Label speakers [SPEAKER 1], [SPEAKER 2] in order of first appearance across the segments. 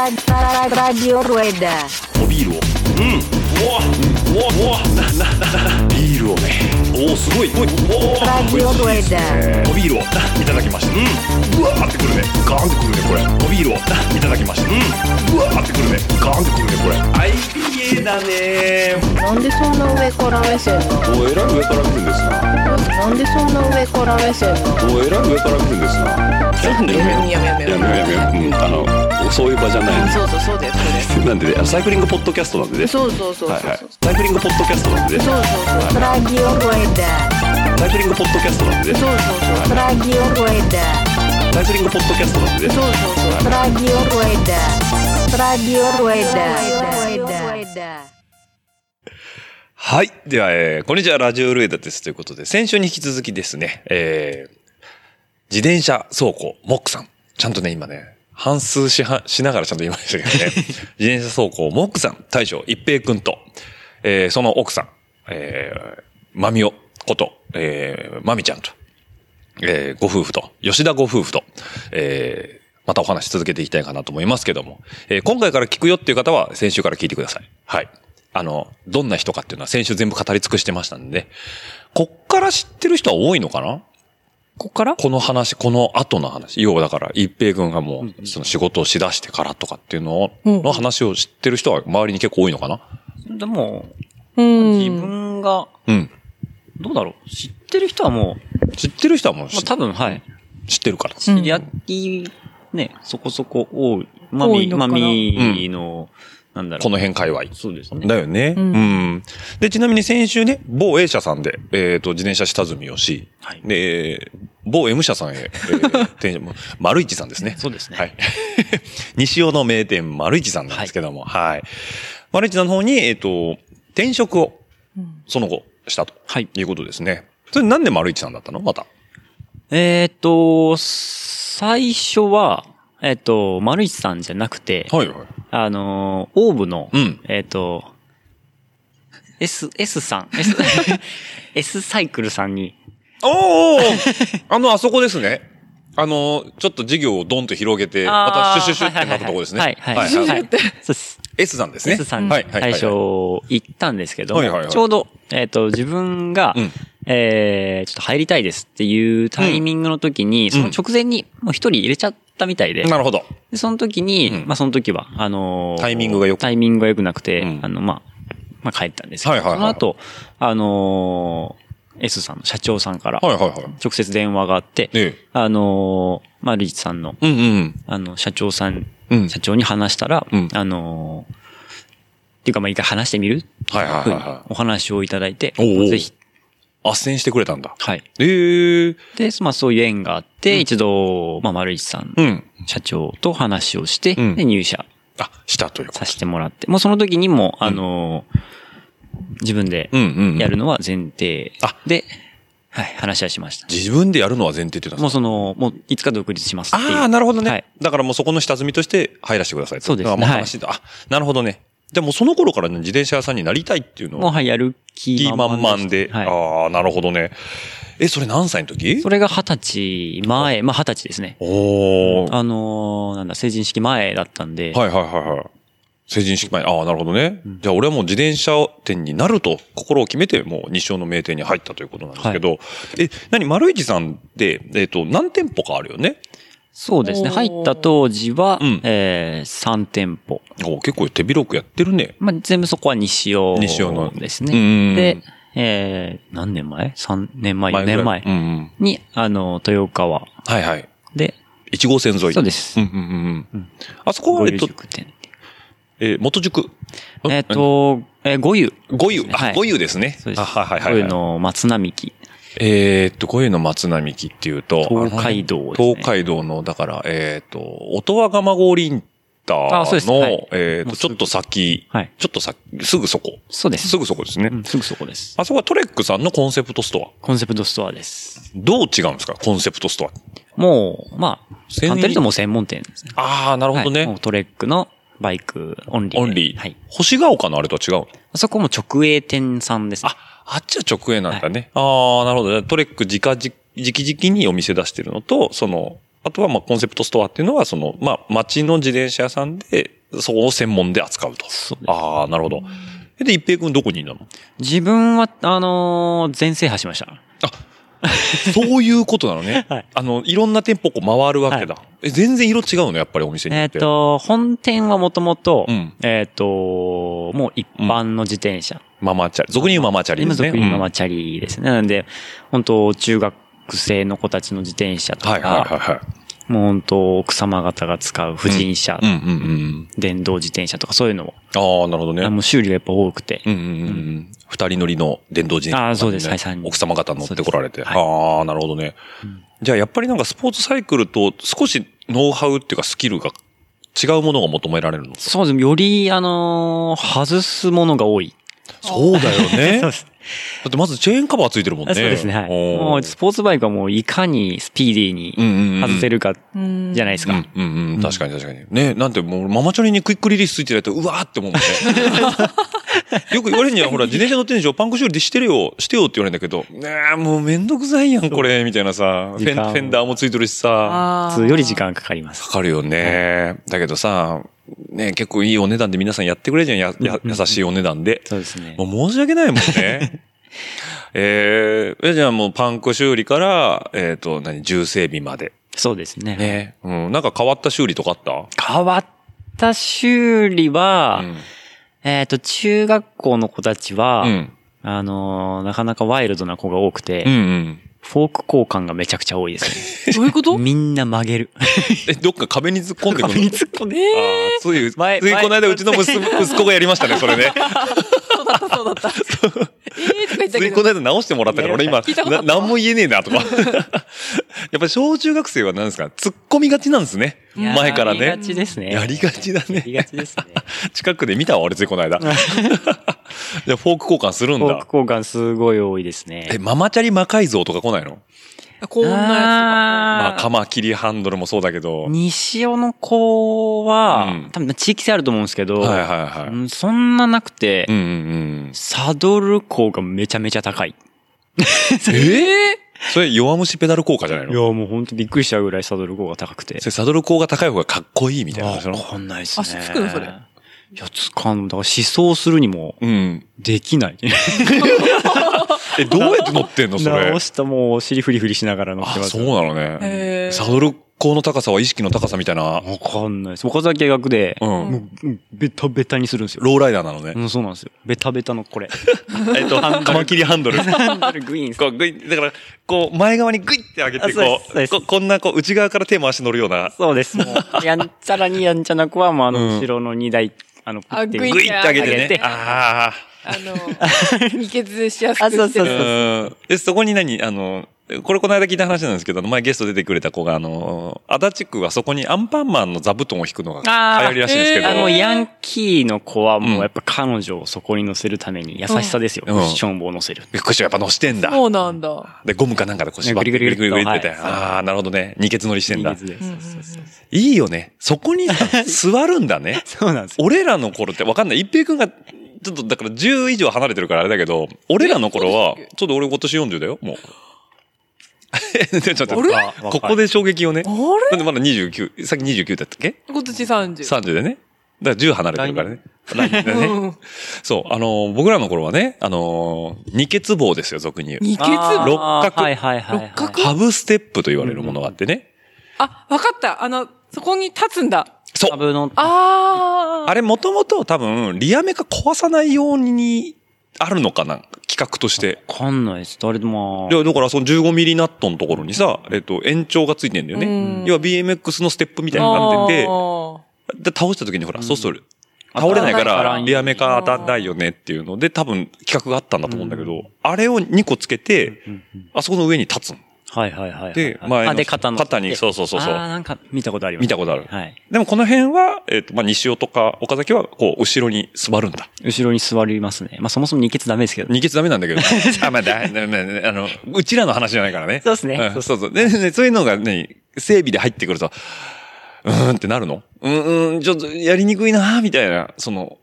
[SPEAKER 1] Radio Rueda.
[SPEAKER 2] おビールをうんうわうわうわななななビールをねおおすごいおいおー
[SPEAKER 1] Radio
[SPEAKER 2] おい
[SPEAKER 1] Rueda.
[SPEAKER 2] おビールをないただきましたうんうわーってくるねガーンってくるねこれおビールをないただきましたうんうわーってくるねガーンってくるねこれ IPA だね
[SPEAKER 3] なんでそんな上から目線なの
[SPEAKER 2] おえらい上から来るんですな
[SPEAKER 3] なんでそんな上から目線なの
[SPEAKER 2] おえらい上から来るんですなちょっとねやめやめやめやめやめやめうんあのそういう場じゃない
[SPEAKER 3] そうそうそうです
[SPEAKER 2] なんでねサイクリングポッドキャストなんでね
[SPEAKER 3] そうですそうそうそうそうそう、
[SPEAKER 2] はいはいサイクリングポッドキャストなんでね
[SPEAKER 3] そうそうそう
[SPEAKER 1] Radio Rueda.
[SPEAKER 2] サイクリングポッドキャストなんでね
[SPEAKER 3] そうそうそう
[SPEAKER 1] Radio Rueda.
[SPEAKER 2] サイクリングポッドキャストなんでね
[SPEAKER 3] そうそうそう
[SPEAKER 1] Radio Rueda. Radio Rueda. Radio Rueda.
[SPEAKER 4] はい。では、えー、こんにちは、ラジオルエダです。ということで、先週に引き続きですね、えー、自転車走行、モックさん。ちゃんとね、今ね、半数しは、しながらちゃんと言いましたけどね、自転車走行、モックさん、大将、一平くんと、えー、その奥さん、えー、まみおこと、えー、まみちゃんと、えーご夫婦と、吉田ご夫婦と、えーまたお話し続けていきたいかなと思いますけども、えー今回から聞くよっていう方は先週から聞いてください。はい。あの、どんな人かっていうのは先週全部語り尽くしてましたんで、ね、こっから知ってる人は多いのかな
[SPEAKER 5] こっから
[SPEAKER 4] この話、この後の話。要はだから、一平君がもう、その仕事をしだしてからとかっていうのを、
[SPEAKER 5] うん
[SPEAKER 4] の話を知ってる人は周りに結構多いのかな
[SPEAKER 5] でも、
[SPEAKER 3] うん
[SPEAKER 5] 自分が、
[SPEAKER 4] うん。
[SPEAKER 5] どうだろう知ってる人はもう、
[SPEAKER 4] 知ってる人はもう知,、
[SPEAKER 5] まあ、多分、はい。
[SPEAKER 4] 知ってるから。
[SPEAKER 5] 知り合い、ね、そこそこ多い。ま
[SPEAKER 3] 多い
[SPEAKER 5] み、
[SPEAKER 3] のか
[SPEAKER 5] ま
[SPEAKER 3] な
[SPEAKER 5] みの、なんだろう。
[SPEAKER 4] この辺界隈。
[SPEAKER 5] そうですね。
[SPEAKER 4] だよね。うん。で、ちなみに先週ね、某 A 社さんで、えっ、と、自転車下積みをし、
[SPEAKER 5] はい
[SPEAKER 4] で、えー某 M 社さんへ、え ー転車もう丸一さんですね。
[SPEAKER 5] そうですね
[SPEAKER 4] はい。 西尾の名店丸一さんなんですけども、はい。丸一さんの方に、えっ、と、転職を、その後、したと。
[SPEAKER 5] はい
[SPEAKER 4] いうことですね。それなんで丸一さんだったのまた。
[SPEAKER 5] えーっと、最初は、えーっと、丸市さんじゃなくて、
[SPEAKER 4] はいはい。
[SPEAKER 5] あのー、オーブの、
[SPEAKER 4] うん
[SPEAKER 5] えーっと、S、S さん、S、S サイクルさんに、
[SPEAKER 4] おーお ーあの、あそこですね。あの、ちょっと事業をドンと広げて、ま
[SPEAKER 5] あ
[SPEAKER 4] た
[SPEAKER 5] ー
[SPEAKER 4] シュシュシュってなったとこですね。
[SPEAKER 5] はいはいはい。はいはいそうです。
[SPEAKER 4] S さんですね。
[SPEAKER 5] S さんに
[SPEAKER 4] はいはいはい
[SPEAKER 5] 対象行ったんですけど
[SPEAKER 4] はいはいは、い
[SPEAKER 5] ちょうど、えっと、自分が
[SPEAKER 4] うん、
[SPEAKER 5] えーちょっと入りたいですっていうタイミングの時に、その直前にもう一人入れちゃったみたいで、
[SPEAKER 4] なるほど。
[SPEAKER 5] でその時に、
[SPEAKER 4] うん
[SPEAKER 5] まあその時は、あのー
[SPEAKER 4] タイミングが良く
[SPEAKER 5] タイミングが良くなくて、
[SPEAKER 4] うん
[SPEAKER 5] あの、まあ、まあ帰ったんですけど、
[SPEAKER 4] はいはいはい
[SPEAKER 5] その後、あのー S さんの社長さんから、
[SPEAKER 4] はいはいはい。
[SPEAKER 5] 直接電話があって、
[SPEAKER 4] ええ
[SPEAKER 5] あのーまあ、ルイチさんの、
[SPEAKER 4] うんうん。
[SPEAKER 5] あの、社長さん、
[SPEAKER 4] うん
[SPEAKER 5] 社長に話したら、
[SPEAKER 4] うん
[SPEAKER 5] あのーっていうかまあ一回話してみる
[SPEAKER 4] はいはいはいはい
[SPEAKER 5] ふうにお話をいただいて、
[SPEAKER 4] おうおう
[SPEAKER 5] ぜひ、
[SPEAKER 4] 斡旋してくれたんだ。
[SPEAKER 5] はい。
[SPEAKER 4] ええ
[SPEAKER 5] で、まあそういう縁があって、一度、まあ、丸市さん、
[SPEAKER 4] うん。
[SPEAKER 5] 社長と話をして、
[SPEAKER 4] うん
[SPEAKER 5] で入社
[SPEAKER 4] あ、したというか。
[SPEAKER 5] させてもらって、もうその時にも、あのー自分で
[SPEAKER 4] うんうんうん
[SPEAKER 5] やるのは前提
[SPEAKER 4] あ
[SPEAKER 5] で、はい、話はしました。
[SPEAKER 4] 自分でやるのは前提って言ったん
[SPEAKER 5] も
[SPEAKER 4] で
[SPEAKER 5] う
[SPEAKER 4] す
[SPEAKER 5] その、もういつか独立しますっていう。
[SPEAKER 4] ああー、なるほどね、
[SPEAKER 5] はい
[SPEAKER 4] だからもうそこの下積みとして入らせてくださいと
[SPEAKER 5] そうですね
[SPEAKER 4] あも話だ、あ、なるほどね。でもうその頃からね、自転車屋さんになりたいっていうの
[SPEAKER 5] もう
[SPEAKER 4] を、
[SPEAKER 5] はい、やる
[SPEAKER 4] 気
[SPEAKER 5] 気
[SPEAKER 4] 満々で。
[SPEAKER 5] はい。
[SPEAKER 4] ああ、なるほどね。え、それ何歳の時
[SPEAKER 5] それが二十歳前、まあ二十歳ですね。
[SPEAKER 4] おー。
[SPEAKER 5] あのーなんだ、成人式前だったんで、
[SPEAKER 4] はいはいはいはい。成人式前に、ああ、なるほどね。じゃあ俺はもう自転車店になると心を決めて、もう西尾の名店に入ったということなんですけど、え、何、丸市さんって、えっ、と、何店舗かあるよね
[SPEAKER 5] そうですね。入った当時は、
[SPEAKER 4] うん
[SPEAKER 5] えー、3店舗。
[SPEAKER 4] お結構手広くやってるね。
[SPEAKER 5] まあ、全部そこは西尾
[SPEAKER 4] 西尾の
[SPEAKER 5] です
[SPEAKER 4] うん
[SPEAKER 5] ね。で、えー、何年前 ?3 年前、4
[SPEAKER 4] ぐら
[SPEAKER 5] 年
[SPEAKER 4] い
[SPEAKER 5] 前
[SPEAKER 4] うんうん。
[SPEAKER 5] に、あの、豊川
[SPEAKER 4] はいはい。
[SPEAKER 5] で、
[SPEAKER 4] 1号線沿い。
[SPEAKER 5] そうです
[SPEAKER 4] うんうんうんうん。あそこ
[SPEAKER 5] 五
[SPEAKER 4] は、え
[SPEAKER 5] 湯
[SPEAKER 4] っと、
[SPEAKER 5] 塾店。
[SPEAKER 4] えー元宿。
[SPEAKER 5] えっ、と、えー、五湯。
[SPEAKER 4] 五湯。
[SPEAKER 5] は
[SPEAKER 4] あ、
[SPEAKER 5] い
[SPEAKER 4] 五湯ですね。
[SPEAKER 5] そうです。
[SPEAKER 4] あはいはいはい
[SPEAKER 5] 五湯
[SPEAKER 4] はい。
[SPEAKER 5] の松並木。
[SPEAKER 4] えーっと、五湯の松並木っていうと、
[SPEAKER 5] 東海道ですね
[SPEAKER 4] 東海道の、だから、えーっと、音羽蒲郷リンタ
[SPEAKER 5] あそうです
[SPEAKER 4] の、
[SPEAKER 5] はい
[SPEAKER 4] えーっと、
[SPEAKER 5] もう
[SPEAKER 4] ち
[SPEAKER 5] す
[SPEAKER 4] ょ
[SPEAKER 5] ぐ
[SPEAKER 4] っと先、
[SPEAKER 5] はい
[SPEAKER 4] ちょっと先、すぐそこ。
[SPEAKER 5] そうです。
[SPEAKER 4] すぐそこですね。
[SPEAKER 5] うん、すぐそこです。
[SPEAKER 4] あそこはトレックさんのコンセプトストア。
[SPEAKER 5] コンセプトストアです。
[SPEAKER 4] どう違うんですかコンセプトストア。
[SPEAKER 5] もう、まあ、
[SPEAKER 4] 専
[SPEAKER 5] 簡単に言うともう専門店ですね。
[SPEAKER 4] ああ、なるほど
[SPEAKER 5] はい
[SPEAKER 4] ね。
[SPEAKER 5] もうトレックのバイクオンリーで。
[SPEAKER 4] オンリー。
[SPEAKER 5] はい。
[SPEAKER 4] 星ヶ丘のあれとは違うの
[SPEAKER 5] あそこも直営店さんですね。
[SPEAKER 4] あ、あっちは直営なんだね。ああ、なるほど。じゃあトレック直々、直々にお店出してるのと、その、あとは、まあ、コンセプトストアっていうのは、その、まあ、街の自転車屋さんで、そこを専門で扱うと。ああ、なるほど。えで、一平君どこにいるの
[SPEAKER 5] 自分は、あのー全制覇しました。
[SPEAKER 4] そういうことなの ね。
[SPEAKER 5] はい
[SPEAKER 4] あの、いろんな店舗こう回るわけだ。え、全然色違うのやっぱりお店によ
[SPEAKER 5] え
[SPEAKER 4] っ。
[SPEAKER 5] ってと、本店はもともと
[SPEAKER 4] うん、
[SPEAKER 5] えっと、もう一般の自転車。
[SPEAKER 4] ママチャリ。俗に言うママチャリで
[SPEAKER 5] 今
[SPEAKER 4] すね。
[SPEAKER 5] 属にママ
[SPEAKER 4] チ
[SPEAKER 5] チャリですね。なんで、本当中学生の子たちの自転車と
[SPEAKER 4] はいはいはい
[SPEAKER 5] か、
[SPEAKER 4] はい。
[SPEAKER 5] もう本当奥様方が使う婦人車、
[SPEAKER 4] うんうんうん。
[SPEAKER 5] 電動自転車とかそういうのも、
[SPEAKER 4] ああ、なるほどね。
[SPEAKER 5] あもう修理がやっぱ多くて
[SPEAKER 4] う、んうんうんうん。二人乗りの電動自転車、
[SPEAKER 5] あーそうです
[SPEAKER 4] ね
[SPEAKER 5] はい三人
[SPEAKER 4] 奥様方乗ってこられて。
[SPEAKER 5] そうですは
[SPEAKER 4] ああ、なるほどね。じゃあやっぱりなんかスポーツサイクルと少しノウハウっていうかスキルが違うものが求められるの
[SPEAKER 5] そうですね。より、あのー外すものが多い。
[SPEAKER 4] そうだよね。
[SPEAKER 5] そう
[SPEAKER 4] だ
[SPEAKER 5] です
[SPEAKER 4] ってまずチェーンカバーついてるもんね。
[SPEAKER 5] そうですね。はい。
[SPEAKER 4] おー
[SPEAKER 5] もうスポーツバイクはもういかにスピーディー
[SPEAKER 4] うん
[SPEAKER 5] に
[SPEAKER 4] うんうん。
[SPEAKER 5] 外せるか、じゃないですか。
[SPEAKER 4] うんうんうん。確かに確かに。ね、なんてもう、ママチャリにクイックリリースついてないと、うわーって思う もんね。よく言われるには、ほら、自転車乗ってんでしょパンク修理でしてるよ、してよって言われるんだけど、ねえ、もうめんどくさいやん、これ、みたいなさ、フェ
[SPEAKER 5] 時
[SPEAKER 4] ン
[SPEAKER 5] 間を
[SPEAKER 4] フェンダーもついてるしさ、
[SPEAKER 5] 普通より時間かかります。
[SPEAKER 4] かかるよね。だけどさ、ね結構いいお値段で皆さんやってくれるじゃん、や、や優しいお値段で。
[SPEAKER 5] そうですね。
[SPEAKER 4] もう申し訳ないもん ね。えー、えじゃあもうパンク修理から、えっ、と、何、重整備まで。
[SPEAKER 5] そうですね。
[SPEAKER 4] ねうん、なんか変わった修理とかあった
[SPEAKER 5] 変わった修理は、
[SPEAKER 4] うん
[SPEAKER 5] えっ、と、中学校の子たちは、
[SPEAKER 4] うん。
[SPEAKER 5] あのーなかなかワイルドな子が多くて、
[SPEAKER 4] うんうん。
[SPEAKER 5] フォーク交換がめちゃくちゃ多いです
[SPEAKER 6] どういうこ
[SPEAKER 5] ね。
[SPEAKER 6] と
[SPEAKER 5] みんな曲げる。
[SPEAKER 4] え、どっか壁に突っ込んでくるの
[SPEAKER 5] 壁に突っ込んで
[SPEAKER 4] あーそういう、ついこ
[SPEAKER 5] 前
[SPEAKER 4] の間うちの娘息子がやりましたね、それね。
[SPEAKER 6] そうだった。ええとか言っ
[SPEAKER 4] つ
[SPEAKER 6] たけ
[SPEAKER 4] いこ
[SPEAKER 6] ど。
[SPEAKER 4] の間直してもらったから、俺今
[SPEAKER 6] 聞いた、ことあ
[SPEAKER 4] な
[SPEAKER 6] った
[SPEAKER 4] 何も言えねえな、とか。やっぱり小中学生は何ですか突っ込みがちなんですね。前から
[SPEAKER 5] やり
[SPEAKER 4] ね
[SPEAKER 5] が。ちですね。
[SPEAKER 4] やりがちだね
[SPEAKER 5] やりがちですね。
[SPEAKER 4] 近くで見たわ、俺ついこの 間。じゃあフォーク交換するん
[SPEAKER 5] フォー
[SPEAKER 4] だ
[SPEAKER 5] ク。交換すごい多いですね。
[SPEAKER 4] え、ママチャリ魔改造とか来ないの
[SPEAKER 6] こんなや
[SPEAKER 4] まあ、
[SPEAKER 5] あー、
[SPEAKER 4] カマキリハンドルもそうだけど。はい
[SPEAKER 5] 西尾の子は、
[SPEAKER 4] うん
[SPEAKER 5] 多分地域性あると思うんですけど、
[SPEAKER 4] はいは
[SPEAKER 5] うんそんななくて、
[SPEAKER 4] い。うんうんうん。
[SPEAKER 5] サドル高がめちゃめちゃ高い。
[SPEAKER 4] ええそれ弱虫ペダル効果じゃない
[SPEAKER 5] い
[SPEAKER 4] の
[SPEAKER 5] や、もうほんとびっくりしちゃうぐらいサドル高が高くて
[SPEAKER 4] そ。れサドル高が高い方がかっこいいみたいな話なの
[SPEAKER 5] わかんないっすね。
[SPEAKER 6] 足つくのそれ
[SPEAKER 5] いや、つかん。だから思想するにも、
[SPEAKER 4] うん。
[SPEAKER 5] できない。
[SPEAKER 4] え、どうやって乗ってんのそれ
[SPEAKER 5] 直。したもう、お尻フリフリしながら乗っ
[SPEAKER 4] あ
[SPEAKER 5] て、ます。
[SPEAKER 4] そうなのね。
[SPEAKER 6] つ
[SPEAKER 4] サ
[SPEAKER 6] か。
[SPEAKER 4] ドル高の高さは意識の高さみたいな。
[SPEAKER 5] わかんないです。岡崎学で、
[SPEAKER 4] う
[SPEAKER 5] も
[SPEAKER 4] ん。
[SPEAKER 5] う、うんベタベタにするんですよ。
[SPEAKER 4] ローライダーなの
[SPEAKER 5] う
[SPEAKER 4] ね。
[SPEAKER 5] ん、そうなんですよ。ベタベタ のこれ。
[SPEAKER 4] えっと、カマキリハンド ル。
[SPEAKER 5] ハンドルグイーン
[SPEAKER 4] こう、グイだから、こう、前側にグイって上げて、
[SPEAKER 5] あそう
[SPEAKER 4] こ
[SPEAKER 5] ですそうで
[SPEAKER 4] う、
[SPEAKER 5] す
[SPEAKER 4] ここんな、こう、内側から手回して乗るような。
[SPEAKER 5] そうです。もう、やんちゃらにやんちゃな子は、もうあの、後ろの荷台、あの、
[SPEAKER 6] あ
[SPEAKER 5] プッ
[SPEAKER 6] グイ
[SPEAKER 4] グイって上げ
[SPEAKER 5] 上
[SPEAKER 4] て
[SPEAKER 5] げ
[SPEAKER 4] ね。
[SPEAKER 5] て
[SPEAKER 4] あ
[SPEAKER 6] あ の、二血しやすく
[SPEAKER 5] あそう
[SPEAKER 6] して
[SPEAKER 5] そう
[SPEAKER 4] あ。う
[SPEAKER 6] る。
[SPEAKER 4] ん。で、そこに何あの、これこの間聞いた話なんですけど、前ゲスト出てくれた子が、あの、足立区はそこにアンパンマンの座布団を引くのが流行りらしいんですけど。
[SPEAKER 5] あの、ヤンキーの子は
[SPEAKER 4] う
[SPEAKER 5] も
[SPEAKER 4] ん
[SPEAKER 5] うやっぱ彼女をそこに乗せるために優しさですよ。
[SPEAKER 4] う
[SPEAKER 5] ク
[SPEAKER 4] ん
[SPEAKER 5] ッション棒を乗せる。
[SPEAKER 4] クッションやっぱ乗してんだ。
[SPEAKER 6] そうなんだ。
[SPEAKER 4] で、ゴムかなんかでこう縛って、グ
[SPEAKER 5] ねグ
[SPEAKER 4] リ
[SPEAKER 5] リ
[SPEAKER 4] グ
[SPEAKER 5] グ
[SPEAKER 4] リ
[SPEAKER 5] リ
[SPEAKER 4] グ
[SPEAKER 5] グ
[SPEAKER 4] リ
[SPEAKER 5] リ
[SPEAKER 4] って
[SPEAKER 5] と
[SPEAKER 4] て、ああ、なるほどね。二血乗りしてんだ。
[SPEAKER 5] 水で
[SPEAKER 6] うんうん
[SPEAKER 5] そうそうそう
[SPEAKER 4] いいよね。そこ にさ座るんだね。
[SPEAKER 5] そうなんですよ。
[SPEAKER 4] 俺らの頃ってわかんない。一平くんが、ちょっとだから10以上離れてるからあれだけど、俺らの頃は、ちょっと俺今年40だよ、もう。 ちょっと
[SPEAKER 6] あれ
[SPEAKER 4] あここで衝撃をね。
[SPEAKER 6] あ
[SPEAKER 4] だ
[SPEAKER 6] れ
[SPEAKER 4] ってまだ29、さっき29だったっけ
[SPEAKER 6] 今年三十。
[SPEAKER 4] ?30 でね。だから10離れてるからね。来年だね。
[SPEAKER 6] うん
[SPEAKER 4] そう。あのー僕らの頃はね、あのー二欠棒ですよ、俗に言う。
[SPEAKER 6] 二血
[SPEAKER 5] あー
[SPEAKER 6] 棒。
[SPEAKER 4] 六角
[SPEAKER 5] はいはいはいはい。
[SPEAKER 6] 六角
[SPEAKER 4] ハブステップと言われるものがあってね。
[SPEAKER 6] あ、わかった。あの、そこに立つんだ。
[SPEAKER 4] そう
[SPEAKER 5] ハ。ブの、
[SPEAKER 6] あー。
[SPEAKER 4] あれもともと多分、リアメが壊さないように、あるのかな企画として。
[SPEAKER 5] わかんないです。誰でも
[SPEAKER 4] い。や、だからその15ミリナットのところにさ、えっと、延長がついてんだよ
[SPEAKER 6] うん
[SPEAKER 4] ね。要は BMX のステップみたいになって
[SPEAKER 6] あー
[SPEAKER 4] て、で倒した時にほら、
[SPEAKER 5] うん
[SPEAKER 4] そうする。倒れないから
[SPEAKER 6] 当たらないか、ら
[SPEAKER 4] リアメが当たんないよねっていうので、多分企画があったんだと思うんだけど、あれを2個つけて、
[SPEAKER 5] うんうん
[SPEAKER 4] あそこの上に立つの
[SPEAKER 5] はいはいはいはい。
[SPEAKER 4] で、前の
[SPEAKER 5] あ、で、肩の。
[SPEAKER 4] 肩に、そうそうそうそ
[SPEAKER 5] あー
[SPEAKER 4] う。
[SPEAKER 5] なんか見たことあります。
[SPEAKER 4] 見たことある。
[SPEAKER 5] はい。
[SPEAKER 4] でもこの辺は、えっと、まあ、西尾とか岡崎は、こう、後ろに座るんだ。
[SPEAKER 5] 後ろに座りますね。まあそもそも二血ダメですけど。
[SPEAKER 4] 二血ダメなんだけど。 あ、まあ、だ、だまああの、うちらの話じゃないからね。
[SPEAKER 5] そうですね
[SPEAKER 4] んそうそう。で、ねそういうのがね、整備で入ってくると、うーんってなるのうん、うん、ちょっとやりにくいなみたいな、その、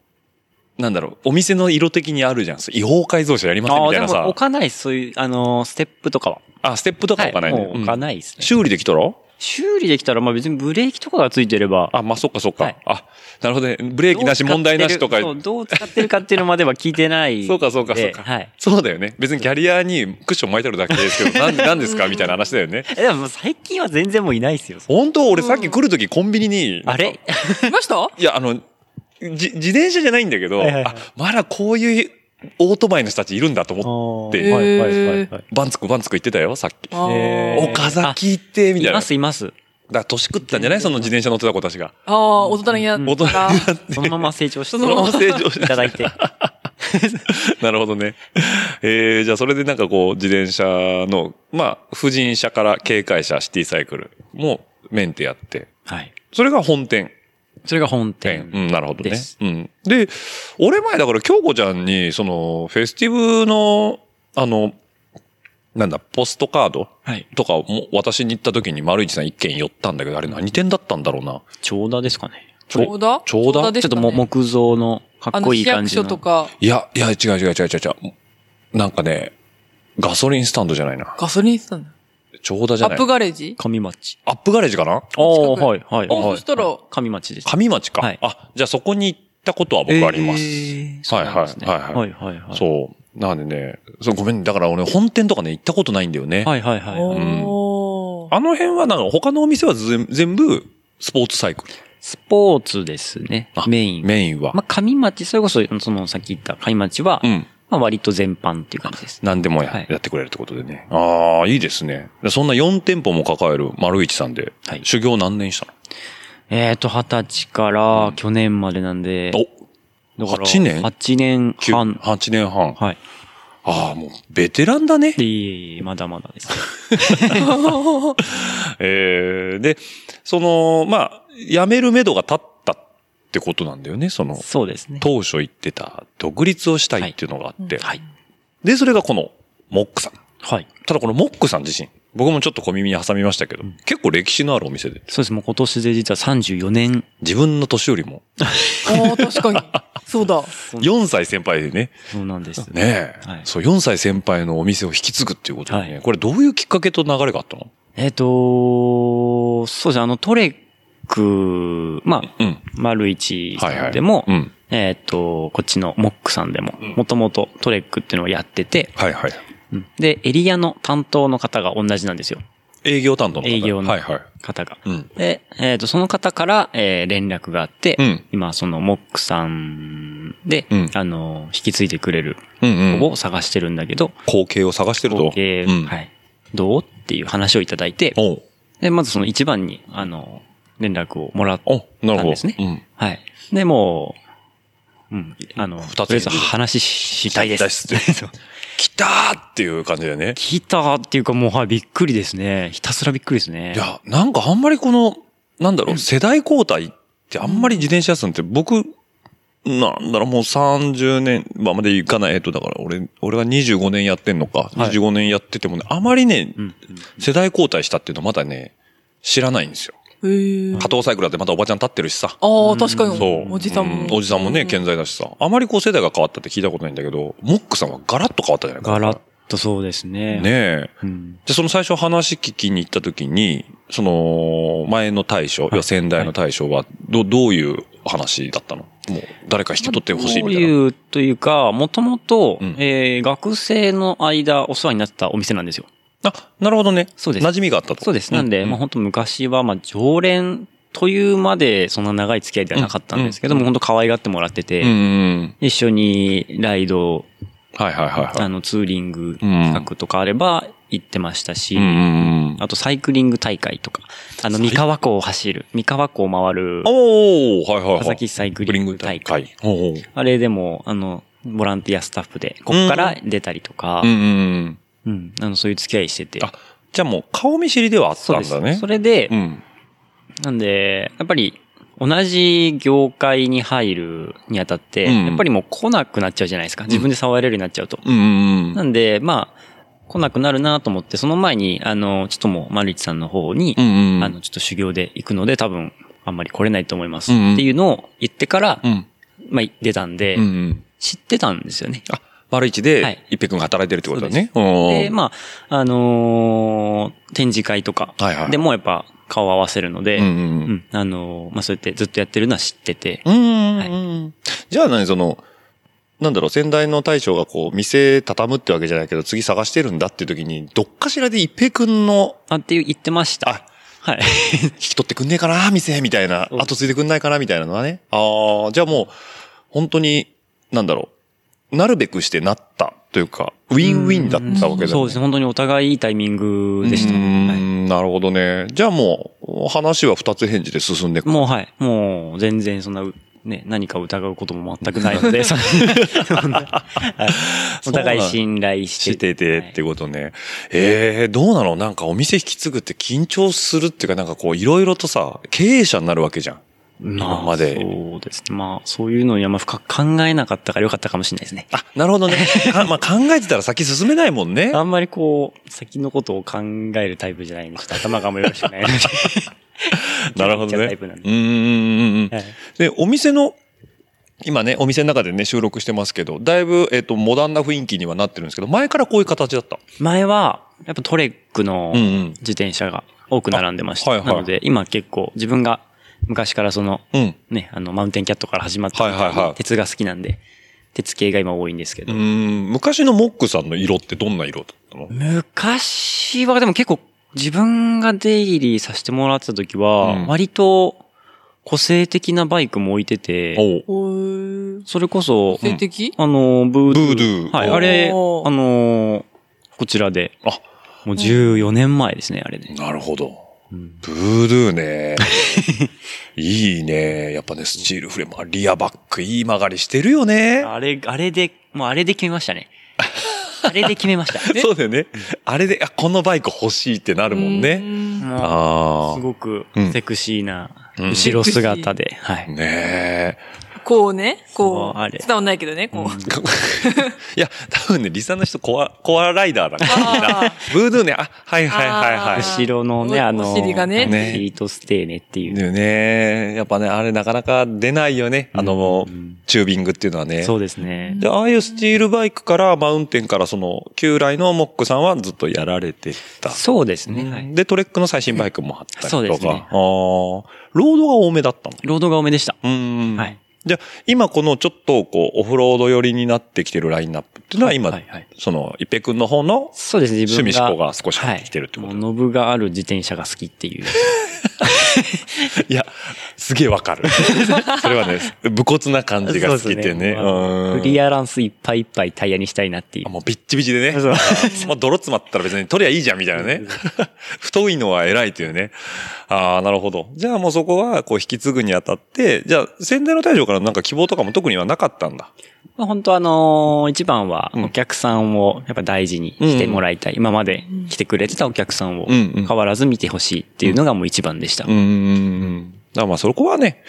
[SPEAKER 4] なんだろう、お店の色的にあるじゃん。違法改造車やりません
[SPEAKER 5] あ
[SPEAKER 4] み
[SPEAKER 5] あ、
[SPEAKER 4] た
[SPEAKER 5] で
[SPEAKER 4] いなさ
[SPEAKER 5] も置。かない、そういう、あのー、ステップとかは。
[SPEAKER 4] あ、ステップとか置かないね。
[SPEAKER 5] もう置かないですね。
[SPEAKER 4] 修理できたら
[SPEAKER 5] 修理できたら、まあ別にブレーキとかがついてれば、
[SPEAKER 4] あ、まあ、そっかそっか、
[SPEAKER 5] はい
[SPEAKER 4] あ、なるほどね。ブレーキなし問題なしとか。
[SPEAKER 5] どう使
[SPEAKER 4] そ
[SPEAKER 5] ってるそうどう使ってるかっていうのまでは聞いてない。
[SPEAKER 4] うかそうかそうか、
[SPEAKER 5] ではい。
[SPEAKER 4] そうだよね。別にキャリアにクッション巻いてるだけですけど、なんなんですかみたいな話だよね。
[SPEAKER 5] えでももう最近は全然もういないですよ。
[SPEAKER 4] 本当俺さっき来るときコンビニに、
[SPEAKER 5] あれ
[SPEAKER 6] いました
[SPEAKER 4] いや、あの、じ自転車じゃないんだけど、
[SPEAKER 5] はいはいはい
[SPEAKER 4] あ、まだこういうオートバイの人たちいるんだと思っ
[SPEAKER 5] はいはいはいはい。
[SPEAKER 4] て、バンツクバンツク言ってたよ、さっき。
[SPEAKER 6] あ
[SPEAKER 5] えー
[SPEAKER 6] ー
[SPEAKER 4] 岡崎って、み
[SPEAKER 5] い
[SPEAKER 4] たいな。
[SPEAKER 5] ま
[SPEAKER 4] だ
[SPEAKER 5] す
[SPEAKER 4] か
[SPEAKER 5] います。
[SPEAKER 4] ら年食ったんじゃないその自転車乗ってた子たちが。
[SPEAKER 6] あー、大人になった。
[SPEAKER 4] 大人になって。
[SPEAKER 5] そのまま成長して、
[SPEAKER 4] そのまま成長し
[SPEAKER 5] いただいて。
[SPEAKER 4] なるほどね。えー、じゃあそれでなんかこう、自転車の、まあ、婦人車から警戒車、シティサイクルもメンテやって、
[SPEAKER 5] はい。
[SPEAKER 4] それが本店。
[SPEAKER 5] それが本
[SPEAKER 4] 店
[SPEAKER 5] 店。
[SPEAKER 4] うん、なるほど
[SPEAKER 5] で
[SPEAKER 4] ね
[SPEAKER 5] す。
[SPEAKER 4] うん。で、俺前だから京子ちゃんに、その、フェスティブの、あの、なんだ、ポストカード
[SPEAKER 5] はい。
[SPEAKER 4] とかも私に行った時に丸市さん一軒寄ったんだけど、あれ何点だったんだろうな。
[SPEAKER 5] 長田ですかね。
[SPEAKER 4] ちょ
[SPEAKER 6] ちょうだ
[SPEAKER 4] ちょうだ
[SPEAKER 6] で
[SPEAKER 5] ちょっ
[SPEAKER 6] し
[SPEAKER 5] と
[SPEAKER 6] たね
[SPEAKER 5] も木造のか
[SPEAKER 6] あ
[SPEAKER 5] っ
[SPEAKER 6] の、
[SPEAKER 5] こい
[SPEAKER 6] 市
[SPEAKER 5] い感
[SPEAKER 6] 役
[SPEAKER 5] じの。
[SPEAKER 6] 所とか、
[SPEAKER 4] いや、いや、違う違う違う違う違う。なんかね、ガソリンスタンドじゃないな。
[SPEAKER 6] ガソリンスタン
[SPEAKER 4] ちょうだじ
[SPEAKER 6] ド。
[SPEAKER 4] ゃ
[SPEAKER 6] ア
[SPEAKER 4] ない。
[SPEAKER 6] ップガレージ
[SPEAKER 5] 上町。
[SPEAKER 4] アップガレージかな
[SPEAKER 5] ああ、はい、はい。
[SPEAKER 6] あそしたら
[SPEAKER 5] はい上町です。
[SPEAKER 4] 上町か、
[SPEAKER 5] はい
[SPEAKER 4] あ、じゃあそこに行ったことは僕あります。
[SPEAKER 5] えーそうなんですね
[SPEAKER 4] はいはいは
[SPEAKER 5] はい、はい、はい。
[SPEAKER 4] そう。なんでね、そうごめん、だから俺本店とかね、行ったことないんだよね。
[SPEAKER 5] はい、はい、はい。
[SPEAKER 6] おー。
[SPEAKER 4] あの辺はなんか他のお店は全全部スポーツサイクル。
[SPEAKER 5] スポーツですね
[SPEAKER 4] あ。
[SPEAKER 5] メイン。
[SPEAKER 4] メインは。
[SPEAKER 5] まあ、上町、それこそ、その、さっき言った上町は、
[SPEAKER 4] うん。
[SPEAKER 5] まあ、割と全般っていう感じです。
[SPEAKER 4] 何でもや,、
[SPEAKER 5] はい
[SPEAKER 4] やってくれるってことでね。ああ、いいですね。そんな4店舗も抱える丸市さんで、
[SPEAKER 5] はい
[SPEAKER 4] 修行何年した
[SPEAKER 5] えっと、二十歳から去年までなんで、
[SPEAKER 4] のお
[SPEAKER 5] だから
[SPEAKER 4] !8 年
[SPEAKER 5] ?8 年
[SPEAKER 4] ?9
[SPEAKER 5] 半。
[SPEAKER 4] 8年半。
[SPEAKER 5] はい。
[SPEAKER 4] ああ、もうベテランだね。
[SPEAKER 5] でいえいえ、まだまだです。
[SPEAKER 4] ええで、その、まあ、辞めるめどが立ったってことなんだよね、その、
[SPEAKER 5] そうですね。
[SPEAKER 4] 当初言ってた独立をしたいっていうのがあって。
[SPEAKER 5] はい。
[SPEAKER 4] で、それがこの、モックさん。
[SPEAKER 5] はい。
[SPEAKER 4] ただこのモックさん自身、僕もちょっと小耳に挟みましたけど、結構歴史のあるお店で、
[SPEAKER 5] そうです。もう今年で実は34年。
[SPEAKER 4] 自分の年よりも、
[SPEAKER 6] あー、確かに。そうだ。
[SPEAKER 4] 4歳先輩でね、
[SPEAKER 5] そうなんです。
[SPEAKER 4] ねえ、
[SPEAKER 5] はい
[SPEAKER 4] そう、4歳先輩のお店を引き継ぐっていうことでね、
[SPEAKER 5] はい
[SPEAKER 4] これどういうきっかけと流れがあったの
[SPEAKER 5] えっ、と、そうですね。あの、トレック、まあ、
[SPEAKER 4] うん。
[SPEAKER 5] 丸一
[SPEAKER 4] はいは
[SPEAKER 5] さ
[SPEAKER 4] い。
[SPEAKER 5] んでも、
[SPEAKER 4] うん。
[SPEAKER 5] えっ、と、こっちのモックさんでも、もともとトレックっていうのをやってて、
[SPEAKER 4] はいはい。
[SPEAKER 5] うんで、エリアの担当の方が同じなんですよ。
[SPEAKER 4] 営業担当の方
[SPEAKER 5] 営業の
[SPEAKER 4] はいはい。
[SPEAKER 5] 方が。
[SPEAKER 4] うん。
[SPEAKER 5] で、えっ、と、その方から、えー連絡があって、
[SPEAKER 4] うん
[SPEAKER 5] 今、その、モックさんで、
[SPEAKER 4] うん
[SPEAKER 5] あの、引き継いでくれる
[SPEAKER 4] うんうん。
[SPEAKER 5] を探してるんだけど、
[SPEAKER 4] 後継を探してると。
[SPEAKER 5] 後継
[SPEAKER 4] うん、
[SPEAKER 5] はい。どうっていう話をいただいて、
[SPEAKER 4] おう
[SPEAKER 5] で、まずその一番に、あの、連絡をもらっ
[SPEAKER 4] おなるほ
[SPEAKER 5] た
[SPEAKER 4] ど。
[SPEAKER 5] んですね。
[SPEAKER 4] うん。
[SPEAKER 5] はい。で、もう、うん、あの、
[SPEAKER 4] 二つ
[SPEAKER 5] とりあえず話ししたいで
[SPEAKER 4] 出
[SPEAKER 5] す。
[SPEAKER 4] し つつ来たーっていう感じだよね。
[SPEAKER 5] 聞いたっていうかもう、はい、びっくりですね。ひたすらびっくりですね。
[SPEAKER 4] いや、なんかあんまりこの、なんだろう、世代交代ってあんまり自転車屋さんって僕、なんだろう、もう30年、まあまでいかない、えっと、だから俺、俺が25年やってんのか、
[SPEAKER 5] はい
[SPEAKER 4] 25年やっててもね、あまりね、
[SPEAKER 5] うん、
[SPEAKER 4] 世代交代したっていうのはまだね、知らないんですよ。
[SPEAKER 6] へー。
[SPEAKER 4] 加藤サイクルだってまたおばちゃん立ってるしさ。
[SPEAKER 6] あー、確かに。
[SPEAKER 4] そう。
[SPEAKER 6] おじさん
[SPEAKER 4] う
[SPEAKER 6] も。
[SPEAKER 4] おじさんもね、健在だしさ。あまりこう世代が変わったって聞いたことないんだけど、モックさんはガラッと変わったじゃないか。
[SPEAKER 5] ガラッとそうですね。
[SPEAKER 4] ねえ。
[SPEAKER 5] うん。
[SPEAKER 4] で、その最初話聞きに行った時に、その、前の大将、要は先代の大将は、ど、どういう話だったのもう、誰か引き取ってほしいみたい
[SPEAKER 5] ど
[SPEAKER 4] な。
[SPEAKER 5] ういう、というか、もともと
[SPEAKER 4] うん、
[SPEAKER 5] えー学生の間お世話になってたお店なんですよ。
[SPEAKER 4] あ、なるほどね。
[SPEAKER 5] そうです
[SPEAKER 4] 馴染みがあったと。
[SPEAKER 5] そうです。なんで、まあ
[SPEAKER 4] ん
[SPEAKER 5] 本当昔は、まあ常連というまでそんな長い付き合いではなかったんですけども、本当可愛がってもらってて、
[SPEAKER 4] うんうん。
[SPEAKER 5] 一緒にライド、
[SPEAKER 4] はいはいはいは
[SPEAKER 5] あ
[SPEAKER 4] い。
[SPEAKER 5] のツーリング企画とかあれば行ってましたし、
[SPEAKER 4] うんうんうん。
[SPEAKER 5] あとサイクリング大会とか、あの三河湖を走る、三河湖を回る、
[SPEAKER 4] おー、はいはいはい。
[SPEAKER 5] 川崎サイクリング大会。
[SPEAKER 4] おー
[SPEAKER 5] あれでも、あの、ボランティアスタッフで、こっから出たりとか
[SPEAKER 4] うん、うん。
[SPEAKER 5] うん、あの、そういう付き合いしてて。
[SPEAKER 4] あ、じゃあもう顔見知りではあった
[SPEAKER 5] そうんです
[SPEAKER 4] だね。
[SPEAKER 5] それで、
[SPEAKER 4] うん。
[SPEAKER 5] なんで、やっぱり、同じ業界に入るにあたって、
[SPEAKER 4] うん
[SPEAKER 5] やっぱりもう来なくなっちゃうじゃないですか。自分で触れるようになっちゃうと。
[SPEAKER 4] うんうんうん。
[SPEAKER 5] なんで、まあ、来なくなるなと思って、その前に、あの、ちょっともう、マルチさんの方に
[SPEAKER 4] う、んうん。
[SPEAKER 5] あの、ちょっと修行で行くので、多分、あんまり来れないと思います。
[SPEAKER 4] うんうん
[SPEAKER 5] っていうのを言ってから
[SPEAKER 4] う、ん。
[SPEAKER 5] まあ、出たんで
[SPEAKER 4] うんう、ん。
[SPEAKER 5] 知ってたんですよね。
[SPEAKER 4] あ、丸一
[SPEAKER 5] は
[SPEAKER 4] で
[SPEAKER 5] い、
[SPEAKER 4] 一平君が働いてるってことだね。
[SPEAKER 5] で、
[SPEAKER 4] う
[SPEAKER 5] まあ、あのー展示会とか
[SPEAKER 4] はいはい、
[SPEAKER 5] でもやっぱ顔合わせるので、
[SPEAKER 4] んうんうん
[SPEAKER 5] うんあのーまあ、そうやってずっとやってるのは知ってて、
[SPEAKER 4] うん。うんうん。じゃあ何その、なんだろう、先代の大将がこう、店畳むってわけじゃないけど、次探してるんだっていう時に、どっかしらで一平君の、
[SPEAKER 5] あ、って言ってました。
[SPEAKER 4] あ、
[SPEAKER 5] はい。
[SPEAKER 4] 引き取ってくんねえかな、店、みたいな。
[SPEAKER 5] うん
[SPEAKER 4] 後継いでくんないかな、みたいなのはね。ああ、じゃあもう、本当に、なんだろう。なるべくしてなったというか、ウィンウィンだったわけだよね。
[SPEAKER 5] そうですね。本当にお互いいいタイミングでした。
[SPEAKER 4] うー
[SPEAKER 5] は
[SPEAKER 4] んなるほどね。じゃあもう、話は二つ返事で進んでい
[SPEAKER 5] い、
[SPEAKER 4] く。
[SPEAKER 5] もうはい。もう全然そんなう、ね、何かを疑うことも全くないの で、そんなはいお互い信頼して。
[SPEAKER 4] しててってことね。ええどうなのなんかお店引き継ぐって緊張するっていうか、なんかこう、いろいろとさ、経営者になるわけじゃん。今まで
[SPEAKER 5] あそうですね。まあ、そういうのにあんま深く考えなかったからよかったかもしれないですね。
[SPEAKER 4] あ、なるほどね。か まあ考えてたら先進めないもんね。
[SPEAKER 5] あんまりこう、先のことを考えるタイプじゃないんで、ちょっと頭があんまよろしくないので。
[SPEAKER 4] なるほど
[SPEAKER 5] やっちゃう
[SPEAKER 4] ね。
[SPEAKER 5] タイプなん
[SPEAKER 4] う
[SPEAKER 5] で。
[SPEAKER 4] んうんうんうん。
[SPEAKER 5] はい
[SPEAKER 4] で、お店の、今ね、お店の中でね、収録してますけど、だいぶ、えっ、と、モダンな雰囲気にはなってるんですけど、前からこういう形だった。
[SPEAKER 5] 前は、やっぱトレックの
[SPEAKER 4] うんうん
[SPEAKER 5] 自転車が多く並んでました。
[SPEAKER 4] あはいはい
[SPEAKER 5] なので、今結構自分が昔からその、
[SPEAKER 4] うん。
[SPEAKER 5] ね、あの、マウンテンキャットから始まったみたいに、
[SPEAKER 4] はいはいはい
[SPEAKER 5] 鉄が好きなんで、鉄系が今多いんですけ
[SPEAKER 4] う
[SPEAKER 5] ど。
[SPEAKER 4] ん、昔のモックさんの色ってどんな色だったの
[SPEAKER 5] 昔はでも結構自分が出入りさせてもらってた時
[SPEAKER 4] う
[SPEAKER 5] は、
[SPEAKER 4] ん
[SPEAKER 5] 割と個性的なバイクも置いてて、
[SPEAKER 4] おう
[SPEAKER 6] おー。
[SPEAKER 5] それこそ、
[SPEAKER 6] 性的
[SPEAKER 5] あの、ブードゥー。
[SPEAKER 4] ブードゥー
[SPEAKER 5] はい、
[SPEAKER 4] おー
[SPEAKER 5] あれ、あの、こちらで、
[SPEAKER 4] あ、
[SPEAKER 5] もう14年前ですね、あれね。
[SPEAKER 4] なるほど。
[SPEAKER 5] うん
[SPEAKER 4] ブードゥーね。 いいね。やっぱね、スチールフレーム、リアバック、いい曲がりしてるよね。
[SPEAKER 5] あれ、あれで、もうあれで決めまし たね。あれで決めました。
[SPEAKER 4] そうだよね。あれで、あ、このバイク欲しいってなるもんね。
[SPEAKER 6] ね。
[SPEAKER 5] もう
[SPEAKER 4] ああ。
[SPEAKER 5] すごく
[SPEAKER 4] うん
[SPEAKER 5] セクシーな、
[SPEAKER 4] うん
[SPEAKER 5] 後ろ姿で、はい。
[SPEAKER 4] ねえ。
[SPEAKER 6] こうね、こ
[SPEAKER 5] そうあれ
[SPEAKER 6] う。伝わんないけどね、こう。
[SPEAKER 4] いや、多分ね、リサの人、コア、コアライダーだからみん
[SPEAKER 6] あ
[SPEAKER 4] な。ブードゥーね、あ、はいはいはいは
[SPEAKER 6] あ
[SPEAKER 4] い。
[SPEAKER 5] 後ろのね、
[SPEAKER 6] お
[SPEAKER 5] あの、
[SPEAKER 6] お尻がね
[SPEAKER 4] ね
[SPEAKER 5] ヒートステーネっていう。
[SPEAKER 4] だよね。やっぱね、あれなかなか出ないよね。あの、チュービングっていうのはね。
[SPEAKER 5] そうですね。
[SPEAKER 4] で、ああいうスチールバイクから、マウンテンから、その、旧来のモックさんはずっとやられてた。
[SPEAKER 5] そうですね。はい
[SPEAKER 4] で、トレックの最新バイクもあったりとか。
[SPEAKER 5] そうですね
[SPEAKER 4] ああ、ロードが多めだったの。
[SPEAKER 5] ロードが多めでした。
[SPEAKER 4] うーん。
[SPEAKER 5] はい。
[SPEAKER 4] じゃあ、今このちょっと、こう、オフロード寄りになってきてるラインナップっていうのは今、
[SPEAKER 5] はいはい
[SPEAKER 4] その、一平君の方の、
[SPEAKER 5] そうですね、自分
[SPEAKER 4] 趣
[SPEAKER 5] が。
[SPEAKER 4] 味嗜好が少し入ってきてるってこと
[SPEAKER 5] はいもうノブがある自転車が好きっていう。
[SPEAKER 4] いや、すげえわ かる。それはね、武骨な感じが好きっていうね。うん
[SPEAKER 5] クリアランスいっぱいいっぱいタイヤにしたいなっていう
[SPEAKER 4] あ。もうビッチビチでね。 もう泥詰まったら別に取りゃいいじゃんみたいなね。 太いのは偉いというね。ああ、なるほど。じゃあもうそこはこう引き継ぐにあたって、じゃあ先代の大将からなんか希望とかも特にはなかったんだ。
[SPEAKER 5] まあ、本当あのー一番は
[SPEAKER 4] うん
[SPEAKER 5] お客さんをやっぱ大事にしてもらいたい。今まで来てくれてたお客さんを
[SPEAKER 4] うんうん
[SPEAKER 5] 変わらず見てほしいっていうのがもう一番でした。
[SPEAKER 4] うーん。だからまあそこはね、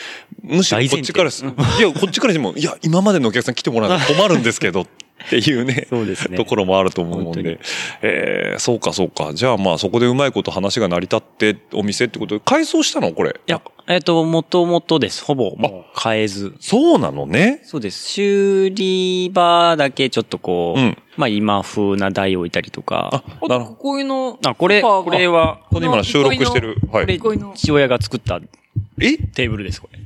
[SPEAKER 4] むしろこっちからす、い
[SPEAKER 5] 大
[SPEAKER 4] や、こっちからしても、いや、今までのお客さん来てもら うと困るんですけど、っていうね。
[SPEAKER 5] そうですね
[SPEAKER 4] ところもあると思うん
[SPEAKER 5] 本当
[SPEAKER 4] で
[SPEAKER 5] に。
[SPEAKER 4] えー、そうかそうか。じゃあまあそこでうまいこと話が成り立って、お店ってことで、改装したのこれ。
[SPEAKER 5] いや、えっ、と、もともとです。ほぼもう変えず。
[SPEAKER 4] そうなのね。
[SPEAKER 5] そうです。修理場だけちょっとこう、
[SPEAKER 4] うん
[SPEAKER 5] まあ今風な台を置いたりとか。
[SPEAKER 6] あ
[SPEAKER 4] なるほど
[SPEAKER 6] こういうの。
[SPEAKER 5] あ、これ、
[SPEAKER 6] ソファー
[SPEAKER 5] こ
[SPEAKER 6] が
[SPEAKER 5] れは、
[SPEAKER 4] この今の収録してる。は
[SPEAKER 6] これ
[SPEAKER 4] い。
[SPEAKER 6] 憩いの。
[SPEAKER 5] 父親が作った
[SPEAKER 4] え
[SPEAKER 5] テーブルです、これ。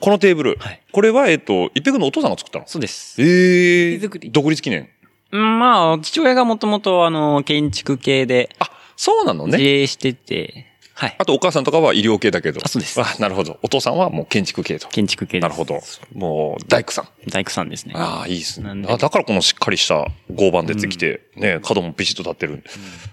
[SPEAKER 4] このテーブル。
[SPEAKER 5] はい
[SPEAKER 4] これは、えっと、一平君のお父さんが作ったの
[SPEAKER 5] そうです。
[SPEAKER 4] ええ
[SPEAKER 6] 手作り
[SPEAKER 4] 独立記念。
[SPEAKER 5] うんまあ、父親がもともとあの、建築系で、
[SPEAKER 4] あ、そうなの
[SPEAKER 5] 自
[SPEAKER 4] ね。
[SPEAKER 5] 営してて、はい。
[SPEAKER 4] あとお母さんとかは医療系だけど。
[SPEAKER 5] あそうです
[SPEAKER 4] あ、なるほど。お父さんはもう建築系と。
[SPEAKER 5] 建築系です。
[SPEAKER 4] なるほど。もう、大工さん。
[SPEAKER 5] 大工さんですね。
[SPEAKER 4] ああ、いいですね
[SPEAKER 5] なん。で
[SPEAKER 4] あだからこのしっかりした合板出てきて、ね、角もピシッと立ってる。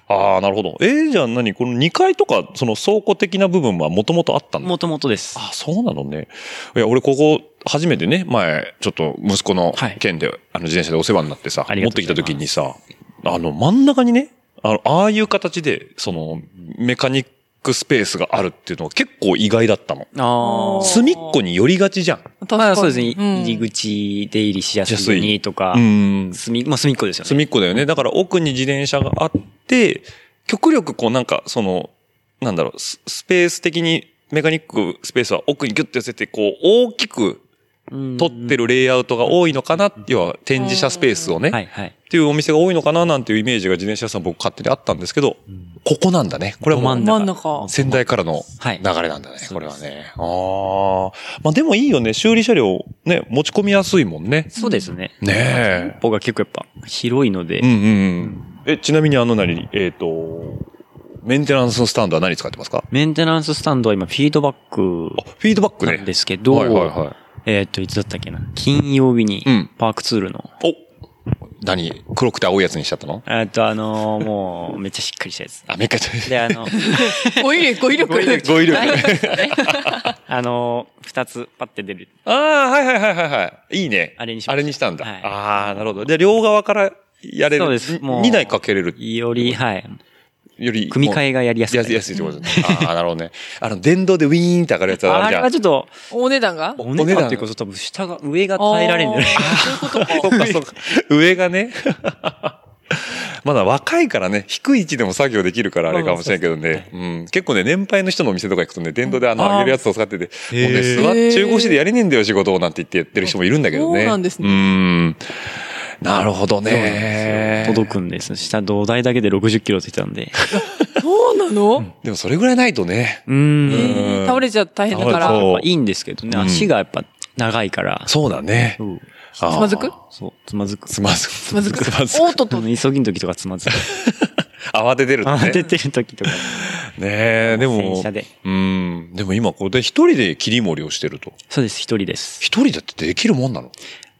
[SPEAKER 4] ああ、なるほど。えー、じゃあ何この2階とか、その倉庫的な部分はもともとあったんだ
[SPEAKER 5] もともとです。
[SPEAKER 4] あ、そうなのね。いや、俺ここ、初めてね、前、ちょっと息子の
[SPEAKER 5] はい
[SPEAKER 4] 県で、あの自転車でお世話になってさ、
[SPEAKER 5] あり
[SPEAKER 4] 持
[SPEAKER 5] が
[SPEAKER 4] っ
[SPEAKER 5] と
[SPEAKER 4] て
[SPEAKER 5] う
[SPEAKER 4] き
[SPEAKER 5] ご
[SPEAKER 4] た
[SPEAKER 5] ざいます
[SPEAKER 4] 時にさ、あの、真ん中にね、あの、ああいう形で、その、メカニックスペースがあるっていうのは結構意外だったの。
[SPEAKER 5] あ
[SPEAKER 6] ー
[SPEAKER 4] 隅っこに寄りがちじゃん。
[SPEAKER 5] あ。まあそうですね。
[SPEAKER 6] うん
[SPEAKER 5] 入り口出入りしやすいようにとか
[SPEAKER 4] う、ん。
[SPEAKER 5] 隅、まあ隅っこですよね。
[SPEAKER 4] 隅っこだよね。だから奥に自転車があって、極力こうなんか、その、なんだろう、ススペース的にメカニックスペースは奥にギュッと寄せて、こう大きく
[SPEAKER 5] 撮
[SPEAKER 4] 取ってるレイアウトが多いのかな、要は展示者スペースをね、
[SPEAKER 5] はいはい。
[SPEAKER 4] っていうお店が多いのかななんていうイメージが自転車屋さん僕勝手にあったんですけど、ここなんだね。これはも
[SPEAKER 5] ど真ん
[SPEAKER 4] う
[SPEAKER 5] 中
[SPEAKER 6] 真ん中。
[SPEAKER 4] 先代からの
[SPEAKER 5] はい
[SPEAKER 4] 流れなんだね、これはね。ああ。まあでもいいよね。修理車両ね、持ち込みやすいもんね。
[SPEAKER 5] そうですね。
[SPEAKER 4] ねえ。
[SPEAKER 5] 僕が結構やっぱ広いので
[SPEAKER 4] うん、うんうん。え、ちなみにあの何、えっ、と、メンテナンスのスタンドは何使ってますか
[SPEAKER 5] メンテナンススタンドは今フィードバック
[SPEAKER 4] あ、フィードバック
[SPEAKER 5] なんで
[SPEAKER 4] ね。
[SPEAKER 5] すけど、
[SPEAKER 4] はいはいはい
[SPEAKER 5] えーっと、いつだったっけな。金曜日に
[SPEAKER 4] うん、
[SPEAKER 5] パークツールの、
[SPEAKER 4] お何黒くて青いやつにしちゃったの
[SPEAKER 5] えーっと、あのーもう、めっちゃしっかりした やつ。
[SPEAKER 4] あ、めっかち
[SPEAKER 5] で、あの、
[SPEAKER 6] 語彙力、語彙力。
[SPEAKER 4] 語彙力語彙力
[SPEAKER 6] ないですね
[SPEAKER 5] あのー二つパッて出る。
[SPEAKER 4] ああ、はいはいはいはいはい。いいね。
[SPEAKER 5] あれにしました
[SPEAKER 4] あれにしたんだ。
[SPEAKER 5] はい
[SPEAKER 4] ああ、なるほど。で、両側からやれる。
[SPEAKER 5] そうですもう
[SPEAKER 4] 2台かけれる。
[SPEAKER 5] より、はい。
[SPEAKER 4] より。
[SPEAKER 5] 組み替え
[SPEAKER 4] が
[SPEAKER 5] がやりやすい。
[SPEAKER 4] 安い。安いってことですね。ああ、なるほどね。 あの、電動でウィーンって上がるやつはあ
[SPEAKER 5] あ
[SPEAKER 4] るじ
[SPEAKER 5] れ
[SPEAKER 4] ゃん
[SPEAKER 5] は。ちょっと、
[SPEAKER 6] お値段が
[SPEAKER 5] お値段っていうこと多分下が、上が耐えられんじゃない
[SPEAKER 6] あーそういうこ と
[SPEAKER 4] そっかそっか。上がね。 まだ若いからね、低い位置でも作業できるからあれかもしれんけどね。うん。結構ね、年配の人のお店とか行くとね、電動であの、
[SPEAKER 6] あー
[SPEAKER 4] 上げるやつを使ってて、もうね、
[SPEAKER 5] へー
[SPEAKER 4] 座っ、中腰でやれねえんだよ、仕事を、なんて言ってやってる人もいるんだけどね。
[SPEAKER 6] そうなんですね
[SPEAKER 4] うん。なるほどね。
[SPEAKER 5] 届くんです。下、土台だけで60キロって言ってたん で。
[SPEAKER 6] か。そうなの
[SPEAKER 4] でもそれぐらいないとね。
[SPEAKER 5] うーん。
[SPEAKER 6] えー倒れちゃうと大変だから。
[SPEAKER 4] そう
[SPEAKER 5] まあいいんですけどね、
[SPEAKER 4] うん
[SPEAKER 5] 足がやっぱ長いから。
[SPEAKER 4] そうだね。
[SPEAKER 5] そう。
[SPEAKER 4] つ
[SPEAKER 6] つまずく
[SPEAKER 5] そう、つまずく。
[SPEAKER 4] つまずく。
[SPEAKER 6] つまずく。
[SPEAKER 4] つまず
[SPEAKER 6] おっとっ
[SPEAKER 5] あ
[SPEAKER 6] と。
[SPEAKER 5] の 急ぎの時とかつまずく。
[SPEAKER 4] 慌ててると
[SPEAKER 5] 当て
[SPEAKER 4] ね。
[SPEAKER 5] てる時とか。
[SPEAKER 4] ねえ、でも
[SPEAKER 5] 洗車 で。
[SPEAKER 4] うん。でも今これで一人で切り盛りをしてると。
[SPEAKER 5] そうです、一人です。
[SPEAKER 4] 一人だってできるもんなの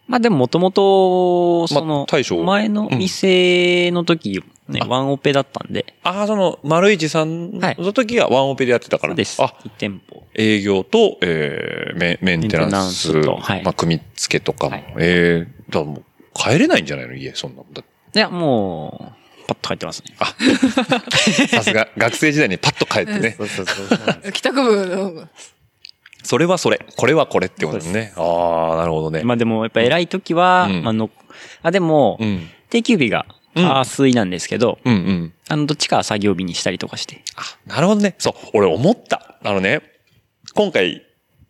[SPEAKER 5] まあでももともと、そ
[SPEAKER 4] ま
[SPEAKER 5] の
[SPEAKER 4] 大将、
[SPEAKER 5] 前の店の時、ね、ワンオペだったんで、
[SPEAKER 4] ああ、その、丸市さん
[SPEAKER 5] はい
[SPEAKER 4] の時はワンオペでやってたから。
[SPEAKER 5] そうです。
[SPEAKER 4] あ、
[SPEAKER 5] 一店舗。
[SPEAKER 4] 営業と、えー、メメンテナンス、
[SPEAKER 5] メンテナンスとはい
[SPEAKER 4] まあ、組み付けとかも。
[SPEAKER 5] はい
[SPEAKER 4] えー、だからもう、帰れないんじゃないの家、そんなもんだ って。
[SPEAKER 5] いや、もう、パッと入ってますね。
[SPEAKER 4] さすが、学生時代にパッと帰ってね。
[SPEAKER 5] そうそうそう。
[SPEAKER 6] 帰宅部の。
[SPEAKER 4] それはそれ、これはこれってことですね。ああ、なるほどね。
[SPEAKER 5] まあでも、やっぱ偉い時は、
[SPEAKER 4] うん
[SPEAKER 5] まあの、あ、でも、
[SPEAKER 4] うん。
[SPEAKER 5] 定休日が、
[SPEAKER 4] うん
[SPEAKER 5] あ水なんですけど、
[SPEAKER 4] うんうん。
[SPEAKER 5] あの、どっちかは作業日にしたりとかして。
[SPEAKER 4] あ、なるほどね。そう、俺思った。あのね、今回、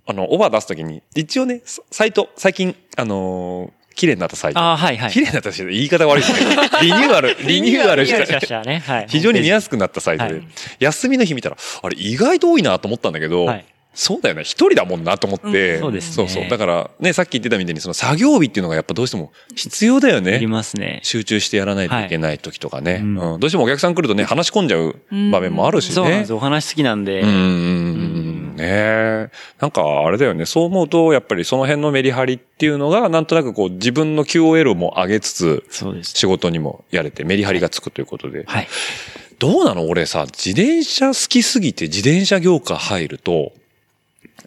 [SPEAKER 4] あの、オファー出すときに、一応ね、ササイト、最近、あのー綺麗になったサイト。
[SPEAKER 5] ああ、はいはい。
[SPEAKER 4] 綺麗になったし、言い方悪いですね。 リニューアル、リニューアル
[SPEAKER 5] リニュー
[SPEAKER 4] し
[SPEAKER 5] アルしま
[SPEAKER 4] た
[SPEAKER 5] し。たね。はい。
[SPEAKER 4] 非常に見
[SPEAKER 5] 合
[SPEAKER 4] やすくなったサイトで、
[SPEAKER 5] はい
[SPEAKER 4] 休みの日見たら、あれ意外と多いなと思ったんだけど、
[SPEAKER 5] はい
[SPEAKER 4] そうだよね、一人だもんなと思って、
[SPEAKER 5] うんそうですね
[SPEAKER 4] そうそう。だから、ね、さっき言ってたみたいに、その作業日っていうのがやっぱどうしても必要だよ
[SPEAKER 5] いり
[SPEAKER 4] ね。
[SPEAKER 5] ますね。
[SPEAKER 4] 集中してやらないといけない時とかね、
[SPEAKER 5] い
[SPEAKER 4] うん
[SPEAKER 5] う
[SPEAKER 4] どうしてもお客さん来るとね、話し込んじゃう場面もあるしね。
[SPEAKER 5] そうなんです。お話好きなんで。
[SPEAKER 4] うんうんうんねえ。なんかあれだよね。そう思うと、やっぱりその辺のメリハリっていうのが、なんとなくこう自分の QOL も上げつつ、
[SPEAKER 5] そうです。
[SPEAKER 4] 仕事にもやれてメリハリがつくということで。
[SPEAKER 5] はい。
[SPEAKER 4] どうなの俺さ、自転車好きすぎて自転車業界入ると、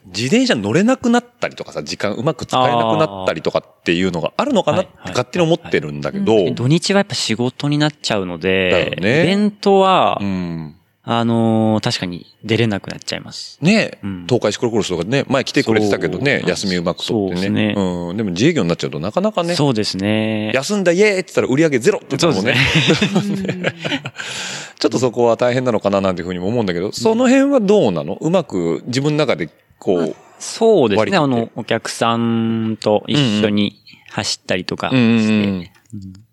[SPEAKER 4] 自転車乗れなくなったりとかさ、時間うまく使えなくなったりとかっていうのがあるのかなって
[SPEAKER 5] あーはいはい
[SPEAKER 4] 勝手に思ってるんだけど、
[SPEAKER 5] 土日はやっぱ仕事になっちゃうの
[SPEAKER 4] だよ
[SPEAKER 5] で、
[SPEAKER 4] ね
[SPEAKER 5] イベントは、
[SPEAKER 4] うん。
[SPEAKER 5] あのー確かに出れなくなっちゃいます。
[SPEAKER 4] ね、
[SPEAKER 5] うん
[SPEAKER 4] 東海シクロクロスとかね、前来てくれてたけどね
[SPEAKER 5] そ、う
[SPEAKER 4] 休みうまく取って
[SPEAKER 5] そうで
[SPEAKER 4] ね
[SPEAKER 5] すね
[SPEAKER 4] うん。でも自営業になっちゃうとなかなかね、
[SPEAKER 5] そうですね。
[SPEAKER 4] 休んだイエーイって言ったら売り上げゼロって言ったのもんね。ちょっとそこは大変なのかななんていうふうにも思うんだけど、その辺はどうなのうまく自分の中でこ
[SPEAKER 5] そうです
[SPEAKER 4] 割り切
[SPEAKER 5] ね。あ
[SPEAKER 4] って
[SPEAKER 5] の、お客さんと一緒に走ったりとか
[SPEAKER 4] う。
[SPEAKER 5] して。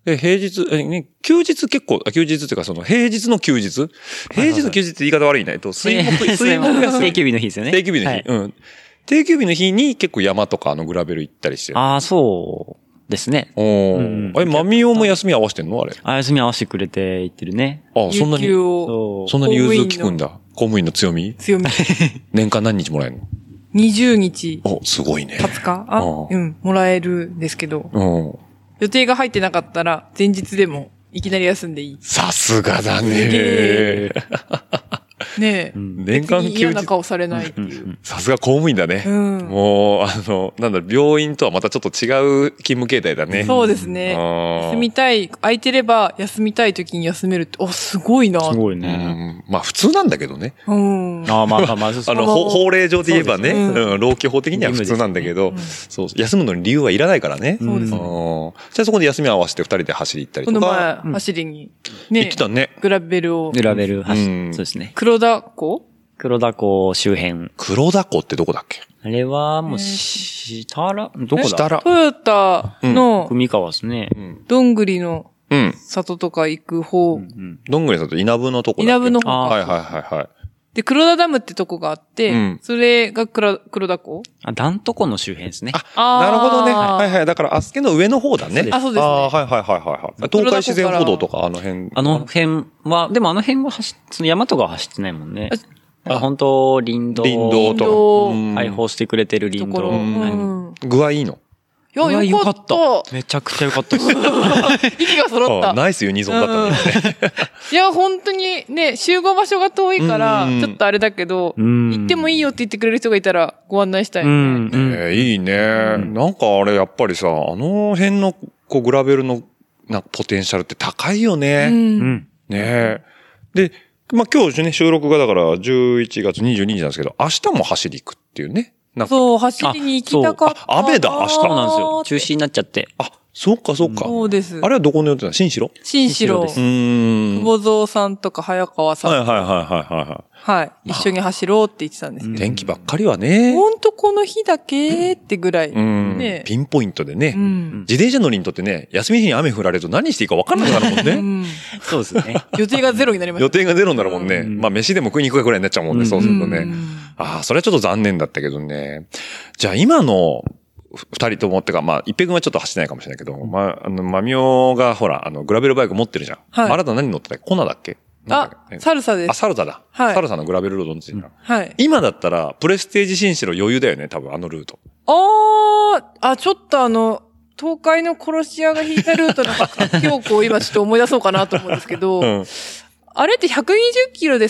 [SPEAKER 4] で、平日、えね、休日結構、あ休日っていうかその平日の休日平日の休日って言い方悪いね。えっと、水
[SPEAKER 5] で
[SPEAKER 4] 木、
[SPEAKER 5] す
[SPEAKER 4] 水
[SPEAKER 5] いませ
[SPEAKER 4] 木
[SPEAKER 5] ん
[SPEAKER 4] 休み
[SPEAKER 5] 定。休日の日ですよね。
[SPEAKER 4] 定休日の日、
[SPEAKER 5] はい
[SPEAKER 4] うん。定休日の日に結構山とかあのグラベル行ったりしてる。
[SPEAKER 5] ああ、そうですね。
[SPEAKER 4] おお、
[SPEAKER 5] うん
[SPEAKER 4] あれ、マミオも休み合わせてんのあれ。
[SPEAKER 5] あ休み合わせてくれていってるね。
[SPEAKER 4] あ、そんな
[SPEAKER 6] 有給
[SPEAKER 4] に、
[SPEAKER 6] を
[SPEAKER 5] そう。
[SPEAKER 4] そんなに融通聞くんだ。公務員の強み
[SPEAKER 6] 強み。
[SPEAKER 4] 年間何日もらえるの
[SPEAKER 6] 20日、
[SPEAKER 4] お、すごいね。
[SPEAKER 6] 20日あ
[SPEAKER 4] うん
[SPEAKER 6] うん、もらえるんですけど、
[SPEAKER 4] うん。
[SPEAKER 6] 予定が入ってなかったら、前日でも、いきなり休んでいい。
[SPEAKER 4] さすがだね
[SPEAKER 6] ね。ねえ。
[SPEAKER 5] ん
[SPEAKER 4] 年間
[SPEAKER 6] 嫌
[SPEAKER 4] 休
[SPEAKER 6] な
[SPEAKER 4] 日。
[SPEAKER 6] 顔されないって
[SPEAKER 5] うんう
[SPEAKER 6] いう。
[SPEAKER 5] ん
[SPEAKER 4] さすが公務員だね。
[SPEAKER 6] うん
[SPEAKER 4] もう、あの、なんだろう、病院とはまたちょっと違う勤務形態だね。
[SPEAKER 6] そうですね。
[SPEAKER 4] あー
[SPEAKER 6] 休みたい、空いてれば休みたい時に休めるって、お、すごいな。
[SPEAKER 5] すごいうね。
[SPEAKER 4] ん。まあ普通なんだけどね。
[SPEAKER 6] うん。
[SPEAKER 5] ああ、まあまあまあ、そうそ
[SPEAKER 4] あ
[SPEAKER 5] う
[SPEAKER 4] の、ほ法令上で言えばね、
[SPEAKER 6] そうですね
[SPEAKER 4] うん、老朽法的には普通なんだけど、そう、休むのに理由はいらないからね。
[SPEAKER 6] そうです
[SPEAKER 4] うん
[SPEAKER 6] ね。
[SPEAKER 4] じゃあそこで休み合わせて二人で走り行ったり
[SPEAKER 6] ことの前、
[SPEAKER 4] か。
[SPEAKER 6] 走りに、
[SPEAKER 4] 行っ
[SPEAKER 6] ね
[SPEAKER 4] て、たね。
[SPEAKER 6] グラベルを、
[SPEAKER 5] グラベル走
[SPEAKER 4] うん
[SPEAKER 5] そうですね。
[SPEAKER 6] 黒田湖
[SPEAKER 5] 黒田湖周辺。
[SPEAKER 4] 黒田湖ってどこだっけ
[SPEAKER 5] あれは、もう、したら、どこだ
[SPEAKER 4] ら
[SPEAKER 6] トヨタの
[SPEAKER 5] 組川ですね。
[SPEAKER 6] どんぐりの
[SPEAKER 4] うん。
[SPEAKER 6] 里とか行く方。
[SPEAKER 5] うん
[SPEAKER 4] どんぐりさんと稲部のとこだっけ
[SPEAKER 6] 稲部の方
[SPEAKER 5] あ
[SPEAKER 4] はいはいはいはい。
[SPEAKER 6] で、黒田ダムってとこがあって、
[SPEAKER 4] うん
[SPEAKER 6] それが黒黒田湖
[SPEAKER 5] あ、ダント湖の周辺ですね。
[SPEAKER 6] あ
[SPEAKER 4] なるほどね。
[SPEAKER 6] あ
[SPEAKER 4] はいはい。だから、あすけの上の方だね。
[SPEAKER 6] あそうですね
[SPEAKER 4] あーはいはいはいはいはい。東海自然歩道とか、あの辺。
[SPEAKER 5] あの、辺は、でもあの辺は走っ、その山とかは走ってないもんね。
[SPEAKER 4] あ
[SPEAKER 5] 本当林道。
[SPEAKER 4] 林道
[SPEAKER 6] 林
[SPEAKER 4] と
[SPEAKER 6] 道
[SPEAKER 4] かうん。
[SPEAKER 5] 開放してくれてる
[SPEAKER 6] と
[SPEAKER 5] 林
[SPEAKER 6] ころ。
[SPEAKER 5] 道。
[SPEAKER 6] う
[SPEAKER 5] はい
[SPEAKER 6] ん。
[SPEAKER 4] 具合いいの。
[SPEAKER 6] いや、よかった。
[SPEAKER 5] めちゃくちゃ良かったです。
[SPEAKER 6] 息が揃っ
[SPEAKER 4] あ
[SPEAKER 6] た。
[SPEAKER 4] ナイスユニゾンだったね。
[SPEAKER 6] いや、本当にね、集合場所が遠いから
[SPEAKER 4] うんうん、
[SPEAKER 6] ちょっとあれだけど、
[SPEAKER 5] うん
[SPEAKER 6] 行ってもいいよって言ってくれる人がいたらご案内したい。
[SPEAKER 5] う
[SPEAKER 6] うん。
[SPEAKER 5] ん。うん
[SPEAKER 4] えーいいね。なんかあれ、やっぱりさ、あの辺の、こう、グラベルの、なんかポテンシャルって高いよね。
[SPEAKER 5] うん。
[SPEAKER 4] ねえ。で、まあ、今日ね、収録がだから11月22日なんですけど、明日も走り行くっていうね。なんか
[SPEAKER 6] そう、走りに行きたかっ
[SPEAKER 4] あ
[SPEAKER 6] た
[SPEAKER 4] そうあ雨だ明日
[SPEAKER 5] そうなんですよ。
[SPEAKER 6] 中
[SPEAKER 5] 中止になっちゃって。
[SPEAKER 4] あ、そうかそうか。
[SPEAKER 6] そうです。
[SPEAKER 4] あれはどこの予定なの新城
[SPEAKER 6] 新城
[SPEAKER 5] 新城です
[SPEAKER 4] うーん。
[SPEAKER 6] 久保蔵さんとか早川さん、
[SPEAKER 4] はい
[SPEAKER 6] は
[SPEAKER 4] はい
[SPEAKER 6] い、
[SPEAKER 4] はいはいは
[SPEAKER 6] 一緒に走ろうって言ってたんですけ
[SPEAKER 4] い。天気ばっかりはね
[SPEAKER 6] ど、。ほんとこの日だけってぐらい。
[SPEAKER 4] うん。
[SPEAKER 6] ね
[SPEAKER 4] ピンポイントでね、
[SPEAKER 6] うん。
[SPEAKER 4] 自転車乗りにとってね、休み日に雨降られると何していいか分からなくなるもんね。
[SPEAKER 6] うん
[SPEAKER 5] そうですね。
[SPEAKER 6] 予定がゼロになりました。
[SPEAKER 4] 予定がゼロになるもんね。
[SPEAKER 5] うん
[SPEAKER 4] まあ、飯でも食いに行くかぐらいになっちゃうもんね、
[SPEAKER 5] うん
[SPEAKER 4] そうするとね。ああ、それはちょっと残念だったけどね。じゃあ、今の、ふ二人ともってか、まあ、一平君はちょっと走ってないかもしれないけど、まあ、あの、マミオが、ほら、あの、グラベルバイク持ってるじゃん。
[SPEAKER 6] はい
[SPEAKER 4] あなた何乗ってたっけコナだっけなんだ
[SPEAKER 6] あ
[SPEAKER 4] っけ、
[SPEAKER 6] サルサで
[SPEAKER 4] あ、
[SPEAKER 6] す。
[SPEAKER 4] サルサだ。
[SPEAKER 6] はい
[SPEAKER 4] サルサのグラベルロード乗ってた。
[SPEAKER 6] はい。
[SPEAKER 4] 今だったら、プレステージ新城余裕だよね、多分あのルート。
[SPEAKER 6] あー、あ、ちょっとあの、東海の殺し屋が引いたルートの 強行を今ちょっと思い出そうかなと思うんですけど、
[SPEAKER 4] うん。
[SPEAKER 6] あれって120キロで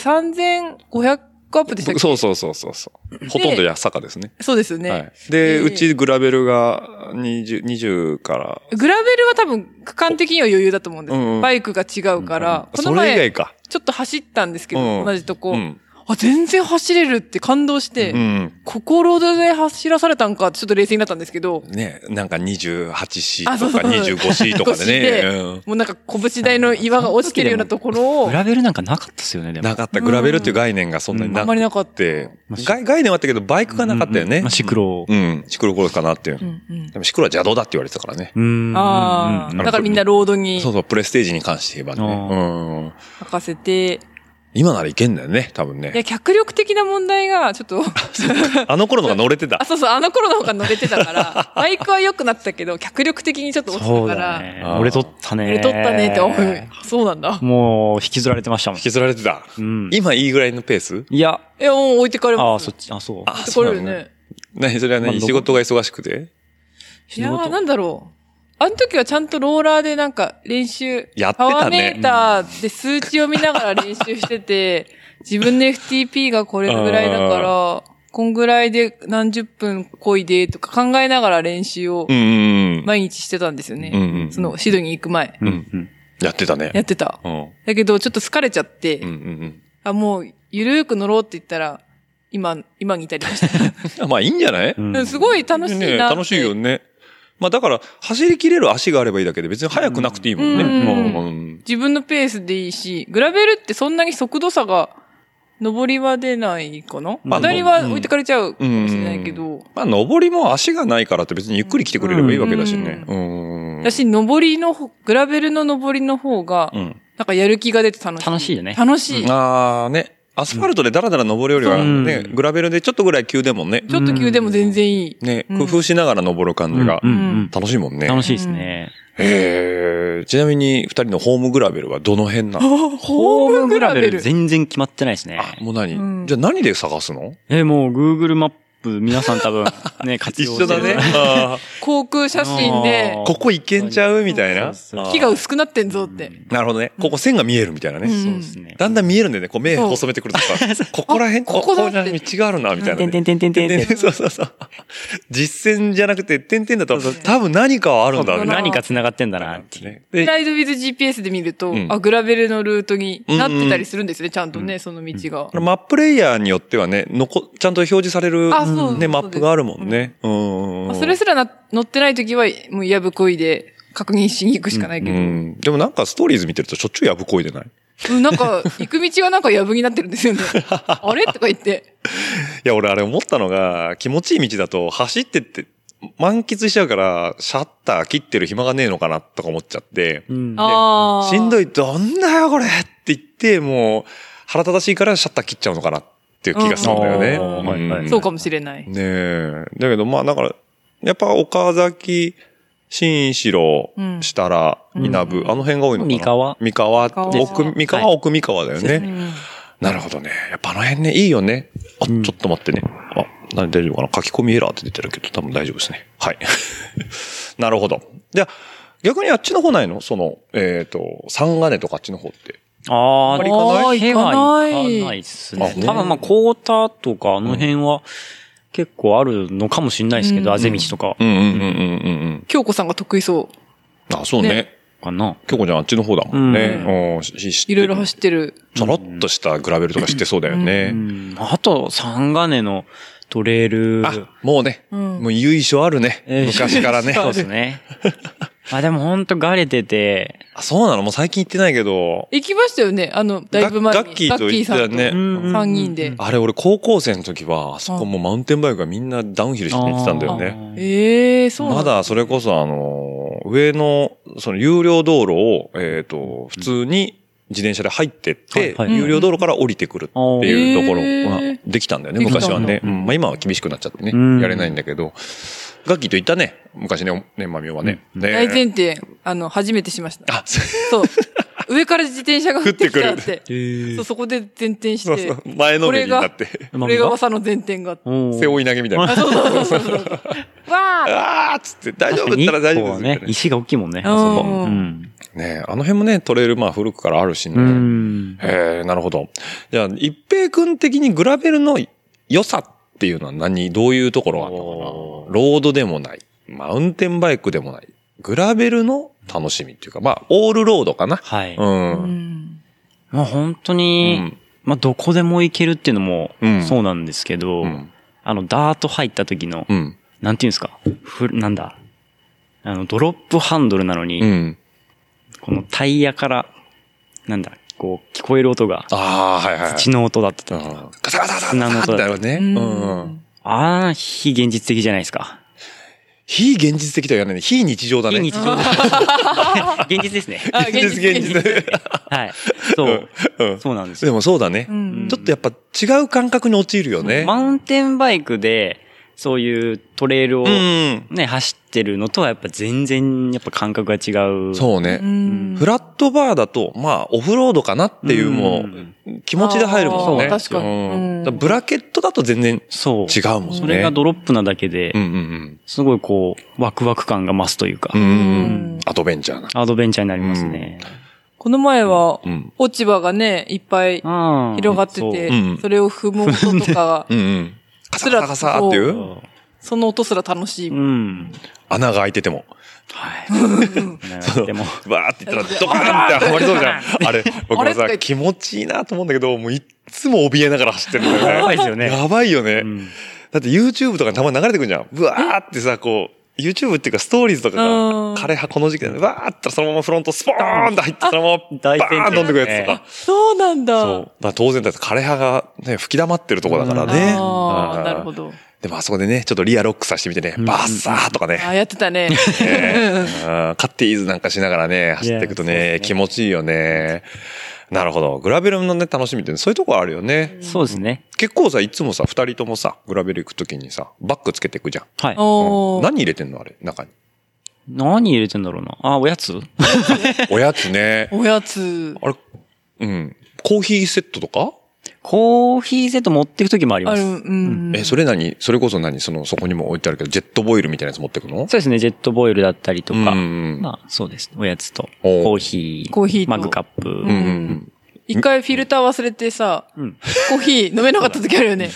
[SPEAKER 6] 3500アップでしたっけ
[SPEAKER 4] そうそうそうそうそう。ほとんど安坂ですね。
[SPEAKER 6] そうですよね、
[SPEAKER 4] はい。で、
[SPEAKER 6] ええ
[SPEAKER 4] うちグラベルが20、20から、
[SPEAKER 6] グラベルは多分区間的には余裕だと思うんです、
[SPEAKER 4] うんうん
[SPEAKER 6] バイクが違うから、この
[SPEAKER 4] それ以
[SPEAKER 6] 前
[SPEAKER 4] 外か。
[SPEAKER 6] ちょっと走ったんですけど、
[SPEAKER 4] うん
[SPEAKER 6] 同じとこ、
[SPEAKER 4] うん。
[SPEAKER 6] あ、全然走れるって感動して、
[SPEAKER 4] うん。
[SPEAKER 6] 心で走らされたんかってちょっと冷静になったんですけど、
[SPEAKER 4] ね、なんか 28C
[SPEAKER 6] あそ
[SPEAKER 4] と
[SPEAKER 6] うそう
[SPEAKER 4] か 25C とかでね
[SPEAKER 6] 25C で
[SPEAKER 4] うん
[SPEAKER 6] もうなんか拳台の岩が落ちてるようなところを
[SPEAKER 5] グ、ラベルなんかなかったですよね、でも。
[SPEAKER 4] なかった。グラベルっていう概念がそんなに
[SPEAKER 5] うん
[SPEAKER 4] な
[SPEAKER 6] あんまり
[SPEAKER 4] く
[SPEAKER 6] なかった。
[SPEAKER 4] て、概概念はあったけど、バイクがなかったよ
[SPEAKER 5] うんう
[SPEAKER 4] ね
[SPEAKER 5] んまあ、。シクロ。
[SPEAKER 4] うん。シクロクロスかなっていう。
[SPEAKER 6] うんうん
[SPEAKER 4] でもシクロは邪道だって言われてたからね。
[SPEAKER 5] うん
[SPEAKER 6] ああ、
[SPEAKER 5] うんうん
[SPEAKER 6] だからみんなロードに
[SPEAKER 4] そうそう、プレステージに関して言えばね。
[SPEAKER 5] あ
[SPEAKER 4] うん。
[SPEAKER 6] 任せて、
[SPEAKER 4] 今ならいけんだよね、多分
[SPEAKER 6] いや、
[SPEAKER 4] ね。
[SPEAKER 6] 脚力的な問題が、ちょっと、
[SPEAKER 4] あの頃のが乗れてた
[SPEAKER 6] あ、。そうそう、あの頃の方が乗れてたから、バイクは良くなったけど、脚力的にちょっと落ち
[SPEAKER 5] そ
[SPEAKER 6] た
[SPEAKER 5] う
[SPEAKER 6] か
[SPEAKER 5] だ
[SPEAKER 6] ら、
[SPEAKER 5] ね
[SPEAKER 4] あ。ー
[SPEAKER 5] 俺撮ったね。
[SPEAKER 6] 俺取ったねって思う。そうなんだ。
[SPEAKER 5] もう、引きずられてましたもん
[SPEAKER 4] 引。きずられてた。
[SPEAKER 5] うん
[SPEAKER 4] 今いいぐらいのペース
[SPEAKER 5] いや、
[SPEAKER 6] いや、もう置いてか
[SPEAKER 5] あ
[SPEAKER 6] れま
[SPEAKER 5] あ、
[SPEAKER 6] す。
[SPEAKER 5] そっち、あ、そう。
[SPEAKER 4] あ
[SPEAKER 6] 置いてかれる
[SPEAKER 4] そうなの
[SPEAKER 6] ね。
[SPEAKER 4] 何それは
[SPEAKER 5] まあ
[SPEAKER 4] 何
[SPEAKER 5] どこ
[SPEAKER 4] 仕事が忙しくて
[SPEAKER 6] いや
[SPEAKER 5] 死ぬこ
[SPEAKER 6] ー、
[SPEAKER 5] と
[SPEAKER 6] なんだろう。あの時はちゃんとローラーでなんか練習、
[SPEAKER 4] やって
[SPEAKER 6] パワ
[SPEAKER 4] た
[SPEAKER 6] ーメ
[SPEAKER 4] ね
[SPEAKER 6] ー。ターで数値を見ながら練習してて、 自分の FTP がこれぐらいだから、こんぐらいで何十分こいでとか考えながら練習を
[SPEAKER 4] うんうんうん。
[SPEAKER 6] 毎日してたんですよね。
[SPEAKER 4] うんうん
[SPEAKER 6] そのシドニー行く前。
[SPEAKER 5] うんうん。
[SPEAKER 4] やってたね。
[SPEAKER 6] やってた。
[SPEAKER 4] うん。
[SPEAKER 6] だけどちょっと疲れちゃって、
[SPEAKER 4] うんうん
[SPEAKER 6] あ、もうゆるーく乗ろうって言ったら、今、今に至りました。
[SPEAKER 4] うん。まあいいんじゃない
[SPEAKER 5] うん
[SPEAKER 6] うんすごい楽しいなって、
[SPEAKER 4] ね楽しいよね。まあだから、走り切れる足があればいいだけで、別に速くなくていいもんね。
[SPEAKER 6] うん
[SPEAKER 4] もううん
[SPEAKER 6] 自分のペースでいいし、グラベルってそんなに速度差が、上りは出ないかな
[SPEAKER 5] まあ
[SPEAKER 6] 下りは置いてかれちゃうかもしれないけど、
[SPEAKER 4] まあ、登りも足がないからって別にゆっくり来てくれればいいわけだしね。う。
[SPEAKER 6] うん私、上りの方、グラベルの上りの方が
[SPEAKER 4] う、ん。
[SPEAKER 6] なんかやる気が出て楽しい。
[SPEAKER 5] 楽しいよね
[SPEAKER 6] 楽しい。ちょ
[SPEAKER 4] ああね、アスファルトでダラダラ登るよりはね、
[SPEAKER 5] うん
[SPEAKER 4] グラベルでちょっとぐらい急でもね、
[SPEAKER 6] っと急でも全然いい。
[SPEAKER 4] ね、
[SPEAKER 6] うん
[SPEAKER 4] 工夫しながら登る感じが
[SPEAKER 5] うんうん
[SPEAKER 4] 楽しいもんね。
[SPEAKER 5] 楽しいですね。
[SPEAKER 4] へえちなみに二人のホームグラベルはどの辺なの
[SPEAKER 6] ホームグラベル。
[SPEAKER 5] 全然決まってないですね。
[SPEAKER 4] あ、もう何、
[SPEAKER 6] うん
[SPEAKER 4] じゃあ何で探すの
[SPEAKER 5] え、もう Google マップ皆さん多分ね、活用してる。
[SPEAKER 4] あ
[SPEAKER 6] 航空写真で
[SPEAKER 5] あ
[SPEAKER 4] ー、ここ行けんちゃうみたいな。
[SPEAKER 5] そうそう
[SPEAKER 6] 木が薄くなってんぞって。
[SPEAKER 4] なるほどね。ここ線が見えるみたいなね。
[SPEAKER 6] うん
[SPEAKER 5] そうですね。
[SPEAKER 4] だんだん見えるんでね、こう目
[SPEAKER 6] そう
[SPEAKER 4] 細めてくるとさ、ここら辺、こ
[SPEAKER 6] こ
[SPEAKER 4] こ
[SPEAKER 6] こ
[SPEAKER 4] ら
[SPEAKER 6] だって
[SPEAKER 4] 辺道があるな、みたいなね。
[SPEAKER 5] てんてんてんてんてんてん
[SPEAKER 4] で そうそうそう。実践じゃなくて、点々だと、多分何かはあるんだ、みたい
[SPEAKER 5] 何か繋がってんだなっていう。
[SPEAKER 4] な。
[SPEAKER 6] ス
[SPEAKER 4] で
[SPEAKER 6] ライドウィズ GPS で見ると、
[SPEAKER 4] うん
[SPEAKER 6] あ、グラベルのルートになってたりするんですね、ちゃんとね、その道が。
[SPEAKER 4] マップレイヤーによってはね、のこ、ちゃんと表示される
[SPEAKER 6] あそうそう
[SPEAKER 4] ね、マップがあるもんね。うんうんう
[SPEAKER 6] まあ
[SPEAKER 4] ん。
[SPEAKER 6] それすらな乗ってない時は、もうやぶこいで確認しに行くしかないけ
[SPEAKER 4] う
[SPEAKER 6] ど。
[SPEAKER 4] ん。でもなんかストーリーズ見てるとしょっちゅうやぶこいでない
[SPEAKER 6] うん、なんか、行く道がなんかやぶになってるんです よね。あれとか言って。
[SPEAKER 4] いや、俺あれ思ったのが、気持ちいい道だと走ってって、満喫しちゃうから、シャッター切ってる暇がねえのかなとか思っちゃって、
[SPEAKER 5] うん。
[SPEAKER 6] ああ。
[SPEAKER 4] しんど
[SPEAKER 6] い。
[SPEAKER 4] い、どんだよこれって言って、もう、腹立たしいからシャッター切っちゃうのかなっていう気がしたんだよね。
[SPEAKER 6] うん
[SPEAKER 5] はいはい
[SPEAKER 6] そうかもしれない。
[SPEAKER 4] ねえ。だけど、まあ、だから、やっぱ岡崎、新一郎
[SPEAKER 6] う、ん
[SPEAKER 4] 設楽、稲部、あの辺が多いのかな
[SPEAKER 5] 三河
[SPEAKER 4] 三河、
[SPEAKER 6] 三河
[SPEAKER 4] 奥、三河、
[SPEAKER 5] は
[SPEAKER 4] 奥三河だよ
[SPEAKER 6] う
[SPEAKER 4] ね。
[SPEAKER 6] ん
[SPEAKER 4] なるほどね。やっぱあの辺ね、いいよね。あ、ちょっと待ってね。あ、な大丈夫かな書き込みエラーって出てるけど、多分大丈夫ですね。はい。 なるほど。じゃあ、逆にあっちの方ないのその、えっ、と、三金とかあっちの方って。
[SPEAKER 5] あ
[SPEAKER 4] あんま
[SPEAKER 5] あ、
[SPEAKER 4] り行かない
[SPEAKER 5] 手
[SPEAKER 6] あー行かない
[SPEAKER 5] 行かないっす
[SPEAKER 4] あ
[SPEAKER 5] ね
[SPEAKER 4] ほん。と
[SPEAKER 5] 多分まあ、コータとかあの辺は結構あるのかもしれないですけ
[SPEAKER 6] う
[SPEAKER 5] ど、
[SPEAKER 6] ん
[SPEAKER 5] あぜ道とか
[SPEAKER 4] うんうんうんうんうん
[SPEAKER 6] 京子さんが得意そ
[SPEAKER 4] うん。あ、そうね
[SPEAKER 6] ね。
[SPEAKER 5] かな。
[SPEAKER 4] 京子ちゃんあっちの方だもんね。うん。
[SPEAKER 6] う。いろいろ走ってる。
[SPEAKER 4] ちょろっとしたグラベルとか知ってそうだよね。
[SPEAKER 5] うんあと、三金のトレイル。
[SPEAKER 4] あ、もうね、
[SPEAKER 6] うん
[SPEAKER 4] もう由緒あるね。
[SPEAKER 5] えー
[SPEAKER 4] 昔から ね。
[SPEAKER 5] そうです ね。まあでもほんとがれてて、
[SPEAKER 4] あ、そうなのもう最近行ってないけど、
[SPEAKER 6] 行きましたよね。あの、だいぶ前に。
[SPEAKER 4] ガッガッキーと行ったよね
[SPEAKER 6] ガッキーさん
[SPEAKER 5] うん
[SPEAKER 6] と3人で。
[SPEAKER 4] あれ俺高校生の時は、あそこもうマウンテンバイクがみんなダウンヒルして行ってたんだよね。
[SPEAKER 5] ね。
[SPEAKER 6] ええそうなん
[SPEAKER 4] まだそれこそあの、上の、その有料道路を、えっ、と、普通に自転車で入ってって、
[SPEAKER 5] はいはい
[SPEAKER 4] 有料道路から降りてくるっていうところができたんだよね、
[SPEAKER 6] へー
[SPEAKER 4] 昔はね
[SPEAKER 5] で。きたん
[SPEAKER 4] う
[SPEAKER 5] だ
[SPEAKER 4] んまあ今は厳しくなっちゃってね、
[SPEAKER 5] うん
[SPEAKER 4] やれないんだけど、ガッキーと行ったね、昔ね、おね、まみおはね。ね
[SPEAKER 6] 大前提、あの、初めてしました。
[SPEAKER 4] あ、そう
[SPEAKER 6] そう。上から自転車が降ってきたっ
[SPEAKER 4] 降って
[SPEAKER 6] て。そう、そこで前転し
[SPEAKER 4] そう
[SPEAKER 6] て
[SPEAKER 4] そう。。前のめりになって、
[SPEAKER 6] これが噂の前転があって。
[SPEAKER 5] おー
[SPEAKER 4] 背負い投げみたいな。
[SPEAKER 6] わあ
[SPEAKER 4] あーっつって、大丈夫だったら大丈夫ですみたい
[SPEAKER 5] ね
[SPEAKER 4] な。。ね
[SPEAKER 5] 石が大きいもんね、あそこ。
[SPEAKER 6] う
[SPEAKER 5] うん。
[SPEAKER 4] ねあの辺もね、トレイルまあ古くからあるしね。
[SPEAKER 5] うん。
[SPEAKER 4] へえ、なるほど。じゃあ、一平君的にグラベルの良さっていうのは何、どういうところがあったのかなロードでもない、マウンテンバイクでもない、グラベルの楽しみっていうか、まあ、オールロードかな。
[SPEAKER 5] はい。
[SPEAKER 4] うん。う。
[SPEAKER 6] うんん
[SPEAKER 5] まあ本当
[SPEAKER 4] う
[SPEAKER 5] に、
[SPEAKER 4] ん。
[SPEAKER 5] まあどこでも行けるっていうのも
[SPEAKER 4] うん
[SPEAKER 5] そうなんですけど
[SPEAKER 4] う、ん。
[SPEAKER 5] あのダート入った時の
[SPEAKER 4] う、ん。
[SPEAKER 5] なんていうんですか、ふなんだ、あのドロップハンドルなのに、
[SPEAKER 4] うん。
[SPEAKER 5] このタイヤから、なんだ、こう聞こえる音が、
[SPEAKER 4] ああ、はいはいはい。
[SPEAKER 5] 土の音だった
[SPEAKER 4] う
[SPEAKER 5] りとか
[SPEAKER 4] ん。ガサガサガサ
[SPEAKER 5] 砂の
[SPEAKER 4] ガサ
[SPEAKER 5] 音
[SPEAKER 4] ってあるね。うん。
[SPEAKER 5] ああ、非現実的じゃないですか。
[SPEAKER 4] 非現実的とは言わないね。非日常だね。
[SPEAKER 5] 非日常です現実ですね。
[SPEAKER 6] あ現実現実。
[SPEAKER 5] はい。そう。
[SPEAKER 4] うん。
[SPEAKER 5] そうなんです
[SPEAKER 4] で
[SPEAKER 5] よ。
[SPEAKER 4] もそうだね
[SPEAKER 6] う。ん
[SPEAKER 4] ちょっとやっぱ違う感覚に陥るよね。
[SPEAKER 5] マウンテンバイクで、そういうトレイルを
[SPEAKER 4] う
[SPEAKER 5] ね、
[SPEAKER 4] ん。
[SPEAKER 5] 走ってるのとはやっぱ全然やっぱ感覚が違う。
[SPEAKER 4] そうね。
[SPEAKER 6] うん
[SPEAKER 4] フラットバーだと、まあ、オフロードかなっていう、も
[SPEAKER 5] うん
[SPEAKER 4] う、気持ちで入るもんね。
[SPEAKER 6] あーそう確かに
[SPEAKER 4] うん
[SPEAKER 6] うん
[SPEAKER 4] だらブラケットだと全然
[SPEAKER 5] そう。
[SPEAKER 4] 違うもんね。
[SPEAKER 5] それがドロップなだけで
[SPEAKER 4] う、んうん
[SPEAKER 5] すごいこう、ワクワク感が増すというか
[SPEAKER 4] うん。う、
[SPEAKER 6] うんん。
[SPEAKER 4] アドベンチャーな。
[SPEAKER 5] アドベンチャーになりますね。
[SPEAKER 6] この前は
[SPEAKER 4] う、ん。
[SPEAKER 6] 落ち葉がね、いっぱい
[SPEAKER 5] ああ
[SPEAKER 6] 広がってて
[SPEAKER 4] うん、
[SPEAKER 6] それを踏む音と か、
[SPEAKER 4] うんうん。カサカサカサってい
[SPEAKER 5] そう
[SPEAKER 4] う
[SPEAKER 6] その音すら楽しい。
[SPEAKER 5] う
[SPEAKER 6] うん
[SPEAKER 5] ん。
[SPEAKER 4] 穴が開いてても、
[SPEAKER 5] はい。でも、
[SPEAKER 4] バーって言ったらドカーンってはまりそうじゃん。あれ、僕も
[SPEAKER 6] あれと
[SPEAKER 4] さ、
[SPEAKER 6] か
[SPEAKER 4] 気持ちいいなと思うんだけど、もういっつも怯えながら走ってるんだよね。
[SPEAKER 5] やばいですよね
[SPEAKER 4] やばいよね
[SPEAKER 5] う。ん
[SPEAKER 4] だって YouTube とかにたまに流れてくるじゃん。うわーってさ、こう、YouTube っていうかストーリーズとか
[SPEAKER 6] うん
[SPEAKER 4] が、枯葉この時期で、うわーってそのままフロントスポーンって入って、そのまま
[SPEAKER 5] 大
[SPEAKER 4] バ
[SPEAKER 5] 転
[SPEAKER 4] ー
[SPEAKER 5] 倒
[SPEAKER 4] ン飲んでくるやつとか。
[SPEAKER 6] そうなんだ。
[SPEAKER 4] そう。だから当然だって枯葉がね、吹き溜まってるとこだからね。
[SPEAKER 6] あ
[SPEAKER 4] う
[SPEAKER 6] あ、
[SPEAKER 4] ん
[SPEAKER 6] なるほ。ど。
[SPEAKER 4] でもあそこでね、ちょっとリアロックさせてみてね、バッサーとかね。
[SPEAKER 6] ああ、やってたね。
[SPEAKER 4] ねうんカッティーズなんかしながらね、走っていくと
[SPEAKER 5] いやそう
[SPEAKER 4] ね、
[SPEAKER 5] ですね
[SPEAKER 4] 気持ちいいよね。なるほど。グラベルのね、楽しみってねそういうとこあるよね。
[SPEAKER 5] そうですね。
[SPEAKER 4] 結構さ、いつもさ、二人ともさ、グラベル行くときにさ、バッグつけていくじゃん。
[SPEAKER 5] はい。
[SPEAKER 6] おー。
[SPEAKER 4] 何入れてんのあれ、中に。
[SPEAKER 5] 何入れてんだろうな。あ、おやつ
[SPEAKER 4] おやつね。
[SPEAKER 6] おやつ。
[SPEAKER 4] あれ、うん。コーヒーセットとか、
[SPEAKER 5] コーヒーセット持ってく時もあり
[SPEAKER 6] あ
[SPEAKER 5] ます。
[SPEAKER 6] る、
[SPEAKER 5] そう
[SPEAKER 6] うん。
[SPEAKER 4] え、それ何それこそ何その、そこにも置いてあるけど、ジェットボイルみたいなやつ持ってくの
[SPEAKER 5] ですね。ジェットボイルだったりとか。
[SPEAKER 4] うん
[SPEAKER 5] まあ、そうです。おやつと、
[SPEAKER 4] おう
[SPEAKER 5] コーヒー、
[SPEAKER 6] コーヒーと
[SPEAKER 5] マグカップ。
[SPEAKER 4] うんうん。
[SPEAKER 6] 一回フィルター忘れてさ、
[SPEAKER 5] うん
[SPEAKER 6] コーヒー飲めなかった時あるよね。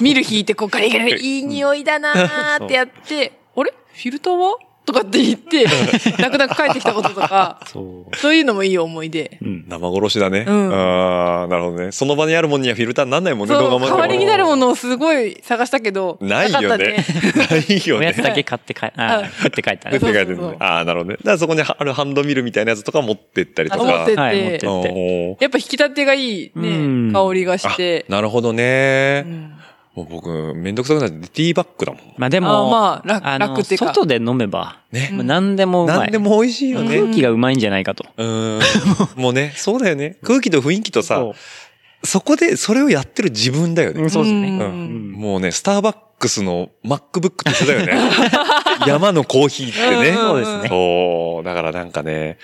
[SPEAKER 6] ミル引いてこうガリガリ、いい匂いだなーってやって、あれフィルターはとかって言って、泣く泣く帰ってきたこととか、
[SPEAKER 5] そ
[SPEAKER 6] そういうのもいい思い出。
[SPEAKER 5] う。うん。
[SPEAKER 4] 生殺しだね。
[SPEAKER 6] うん
[SPEAKER 4] ああ、なるほどね。その場にあるもんにはフィルターになんないもんね、
[SPEAKER 6] そう、
[SPEAKER 4] 動画も。
[SPEAKER 6] 代わりになるものをすごい探したけど、
[SPEAKER 4] ない
[SPEAKER 6] かっ
[SPEAKER 4] よ
[SPEAKER 6] た
[SPEAKER 4] ね。ないよ
[SPEAKER 5] おやつ
[SPEAKER 4] ね。
[SPEAKER 5] だけ買って帰、あ
[SPEAKER 6] うん
[SPEAKER 5] ー、食って帰った
[SPEAKER 4] 食
[SPEAKER 5] ね
[SPEAKER 4] って書いてる
[SPEAKER 6] そうそう
[SPEAKER 4] ね
[SPEAKER 6] そう。
[SPEAKER 4] ああ、なるほどね。だからそこにあるハンドミルみたいなやつとか持ってったりとか。
[SPEAKER 6] あ持ってっ
[SPEAKER 5] はい、持ってって。
[SPEAKER 4] おー
[SPEAKER 6] やっぱ引き立てがいい
[SPEAKER 5] うん
[SPEAKER 6] ね、香りがして。
[SPEAKER 4] なるほど
[SPEAKER 6] う
[SPEAKER 4] ね。
[SPEAKER 6] ん
[SPEAKER 4] もう僕、めんどくさくなって、ティーバッグだもん。
[SPEAKER 5] まあで
[SPEAKER 6] あー
[SPEAKER 5] も、
[SPEAKER 6] まあ楽
[SPEAKER 5] あの
[SPEAKER 6] 楽ってか
[SPEAKER 5] 外で飲めば、
[SPEAKER 4] ね
[SPEAKER 5] まあ何でもうま
[SPEAKER 4] 何
[SPEAKER 5] い。
[SPEAKER 4] でも美味しいよね。
[SPEAKER 5] 空気がうまいんじゃないかと。
[SPEAKER 4] うーん。もうね、そうだよね。空気と雰囲気とさ、
[SPEAKER 5] そ
[SPEAKER 4] そこでそれをやってる自分だよ
[SPEAKER 5] う
[SPEAKER 4] ね
[SPEAKER 5] ん。。そうですね。
[SPEAKER 4] う
[SPEAKER 6] うん
[SPEAKER 5] ん
[SPEAKER 4] もうね、スターバックスの MacBook と一緒だよ ね。山のコーヒーってね。
[SPEAKER 6] うんうん
[SPEAKER 5] うんそうですね
[SPEAKER 4] そう。だからなんかね、やっ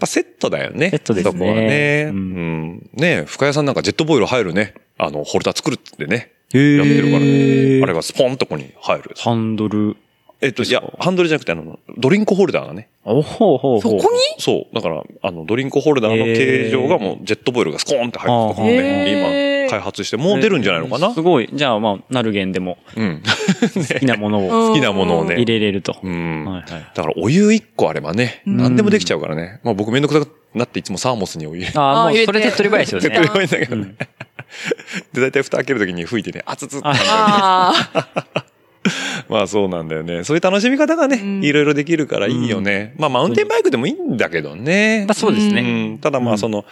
[SPEAKER 4] ぱセットだよね。
[SPEAKER 5] セットですね
[SPEAKER 4] そこはね。う
[SPEAKER 5] うん
[SPEAKER 4] ん。ね深谷さんなんかジェットボイル入るね。あの、ホルダー作るってね。
[SPEAKER 5] へ
[SPEAKER 4] やってるからね。
[SPEAKER 5] ー
[SPEAKER 4] あれがスポンとここに入る。
[SPEAKER 5] ハンドル。
[SPEAKER 4] えっと、いや、ハンドルじゃなくて、あの、ドリンクホルダーがね。
[SPEAKER 5] おほうほう
[SPEAKER 6] そ
[SPEAKER 5] ほう。
[SPEAKER 6] こに
[SPEAKER 4] そう。だから、あの、ドリンクホルダーの形状がもうジェットボイルがスコーンって入るところ
[SPEAKER 5] あ
[SPEAKER 4] で、
[SPEAKER 6] ー
[SPEAKER 4] 今、開発して、もう出るんじゃないのか
[SPEAKER 5] えー
[SPEAKER 4] な
[SPEAKER 5] すごい。じゃあ、まあ、ナルゲンでも
[SPEAKER 4] うん。
[SPEAKER 5] 好きなものを
[SPEAKER 6] 好
[SPEAKER 4] きなものをね
[SPEAKER 5] 入れれると。
[SPEAKER 4] う
[SPEAKER 5] は
[SPEAKER 4] ん。
[SPEAKER 5] いはい。
[SPEAKER 4] だからお湯一個あればね、
[SPEAKER 6] うん
[SPEAKER 4] 何でもできちゃうからね。まあ僕めんどくさくなっていつもサーモスにお湯入れて。
[SPEAKER 5] ああ、もう
[SPEAKER 6] あー
[SPEAKER 5] それ
[SPEAKER 6] 入れて
[SPEAKER 5] 手っ取り早いですよ
[SPEAKER 4] 手っ取 り
[SPEAKER 5] ね。
[SPEAKER 4] 早いんだけどね。で、大体蓋開けるときに吹いてね、熱々って。
[SPEAKER 6] ああ、
[SPEAKER 4] まあそうなんだよね。そういう楽しみ方がね、
[SPEAKER 6] うん
[SPEAKER 4] いろいろできるからいいよね。まあマウンテンバイクでもいいんだけどね
[SPEAKER 5] まあ。そうです
[SPEAKER 4] う
[SPEAKER 5] ね。
[SPEAKER 4] ん。ただまあその、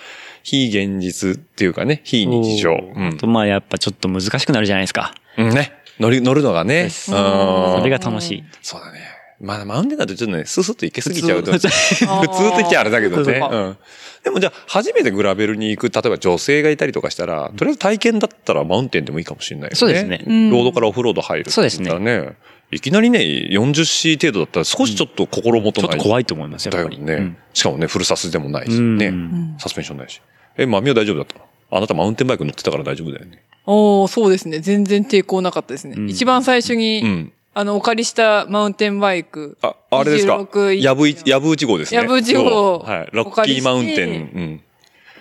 [SPEAKER 4] 非現実っていうかね、非日常。
[SPEAKER 5] お
[SPEAKER 4] う
[SPEAKER 5] ーあ
[SPEAKER 4] ん
[SPEAKER 5] と、まあ、やっぱちょっと難しくなるじゃないですか。
[SPEAKER 4] うん。ね。乗り、乗るのがね。うん。
[SPEAKER 5] です
[SPEAKER 6] うん
[SPEAKER 5] それ
[SPEAKER 4] そ
[SPEAKER 5] が楽しい。
[SPEAKER 4] うだね。まあマウンテンだとちょっとね、ススッと行けすぎちゃうと。
[SPEAKER 5] 普 通
[SPEAKER 4] 普通って言っちゃあれだけどね。
[SPEAKER 6] あ
[SPEAKER 4] う
[SPEAKER 6] ー
[SPEAKER 4] ん。でもじゃあ、初めてグラベルに行く、例えば女性がいたりとかしたら、とりあえず体験だったらマウンテンでもいいかもしれないよね。
[SPEAKER 5] そうですね
[SPEAKER 6] うん
[SPEAKER 4] ロードからオフロード入るって言ったらね。いきなりね、40C 程度だったら少しちょっと心もと
[SPEAKER 5] ちょっ
[SPEAKER 4] ない。
[SPEAKER 5] と怖いと思います、や
[SPEAKER 4] だ
[SPEAKER 5] っ
[SPEAKER 4] よ
[SPEAKER 5] ぱり。
[SPEAKER 4] ね、
[SPEAKER 5] うん
[SPEAKER 4] しかもね、フルサスでもないし、
[SPEAKER 5] うん
[SPEAKER 4] ね、
[SPEAKER 5] うん
[SPEAKER 4] サスペンションないし。え、まみは大丈夫だったのあなたマウンテンバイク乗ってたから大丈夫だよね。
[SPEAKER 6] おーそうですね。全然抵抗なかったですね。
[SPEAKER 5] うん
[SPEAKER 6] 一番最初
[SPEAKER 4] う
[SPEAKER 6] に、
[SPEAKER 4] ん。
[SPEAKER 6] あの、お借りしたマウンテンバイク。
[SPEAKER 4] あ、あれですか。
[SPEAKER 6] 26
[SPEAKER 4] やぶい、やぶうち号ですね。
[SPEAKER 6] やぶうち号
[SPEAKER 4] そうはい。ロッキーマウン
[SPEAKER 6] お
[SPEAKER 4] テ
[SPEAKER 6] 借り
[SPEAKER 4] ン
[SPEAKER 6] し。
[SPEAKER 4] うん。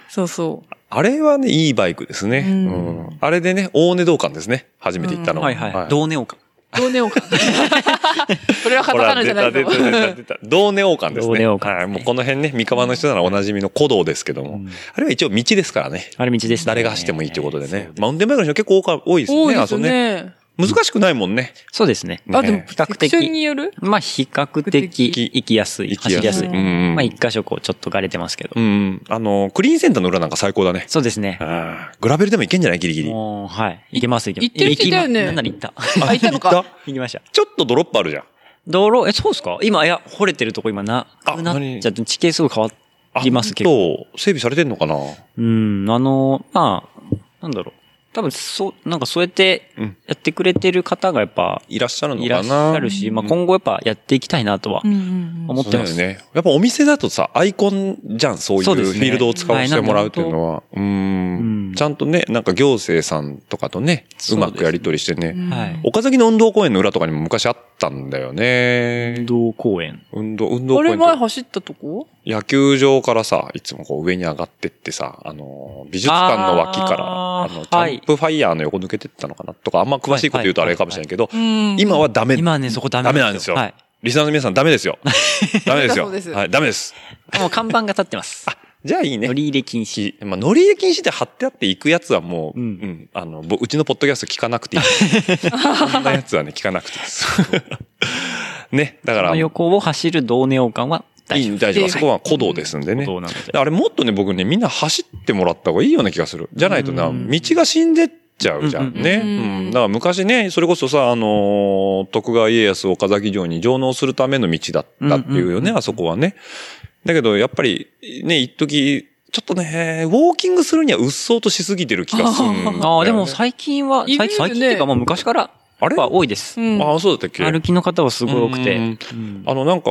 [SPEAKER 6] そうそう。
[SPEAKER 4] あれはね、いいバイクですね。う。
[SPEAKER 6] うん
[SPEAKER 4] あれでね、大根道館ですね。初めて行ったの。
[SPEAKER 5] はいはい。どうねようか。
[SPEAKER 6] どうねおか。 これはカ
[SPEAKER 4] ほ
[SPEAKER 6] タ
[SPEAKER 4] ら、
[SPEAKER 6] カナじ
[SPEAKER 4] 出
[SPEAKER 6] ゃな
[SPEAKER 4] た出
[SPEAKER 6] いと
[SPEAKER 4] た。出た出た。道根王冠ですね。
[SPEAKER 5] 道根王冠
[SPEAKER 4] はい。もうこの辺ね、三河の人ならおなじみの古道ですけども。あれは一応道ですからね。
[SPEAKER 5] あれ道ですね。
[SPEAKER 4] 誰が走ってもいいってことでね
[SPEAKER 5] そう。
[SPEAKER 4] マウンテンバイクの人結構多か多いですよ
[SPEAKER 6] 多
[SPEAKER 4] ね、
[SPEAKER 6] いで
[SPEAKER 4] あ
[SPEAKER 6] す
[SPEAKER 4] そこね。
[SPEAKER 6] ね。
[SPEAKER 4] 難しくないもんね。
[SPEAKER 5] そうですね。
[SPEAKER 6] あ、でも、
[SPEAKER 4] ね
[SPEAKER 5] 比較的
[SPEAKER 6] セクションによる
[SPEAKER 5] まあ、比較的行きやすい。走りやすい。
[SPEAKER 4] う
[SPEAKER 5] うんん
[SPEAKER 4] うん
[SPEAKER 5] まあ、一箇所こう、ちょっとがれてますけど
[SPEAKER 4] う。ん。あの、クリーンセンターの裏なんか最高だね。
[SPEAKER 5] そうですね。
[SPEAKER 4] あーグラベルでも行けんじゃないギリギリ。あ
[SPEAKER 5] もう、はい。行けます、行けます。
[SPEAKER 6] 行ってる人いたよね
[SPEAKER 5] 行きまなんなら行った。
[SPEAKER 6] あ、いたの
[SPEAKER 4] 行っ
[SPEAKER 6] か。
[SPEAKER 4] た
[SPEAKER 5] 行きました。
[SPEAKER 4] ちょっとドロップあるじゃん。
[SPEAKER 5] 道路、え、そうですか今、いや、掘れてるとこ今な、
[SPEAKER 4] あ
[SPEAKER 5] くなっちゃって、地形すごい変わります、結構。
[SPEAKER 4] と、整備されてんのかな
[SPEAKER 5] うん、あの、まあ、なんだろう。多分、そう、なんかそうやって
[SPEAKER 4] うん、
[SPEAKER 5] やってくれてる方がやっぱ、
[SPEAKER 4] いらっしゃるのかない
[SPEAKER 5] らっしゃるし、まあ今後やっぱやっていきたいなとは
[SPEAKER 6] うんうんうん。
[SPEAKER 5] 思ってま
[SPEAKER 4] そ
[SPEAKER 5] す。
[SPEAKER 4] うだよね。やっぱお店だとさ、アイコンじゃん、そういうフ
[SPEAKER 5] そうですね
[SPEAKER 4] ィールドを使わせてもらうっていうのは。う。
[SPEAKER 5] うんん
[SPEAKER 4] ちゃんとね、なんか行政さんとかとね、う
[SPEAKER 5] そうですね
[SPEAKER 4] まくやり取りしてね。
[SPEAKER 5] はい。
[SPEAKER 4] 岡崎の運動公園の裏とかにも昔あったんだよね
[SPEAKER 5] 運。動公園。
[SPEAKER 4] 運動、運動
[SPEAKER 6] あ
[SPEAKER 4] 公
[SPEAKER 6] れ
[SPEAKER 4] 園
[SPEAKER 6] 前
[SPEAKER 4] と
[SPEAKER 6] 走ったとこ
[SPEAKER 4] 野球場からさ、いつもこう上に上がってってさ、あの、美術館の脇から、あ
[SPEAKER 5] あー
[SPEAKER 4] の、キ
[SPEAKER 5] は
[SPEAKER 4] ャ
[SPEAKER 5] い
[SPEAKER 4] ンプファイヤーの横抜けてったのかなとか、あんま詳しいこと言うとあれかもしれないけど、
[SPEAKER 6] うん。
[SPEAKER 4] 今はダメ。
[SPEAKER 5] 今はね、そこダメ
[SPEAKER 4] ダメなんですよ。
[SPEAKER 5] はい。
[SPEAKER 4] リスナーの皆さんダメですよ。ダメですよ。
[SPEAKER 6] そうです
[SPEAKER 4] はい、ダメです。
[SPEAKER 5] もう看板が立ってます。
[SPEAKER 4] じゃあいい ね
[SPEAKER 5] 乗。り入れ禁止。
[SPEAKER 4] まあ、乗り入れ禁止で貼ってあって行くやつはもう、う
[SPEAKER 5] うんん、
[SPEAKER 4] あの、ぼうちのポッドキャスト聞かなくていい。そんなやつはね、聞かなくていいです。ね、だか
[SPEAKER 5] そ
[SPEAKER 4] ら、
[SPEAKER 5] の
[SPEAKER 4] い い
[SPEAKER 5] 横を走る道ネオ館は大丈夫。
[SPEAKER 4] 大丈夫。あそこは古道ですんでね。
[SPEAKER 5] 道なので。
[SPEAKER 4] あれもっとね、僕ね、みんな走ってもらった方がいいような気がする。じゃないとな、
[SPEAKER 5] うん
[SPEAKER 4] 道が死んでっちゃうじゃんね。
[SPEAKER 6] うんうんうん
[SPEAKER 4] うん。だから昔ね、それこそさ、あのー徳川家康岡崎城に上納するための道だったっていう
[SPEAKER 5] うん
[SPEAKER 4] よ
[SPEAKER 5] うん
[SPEAKER 4] ね、あそこはね。だけど、やっぱり、ね、一時ちょっとね、ウォーキングするには鬱蒼としすぎてる気がするんだよね、
[SPEAKER 5] ああ、でも最近は、
[SPEAKER 6] いるよ
[SPEAKER 5] 最
[SPEAKER 6] ね
[SPEAKER 5] 近最近っていうかもう昔から、
[SPEAKER 4] あれ
[SPEAKER 5] は多いです。
[SPEAKER 6] うん。
[SPEAKER 4] ああ、そうだったっけ
[SPEAKER 5] 歩きの方はすごい多くて。
[SPEAKER 4] う
[SPEAKER 5] うんん
[SPEAKER 4] あの、なんか、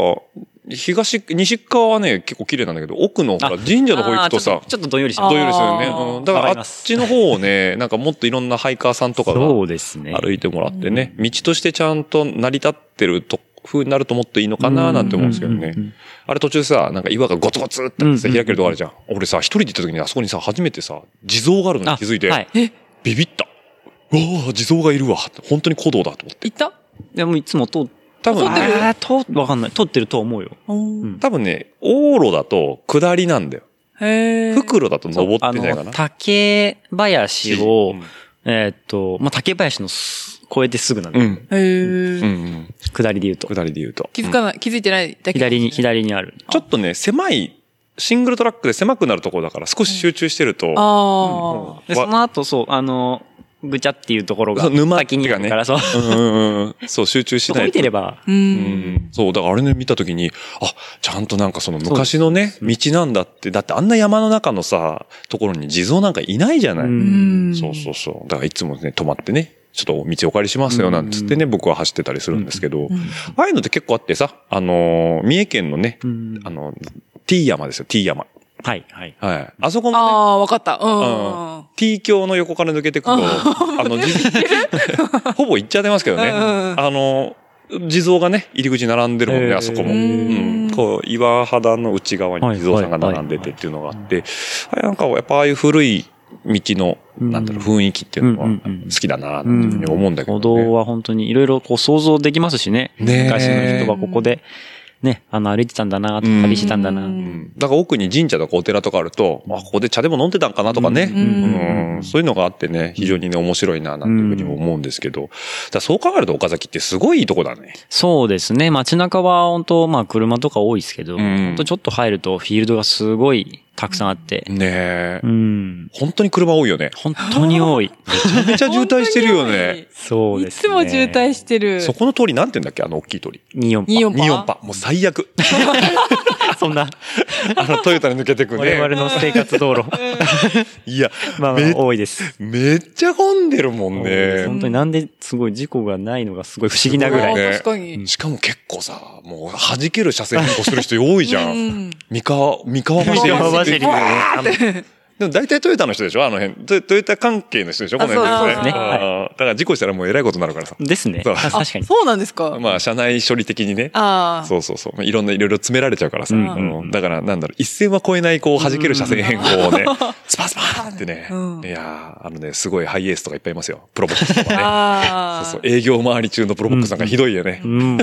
[SPEAKER 4] 東、西側はね、結構綺麗なんだけど、奥のほら、
[SPEAKER 5] あ
[SPEAKER 4] 神社の方行くと
[SPEAKER 5] あ
[SPEAKER 4] さ
[SPEAKER 5] ー、ちょっとちょっとどんよりして
[SPEAKER 6] あ
[SPEAKER 5] ます
[SPEAKER 4] どうですよね。
[SPEAKER 6] あー
[SPEAKER 4] うんだか
[SPEAKER 5] わからり
[SPEAKER 4] あ
[SPEAKER 5] ま
[SPEAKER 4] っ
[SPEAKER 5] す
[SPEAKER 4] ちの方をね、なんかもっといろんなハイカーさんとかが
[SPEAKER 5] そうですね。
[SPEAKER 4] 歩いてもらってね、道としてちゃんと成り立ってると、風になるともっといいのかななんて思うんですけどね
[SPEAKER 5] うんうんうん。
[SPEAKER 4] あれ途中でさ、なんか岩がゴツゴツってさ
[SPEAKER 5] うんうんうん
[SPEAKER 4] 開けるとこあるじゃん。俺さ、一人で行った時にあそこにさ、初めてさ、地蔵があるのに気づいて、
[SPEAKER 5] はい。
[SPEAKER 4] ビビった。うわあ、地蔵がいるわ。本当に古道だと思って。
[SPEAKER 6] 行った
[SPEAKER 5] でもいつも通っ
[SPEAKER 4] 多分、
[SPEAKER 6] 撮ってる
[SPEAKER 5] あーと、わかんない。撮ってると思うよ。
[SPEAKER 6] うん
[SPEAKER 4] 多分ね、往路だと下りなんだよ。
[SPEAKER 6] へえ。
[SPEAKER 4] 袋だと登ってんじゃないか
[SPEAKER 5] あの
[SPEAKER 4] な。
[SPEAKER 5] 竹林
[SPEAKER 4] う
[SPEAKER 5] を、
[SPEAKER 4] ん
[SPEAKER 5] えーっと、まあ、竹林のす越えてすぐなんだよ、
[SPEAKER 4] ん。
[SPEAKER 6] へ
[SPEAKER 4] うんう
[SPEAKER 6] え。
[SPEAKER 4] ん。
[SPEAKER 5] 下りで言うと。
[SPEAKER 4] 下りで言うと。
[SPEAKER 6] 気づかない、気づいてないだけ。
[SPEAKER 5] 左に、左にある。
[SPEAKER 4] ちょっとね、狭い、シングルトラックで狭くなるところだから少し集中してると、
[SPEAKER 6] あ
[SPEAKER 5] で、
[SPEAKER 4] わ
[SPEAKER 5] その後、そう、あの、ぐちゃっていうところが
[SPEAKER 4] そう、沼
[SPEAKER 5] 先にあるから、そう。
[SPEAKER 4] うんうんうん。そう、集中し
[SPEAKER 5] そ
[SPEAKER 4] な
[SPEAKER 5] こ
[SPEAKER 4] い
[SPEAKER 5] 見
[SPEAKER 4] と
[SPEAKER 5] て。れば、
[SPEAKER 6] あ。う。
[SPEAKER 4] うんん。そう、だからあれね、見たときに、あ、ちゃんとなんかその昔のね、道なんだって、だってあんな山の中のさ、ところに地蔵なんかいないじゃない。
[SPEAKER 5] う
[SPEAKER 6] うんん。
[SPEAKER 4] そうそうそう。だからいつもね、止まってね、ちょっとお道お借りしますよ、なんつってね、僕は走ってたりするんですけど、
[SPEAKER 6] うん。
[SPEAKER 4] ああいうのって結構あってさ、あのー三重県のね、
[SPEAKER 5] うん
[SPEAKER 4] あの、T 山ですよ、T 山。
[SPEAKER 5] はい、はい。
[SPEAKER 4] はい。あそこ
[SPEAKER 6] あ
[SPEAKER 4] もね、
[SPEAKER 6] あ、わかった。うん
[SPEAKER 4] うん T 橋の横から抜けてくと、あの、じ ほぼ行っちゃってますけどね。
[SPEAKER 6] うんうんうん
[SPEAKER 4] あの、地蔵がね、入り口に並んでるもん
[SPEAKER 5] へ
[SPEAKER 4] ね、
[SPEAKER 5] ー
[SPEAKER 4] あそこ
[SPEAKER 6] う
[SPEAKER 4] も。うん
[SPEAKER 6] ん。うん。
[SPEAKER 4] こう、岩肌の内側に地蔵さんが並んでてっていうのがあって、あれなんかやっぱああいう古い道の、なんだろう、雰囲気っていうのは
[SPEAKER 5] うんうんうん
[SPEAKER 4] 好きだな、っていうふうに思うんだけど、
[SPEAKER 5] 歩
[SPEAKER 4] ね。
[SPEAKER 5] 道は本当にいろいろこう想像できますしね。
[SPEAKER 4] ねえ
[SPEAKER 5] 昔の人はここで、ね、あの、歩いてたんだな、旅してたんだな。
[SPEAKER 6] う
[SPEAKER 4] うんんだから奥に神社とかお寺とかあると、まあ、ここで茶でも飲んでたんかなとかね、
[SPEAKER 6] うん
[SPEAKER 4] うんそういうのがあってね、非常にね、面白いな、なんていうふうにも思うんですけど、だからそう考えると岡崎ってすごいいいとこだね。
[SPEAKER 5] そうですね。街中は本当まあ車とか多いですけど、
[SPEAKER 4] うん
[SPEAKER 5] 本当ちょっと入るとフィールドがすごいたくさんあって、
[SPEAKER 4] ねえ
[SPEAKER 5] う。ん。
[SPEAKER 4] 本当に車多いよね。
[SPEAKER 5] 本当に多い。
[SPEAKER 4] めちゃめちゃ渋滞してるよね。
[SPEAKER 5] そう
[SPEAKER 6] い
[SPEAKER 5] で
[SPEAKER 6] つ
[SPEAKER 5] すね。
[SPEAKER 6] も渋滞してる。
[SPEAKER 4] そこの通りなんて言うんだっけあの大きい通り。
[SPEAKER 5] 24
[SPEAKER 6] 二四
[SPEAKER 4] ニオンパ。もう最悪。
[SPEAKER 5] そんな、
[SPEAKER 4] あの、トヨタに抜けてく
[SPEAKER 5] 我々
[SPEAKER 4] ね。
[SPEAKER 5] の生活 道路。
[SPEAKER 4] いや、
[SPEAKER 5] まあま
[SPEAKER 4] め
[SPEAKER 5] あ多いです。
[SPEAKER 4] めっちゃ混んでるもん
[SPEAKER 5] 多いです
[SPEAKER 4] ね。
[SPEAKER 5] 本当になんですごい事故がないのがすごい不思議なぐらい。
[SPEAKER 6] あ
[SPEAKER 4] ね
[SPEAKER 6] 確かに。
[SPEAKER 4] しかも結構さ、もう弾ける車線変更する人多いじゃ。
[SPEAKER 6] うんん。
[SPEAKER 4] 三河、三河橋
[SPEAKER 5] 三河橋にねあの
[SPEAKER 4] でも大体トヨタの人でしょあの辺。トトヨタ関係の人でしょこ
[SPEAKER 6] あ
[SPEAKER 4] の辺
[SPEAKER 6] そう
[SPEAKER 4] で
[SPEAKER 6] ですす
[SPEAKER 4] ね。
[SPEAKER 6] ね
[SPEAKER 5] はい
[SPEAKER 4] あーだから事故したらもうえらいことになるからさ。
[SPEAKER 5] ですね。
[SPEAKER 4] そう
[SPEAKER 5] あ確かに。
[SPEAKER 6] そうなんですか
[SPEAKER 4] まあ、車内処理的にね。
[SPEAKER 6] ああ。
[SPEAKER 4] そうそうそう。まあいろんな、いろいろ詰められちゃうからさ。
[SPEAKER 5] うん
[SPEAKER 4] あのだから、なんだろう、一線は越えない、こう、弾ける車線変更をね、スパスパーンってね。
[SPEAKER 6] うん
[SPEAKER 4] いやーあのね、すごいハイエースとかいっぱいいますよ。プロボックスとかね。
[SPEAKER 6] ああ。
[SPEAKER 4] そうそう、営業回り中のプロボックスなんかひどいよね。
[SPEAKER 5] うん。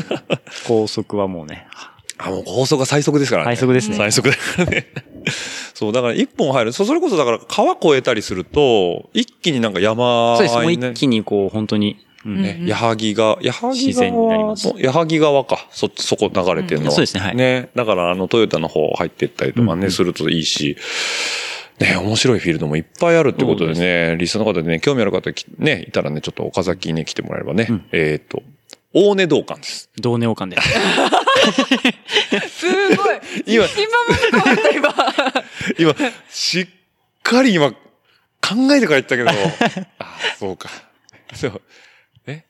[SPEAKER 5] 高速はもうね、
[SPEAKER 4] あ、もう高速が最速ですからね。
[SPEAKER 5] 最速ですね
[SPEAKER 4] 最速だからね。 そう、だから一本入る。そうそれこそだから川越えたりすると、一気になんか山
[SPEAKER 5] そうです。も
[SPEAKER 4] あ
[SPEAKER 5] う
[SPEAKER 4] いね
[SPEAKER 5] 一気にこう、本当に。うん
[SPEAKER 4] ね、矢作が、矢作川
[SPEAKER 5] 自然になります
[SPEAKER 4] 矢作川か。そ、そこ流れてるのは、
[SPEAKER 5] うんそうですねはい
[SPEAKER 4] ね。だから、あの、トヨタの方入ってったりとか
[SPEAKER 5] う
[SPEAKER 4] ね、
[SPEAKER 5] んうん
[SPEAKER 4] するといいし、ね、面白いフィールドもいっぱいあるってことで
[SPEAKER 5] そう
[SPEAKER 4] ね、リスナーの方でね、興味ある方き、ね、いたらね、ちょっと岡崎にね来てもらえればね、
[SPEAKER 5] うん
[SPEAKER 4] えっ、と、大根道館です。
[SPEAKER 5] 同年王冠です。
[SPEAKER 6] すごい。
[SPEAKER 4] 今、
[SPEAKER 6] 新聞も変わった 今。
[SPEAKER 4] 今、しっかり今、考えてから言ったけ ど、あ、そうか。そう。え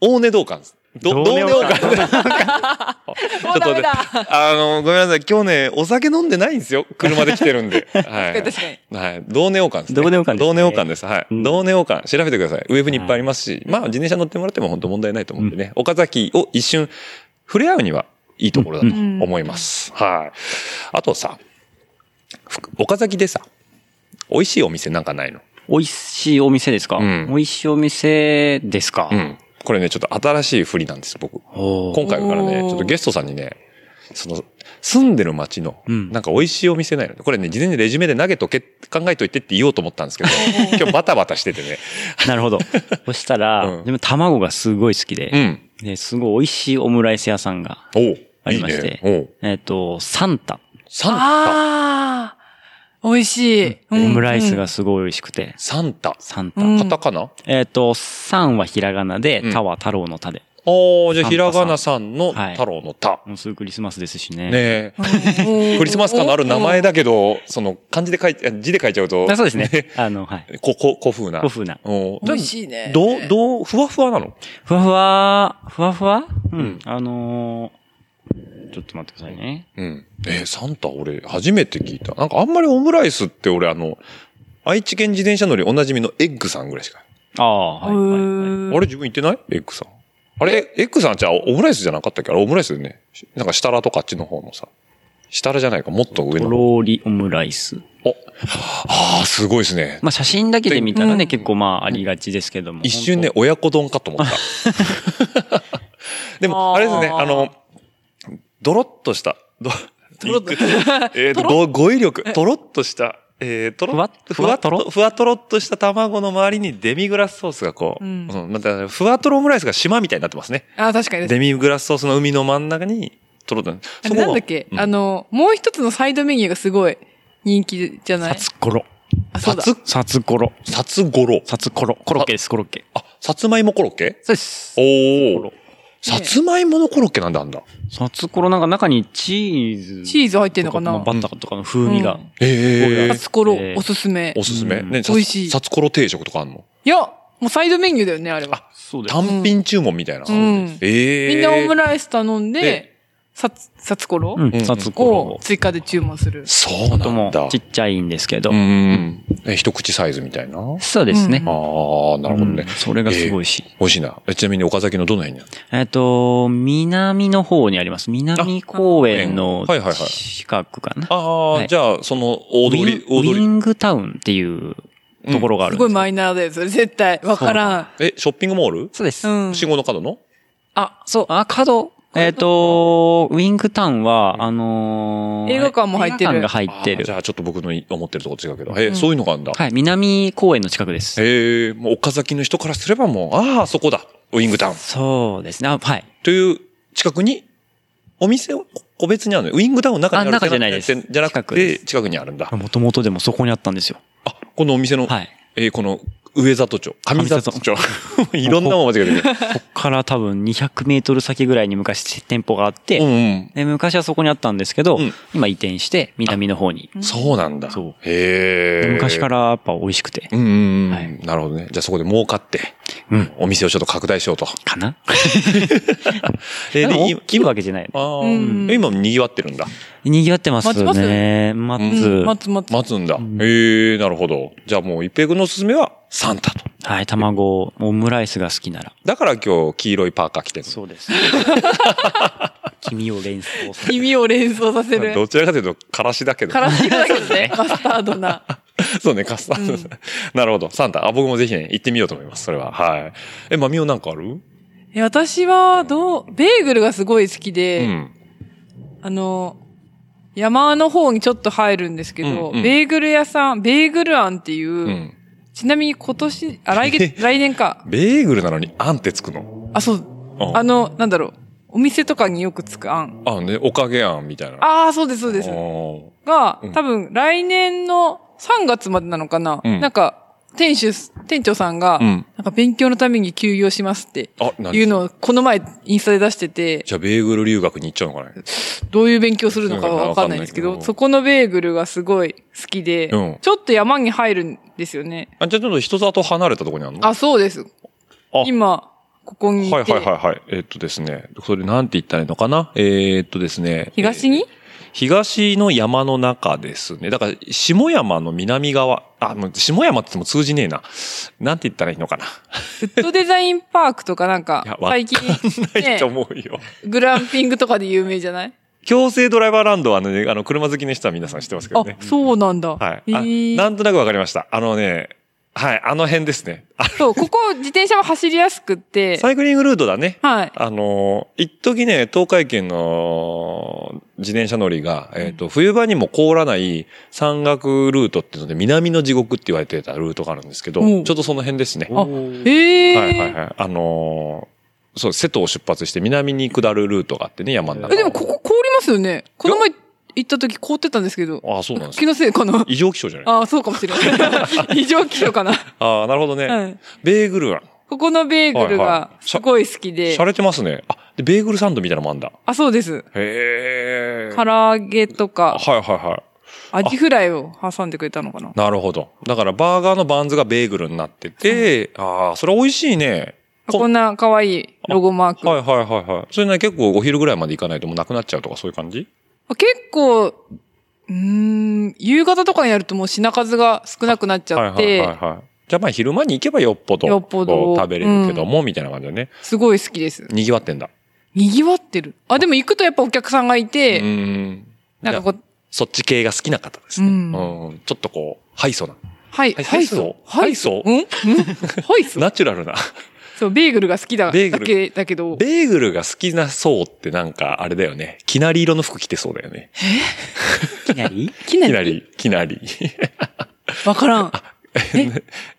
[SPEAKER 4] 大根道館です。ど
[SPEAKER 5] 同
[SPEAKER 4] 同
[SPEAKER 5] 根
[SPEAKER 4] 根
[SPEAKER 5] 王
[SPEAKER 4] 王冠
[SPEAKER 5] 冠
[SPEAKER 6] もうダメだ。
[SPEAKER 4] あの、ごめんなさい。今日ね、お酒飲んでないんですよ。車で来てるん で。は
[SPEAKER 6] 確かに。
[SPEAKER 4] い。はい。同ネオ感ですね。
[SPEAKER 5] 同ネオ感ですね
[SPEAKER 4] 同ネオ感です。はい。
[SPEAKER 5] うん
[SPEAKER 4] 同ネオ感。調べてください。ウェブにいっぱいありますし、まあ、自転車乗ってもらっても本当問題ないと思うんでね。岡崎を一瞬触れ合うにはいいところだと
[SPEAKER 6] うん
[SPEAKER 4] 思います。はい。あとさ、ふく岡崎でさ、美味しいお店なんかないの
[SPEAKER 5] 美味しいお店ですか、
[SPEAKER 4] うん
[SPEAKER 5] 美味しいお店ですか、
[SPEAKER 4] うん。これね、ちょっと新しい振りなんです、僕。
[SPEAKER 5] おー
[SPEAKER 4] 今回からね、
[SPEAKER 6] おー
[SPEAKER 4] ちょっとゲストさんにね、その、住んでる町の、
[SPEAKER 5] うん
[SPEAKER 4] なんか美味しいお店ないの、これね、事前にレジュメで投げとけ、考えといてって言おうと思ったんです けど、今日バタバタしててね。
[SPEAKER 5] な るほど。そしたら、
[SPEAKER 4] うん
[SPEAKER 5] でも卵がすごい好きで、
[SPEAKER 4] うん。
[SPEAKER 5] ですごい美味しいオムライス屋さんが、
[SPEAKER 4] おう
[SPEAKER 5] あ
[SPEAKER 4] い
[SPEAKER 5] り
[SPEAKER 4] い
[SPEAKER 5] まして
[SPEAKER 4] ね。おう
[SPEAKER 5] えっ、と、サンタ、
[SPEAKER 4] サンタ。
[SPEAKER 6] ああ。美味しい。
[SPEAKER 5] オ
[SPEAKER 6] うん
[SPEAKER 5] ムライスが。すごい美味しくて、
[SPEAKER 4] サンタ。
[SPEAKER 5] サンタ。
[SPEAKER 6] うん
[SPEAKER 4] カタカナ、あ
[SPEAKER 5] えっ、と、サンはひらがなで
[SPEAKER 4] う、ん
[SPEAKER 5] タは太郎のタで。
[SPEAKER 4] あ、じゃあ
[SPEAKER 5] サンタさん
[SPEAKER 4] ひらがなさんの
[SPEAKER 5] はい
[SPEAKER 4] 太郎のタ。
[SPEAKER 5] もうすぐクリスマスですしね。
[SPEAKER 4] ねえ。
[SPEAKER 6] ク
[SPEAKER 4] クリスマス感のある名前だけど、その漢字で書いて、あ字で書いちゃうと
[SPEAKER 5] あ、そう ですね。 あの、はい。
[SPEAKER 4] こ、こ、古風な。
[SPEAKER 5] 古風な。
[SPEAKER 4] おう
[SPEAKER 6] 美味しいね。
[SPEAKER 4] どう、どう、ふわふわなの
[SPEAKER 5] ふわふわ、ふわふわうん。
[SPEAKER 4] うん
[SPEAKER 5] あのーちょっと待ってくださいね。
[SPEAKER 4] うん。えーサンタ俺、初めて聞いた。なんかあんまりオムライスって俺、あの、愛知県自転車乗りおなじみのエッグさんぐらいしか。
[SPEAKER 5] ああ、はい、はいはい。
[SPEAKER 4] あ
[SPEAKER 6] あ
[SPEAKER 4] れ自分行ってないエッグさん。あれ、エッグさんじゃあオムライスじゃなかったっけあれオムライスだよね。しなんか設楽とかあっちの方のさ。設楽じゃないか、もっと上
[SPEAKER 5] と
[SPEAKER 4] の。
[SPEAKER 5] ろーりオムライス。
[SPEAKER 4] ああ、すごいですね。
[SPEAKER 5] まあ写真だけで見たらね、
[SPEAKER 6] うん
[SPEAKER 5] 結構まあありがちですけども。
[SPEAKER 4] 一瞬ね、
[SPEAKER 5] 本
[SPEAKER 4] 親子丼かと思った。でも、あれですね、
[SPEAKER 6] あー
[SPEAKER 4] あの、ドロッとした、ど、
[SPEAKER 6] ドロッと
[SPEAKER 4] いくえ っと、ど語彙力、トロッとした、えー、とろ
[SPEAKER 5] ふわ
[SPEAKER 4] ふわとろふわとろっとした卵の周りにデミグラスソースがこう、
[SPEAKER 6] うん
[SPEAKER 4] うんまた、ふわとろオムライスが島みたいになってますね。
[SPEAKER 6] あ、確かにで
[SPEAKER 4] デ
[SPEAKER 6] す。
[SPEAKER 4] ミグラスソースの海の真ん中に、トロッと。
[SPEAKER 6] あ
[SPEAKER 4] そ
[SPEAKER 6] れ
[SPEAKER 4] こが
[SPEAKER 6] なんだっけ、
[SPEAKER 4] うん
[SPEAKER 6] あの、もう一つのサイドメニューがすごい人気じゃない
[SPEAKER 5] サツコロ。
[SPEAKER 6] あ、そうだ。
[SPEAKER 5] サツコロ。
[SPEAKER 4] サツゴロ。
[SPEAKER 5] サツコロ。コロッケです、コロッケ。
[SPEAKER 4] あ、さつまいもコロッケ
[SPEAKER 5] そうです。
[SPEAKER 4] おお。さつまいものコロッケなんだあんだ。
[SPEAKER 5] サツコロなんか中にチーズ。
[SPEAKER 6] チーズ入ってん
[SPEAKER 5] と
[SPEAKER 6] のか
[SPEAKER 5] かの
[SPEAKER 6] な
[SPEAKER 5] バターとかの風味が。
[SPEAKER 6] うん
[SPEAKER 4] ええ
[SPEAKER 6] サツコロ、
[SPEAKER 5] えー
[SPEAKER 6] おすすめ。
[SPEAKER 4] おすすめ。
[SPEAKER 5] うん
[SPEAKER 4] ね、さ
[SPEAKER 6] 美味しい
[SPEAKER 4] さつころ定食とかあんの
[SPEAKER 6] いや、もうサイドメニューだよね、あれは。
[SPEAKER 5] そうです。
[SPEAKER 4] 単品注文みたいな。
[SPEAKER 6] うん
[SPEAKER 4] ええ
[SPEAKER 6] みんなオムライス頼んで、サツ、サツコロ
[SPEAKER 5] う
[SPEAKER 4] うん
[SPEAKER 5] ん、サツコ
[SPEAKER 6] を
[SPEAKER 5] ロ。
[SPEAKER 6] 追加で注文する。
[SPEAKER 4] そう
[SPEAKER 5] と
[SPEAKER 4] なん
[SPEAKER 5] も
[SPEAKER 4] だ
[SPEAKER 5] ち。っちゃいんですけど
[SPEAKER 4] う。ん。え、一口サイズみたいな。ああ、
[SPEAKER 5] そうですね
[SPEAKER 6] う。ん
[SPEAKER 4] なるほどね
[SPEAKER 5] うん。それがすごいし。
[SPEAKER 4] 美味しいな。えちなみに岡崎のどの辺にある
[SPEAKER 5] えっと、南の方にあります。南公園の
[SPEAKER 4] あはいはいはい
[SPEAKER 5] 近くかな。
[SPEAKER 4] ああ、
[SPEAKER 5] はい
[SPEAKER 4] じゃあ、その、大
[SPEAKER 5] ウ
[SPEAKER 4] 通
[SPEAKER 5] ィン
[SPEAKER 4] り、大通
[SPEAKER 5] ウィ
[SPEAKER 4] り。
[SPEAKER 5] ングタウンっていうところがあるんで
[SPEAKER 6] すご
[SPEAKER 5] す
[SPEAKER 6] い
[SPEAKER 5] よ
[SPEAKER 6] マイナーだよ、それ絶対。わからん。
[SPEAKER 4] え、ショッピングモール
[SPEAKER 5] そうです。
[SPEAKER 6] うん。
[SPEAKER 4] 信号の角の
[SPEAKER 5] あ、そう、あ、角。えっ、と、ウィングタウンは、あのー
[SPEAKER 6] 映画館も入ってる
[SPEAKER 5] 映画館が入って
[SPEAKER 4] あーじ
[SPEAKER 5] る。
[SPEAKER 4] ゃあ、ちょっと僕の思ってるとこ違うけど。え、そういうのがあるんだ。
[SPEAKER 5] はい、南公園の近くです。
[SPEAKER 4] ええもう岡崎の人からすればもう、ああ、そこだ。ウィングタウン。
[SPEAKER 5] そうですね。あ、はい。
[SPEAKER 4] という近くに、お店を個別にあるのウィングタウンの中にある
[SPEAKER 5] あ中じゃないです
[SPEAKER 4] じゃなく
[SPEAKER 5] 近くで
[SPEAKER 4] て、
[SPEAKER 5] す
[SPEAKER 4] 近くにあるんだ。
[SPEAKER 5] もともとでもそこにあったんですよ。
[SPEAKER 4] あ、このお店の、
[SPEAKER 5] はい。
[SPEAKER 4] えーこの、上里町、上里町。 いろんなもん間違 えてる。
[SPEAKER 5] こっから多分200メートル先ぐらいに昔店舗があって、
[SPEAKER 4] うんうん。
[SPEAKER 5] で昔はそこにあったんですけど、
[SPEAKER 4] うん
[SPEAKER 5] 今移転して南の方に。
[SPEAKER 4] そうなんだ。
[SPEAKER 5] そう
[SPEAKER 4] へえ。
[SPEAKER 5] 昔からやっぱ美味しくて。
[SPEAKER 4] うんうんうん、
[SPEAKER 5] はい
[SPEAKER 4] なるほどね。じゃあそこで儲かって、
[SPEAKER 5] うん
[SPEAKER 4] お店をちょっと拡大しようと。
[SPEAKER 5] かな
[SPEAKER 4] え
[SPEAKER 5] でも大
[SPEAKER 4] 今
[SPEAKER 5] きいわけじゃない。
[SPEAKER 4] あー
[SPEAKER 6] うん
[SPEAKER 4] 今も賑わってるんだ。
[SPEAKER 5] 賑わってます
[SPEAKER 6] 待ちますよ
[SPEAKER 5] ね。待つ。
[SPEAKER 6] うん、待つ待つ。
[SPEAKER 4] 待つんだ。へえ、なるほど。じゃあもう一平君のおすすめはサンタと。
[SPEAKER 5] はい、卵、オムライスが好きなら。
[SPEAKER 4] だから今日黄色いパーカー着てる。
[SPEAKER 5] そうです。君を連想す る。
[SPEAKER 6] 君を連想させる。
[SPEAKER 4] どちらかというと、からしだけど。
[SPEAKER 6] 辛すぎだけどね、マスタードな。
[SPEAKER 4] そうね、カスタード。
[SPEAKER 6] うん
[SPEAKER 4] なるほど。サンタ。あ、僕もぜひね、行ってみようと思います。それは。はい。え、マミオなんかある
[SPEAKER 6] え私は、どう、ベーグルがすごい好き
[SPEAKER 4] う
[SPEAKER 6] で、
[SPEAKER 4] ん。
[SPEAKER 6] あの、山の方にちょっと入るんですけど、
[SPEAKER 4] うんうん
[SPEAKER 6] ベーグル屋さん、ベーグルアンっていう、
[SPEAKER 4] うん。
[SPEAKER 6] ちなみに今年、あ、来月、来年か。
[SPEAKER 4] ベーグルなのに、あんってつくの。
[SPEAKER 6] あ、そう、
[SPEAKER 4] うん
[SPEAKER 6] あの、なんだろう。お店とかによくつくあん。
[SPEAKER 4] あ、ね、おかげあんみたいな。あ、
[SPEAKER 6] ああ、そうです、そうです。が、多分来年の3月までなのかな。
[SPEAKER 4] うん
[SPEAKER 6] なんか、店主、店長さんが、
[SPEAKER 4] うん
[SPEAKER 6] なんか勉強のために休業しますって。
[SPEAKER 4] あ、何
[SPEAKER 6] いうのを、この前、インスタで出してて、
[SPEAKER 4] じゃあ、ベーグル留学に行っちゃうのかね。
[SPEAKER 6] どういう勉強するのかはわかんないんですけ
[SPEAKER 4] わかん
[SPEAKER 6] ど、
[SPEAKER 4] ないけど
[SPEAKER 6] そこのベーグルがすごい好きで、
[SPEAKER 4] うん
[SPEAKER 6] ちょっと山に入るんですよね。
[SPEAKER 4] あ、じゃあちょっと人里離れたところにあるの
[SPEAKER 6] あ、そうです
[SPEAKER 4] あ。
[SPEAKER 6] 今、ここにいて、
[SPEAKER 4] はいはいはいはい。えっとですね。それなんて言ったらいいのかなえっとですね。
[SPEAKER 6] 東に、
[SPEAKER 4] 東の山の中ですね。だから、下山の南側。あ、もう下山って言っても通じねえな。なんて言ったらいいのかな。
[SPEAKER 6] ウッドデザインパークとかなんか
[SPEAKER 4] いや、わ
[SPEAKER 6] 最近、
[SPEAKER 4] ない
[SPEAKER 6] ね
[SPEAKER 4] と思うよ。
[SPEAKER 6] グランピングとかで有名じゃない
[SPEAKER 4] 強制ドライバーランドはね、あの、車好きの人は皆さん知ってますけど
[SPEAKER 6] あ
[SPEAKER 4] ね、。
[SPEAKER 6] そうなんだ。
[SPEAKER 4] はい。あ
[SPEAKER 6] へー
[SPEAKER 4] なんとなくわかりました。あのね、はい、あの辺ですね。あ
[SPEAKER 6] そう、ここ自転車は走りやすくって、
[SPEAKER 4] サイクリングルートだね。
[SPEAKER 6] はい。
[SPEAKER 4] あのー、一時ね、東海圏の自転車乗りが、えっ、と、冬場にも凍らない山岳ルートっていうので、南の地獄って言われてたルートがあるんですけど、
[SPEAKER 6] おう
[SPEAKER 4] ちょっとその辺ですね。
[SPEAKER 6] あ、
[SPEAKER 4] は
[SPEAKER 6] へ
[SPEAKER 4] い
[SPEAKER 6] え、
[SPEAKER 4] はいはい。あのー、そう、瀬戸を出発して南に下るルートがあってね、山の中を。
[SPEAKER 6] え、でもここ凍りますよね。この前行った時凍ってたんですけど、
[SPEAKER 4] ああ、そうなんです
[SPEAKER 6] 気
[SPEAKER 4] よ。
[SPEAKER 6] のせいかな。
[SPEAKER 4] 異常気象じゃない
[SPEAKER 6] あそうかもしれ ない。異常気象かな。
[SPEAKER 4] ああ、なるほどね。
[SPEAKER 6] うん。
[SPEAKER 4] ベーグルは、
[SPEAKER 6] ここのベーグル
[SPEAKER 4] はいは
[SPEAKER 6] が
[SPEAKER 4] い
[SPEAKER 6] すごい好きで、
[SPEAKER 4] 洒落てますね。あ、で、ベーグルサンドみたいなのもあんだ。
[SPEAKER 6] あ、そうです。
[SPEAKER 4] へえ。
[SPEAKER 6] 唐揚げとか、
[SPEAKER 4] はいはいはい。
[SPEAKER 6] アジフライを挟んでくれたのかな。
[SPEAKER 4] なるほど。だからバーガーのバンズがベーグルになってて、ああ、それ美味しいね。こ
[SPEAKER 6] こんな可愛いロゴマーク。
[SPEAKER 4] はいはいはいはい。それね、結構お昼ぐらいまで行かないともうなくなっちゃうとかそういう感じ
[SPEAKER 6] あ結構、うーん、夕方とかにやるともう品数が少なくなっち
[SPEAKER 4] はい
[SPEAKER 6] ゃ
[SPEAKER 4] は
[SPEAKER 6] っ
[SPEAKER 4] い
[SPEAKER 6] て、
[SPEAKER 4] はいはい。じゃあまあ昼間に行けばよっぽど、
[SPEAKER 6] よっぽど
[SPEAKER 4] こう食べれるけども、みたいな感じだね。
[SPEAKER 6] すごい好きです。
[SPEAKER 4] 賑わってんだ。
[SPEAKER 6] 賑わってる。あ、でも行くとやっぱお客さんがいうて、
[SPEAKER 4] ーん。
[SPEAKER 6] なんかこう、
[SPEAKER 4] そっち系が好きな方ですね。
[SPEAKER 6] う
[SPEAKER 4] うん
[SPEAKER 6] ん。
[SPEAKER 4] ちょっとこう、ハイソな。
[SPEAKER 6] はい、
[SPEAKER 4] はいハイソ
[SPEAKER 6] ハイソうんうんハイソ
[SPEAKER 4] ナチュラルな。
[SPEAKER 6] そう、ベーグルが好きだ
[SPEAKER 4] ベーグ
[SPEAKER 6] だ
[SPEAKER 4] ル
[SPEAKER 6] けだけど、
[SPEAKER 4] ベーグルが好きな層ってなんかあれだよね。きなり色の服着てそうだよ ね。
[SPEAKER 5] きなり
[SPEAKER 6] きな
[SPEAKER 4] きな
[SPEAKER 6] り
[SPEAKER 4] り、き なり。
[SPEAKER 6] わからん。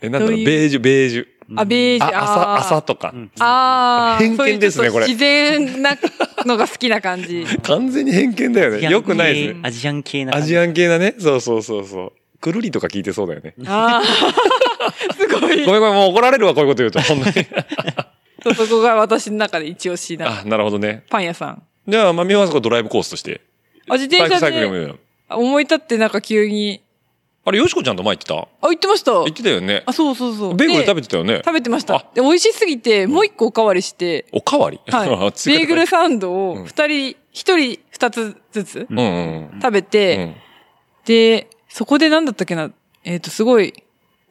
[SPEAKER 4] え、なんだろ、
[SPEAKER 6] どういうう
[SPEAKER 4] ベージュ、ベージュ。
[SPEAKER 6] あ、ベージュ、
[SPEAKER 4] あ、朝、朝
[SPEAKER 6] あ
[SPEAKER 4] とか。
[SPEAKER 5] ん
[SPEAKER 6] ーあー、
[SPEAKER 4] 偏見ですね
[SPEAKER 6] そういうちょっと
[SPEAKER 4] これ
[SPEAKER 6] 自然なのが好きな感じ。
[SPEAKER 4] 完全に偏見だよね。よくないですね。
[SPEAKER 5] アジアン系な
[SPEAKER 4] ア
[SPEAKER 5] 感じ。
[SPEAKER 4] ジアン系だね。そうそうそうそう。くるりとか聞いてそうだよね。
[SPEAKER 6] ああ、 すごい
[SPEAKER 4] ご。めんごめん、もう怒られるわ、こういうこと言うと。ほんまに。
[SPEAKER 6] そうそこが私の中で一押しな。
[SPEAKER 4] あ、なるほどね。
[SPEAKER 6] パン屋さん。
[SPEAKER 4] じゃあ、まあ、みはそこドライブコースとして。
[SPEAKER 6] あ、自
[SPEAKER 4] バイ
[SPEAKER 6] 転
[SPEAKER 4] ク
[SPEAKER 6] 車
[SPEAKER 4] サイクルも
[SPEAKER 6] で
[SPEAKER 4] いいよ
[SPEAKER 6] 思い立ってなんか急に。
[SPEAKER 4] あれ、よしこちゃんと前行ってた
[SPEAKER 6] あ、行ってました。
[SPEAKER 4] 行ってたよね
[SPEAKER 6] あ、。そうそうそう。
[SPEAKER 4] ベーグル食
[SPEAKER 6] べ
[SPEAKER 4] べてたよね。
[SPEAKER 6] 食べてまし
[SPEAKER 4] あ
[SPEAKER 6] た。で、美味しすぎて、もう一個おかわりして、
[SPEAKER 4] おかわり
[SPEAKER 6] は い。ベ
[SPEAKER 4] 追加で
[SPEAKER 6] ーグルサンド
[SPEAKER 4] うん
[SPEAKER 6] を二人、一人二つずつ
[SPEAKER 4] うんうん
[SPEAKER 6] 食べ
[SPEAKER 4] うん。う
[SPEAKER 6] て、
[SPEAKER 4] ん
[SPEAKER 6] で、そこでなんだったっけな、えっと、すごい、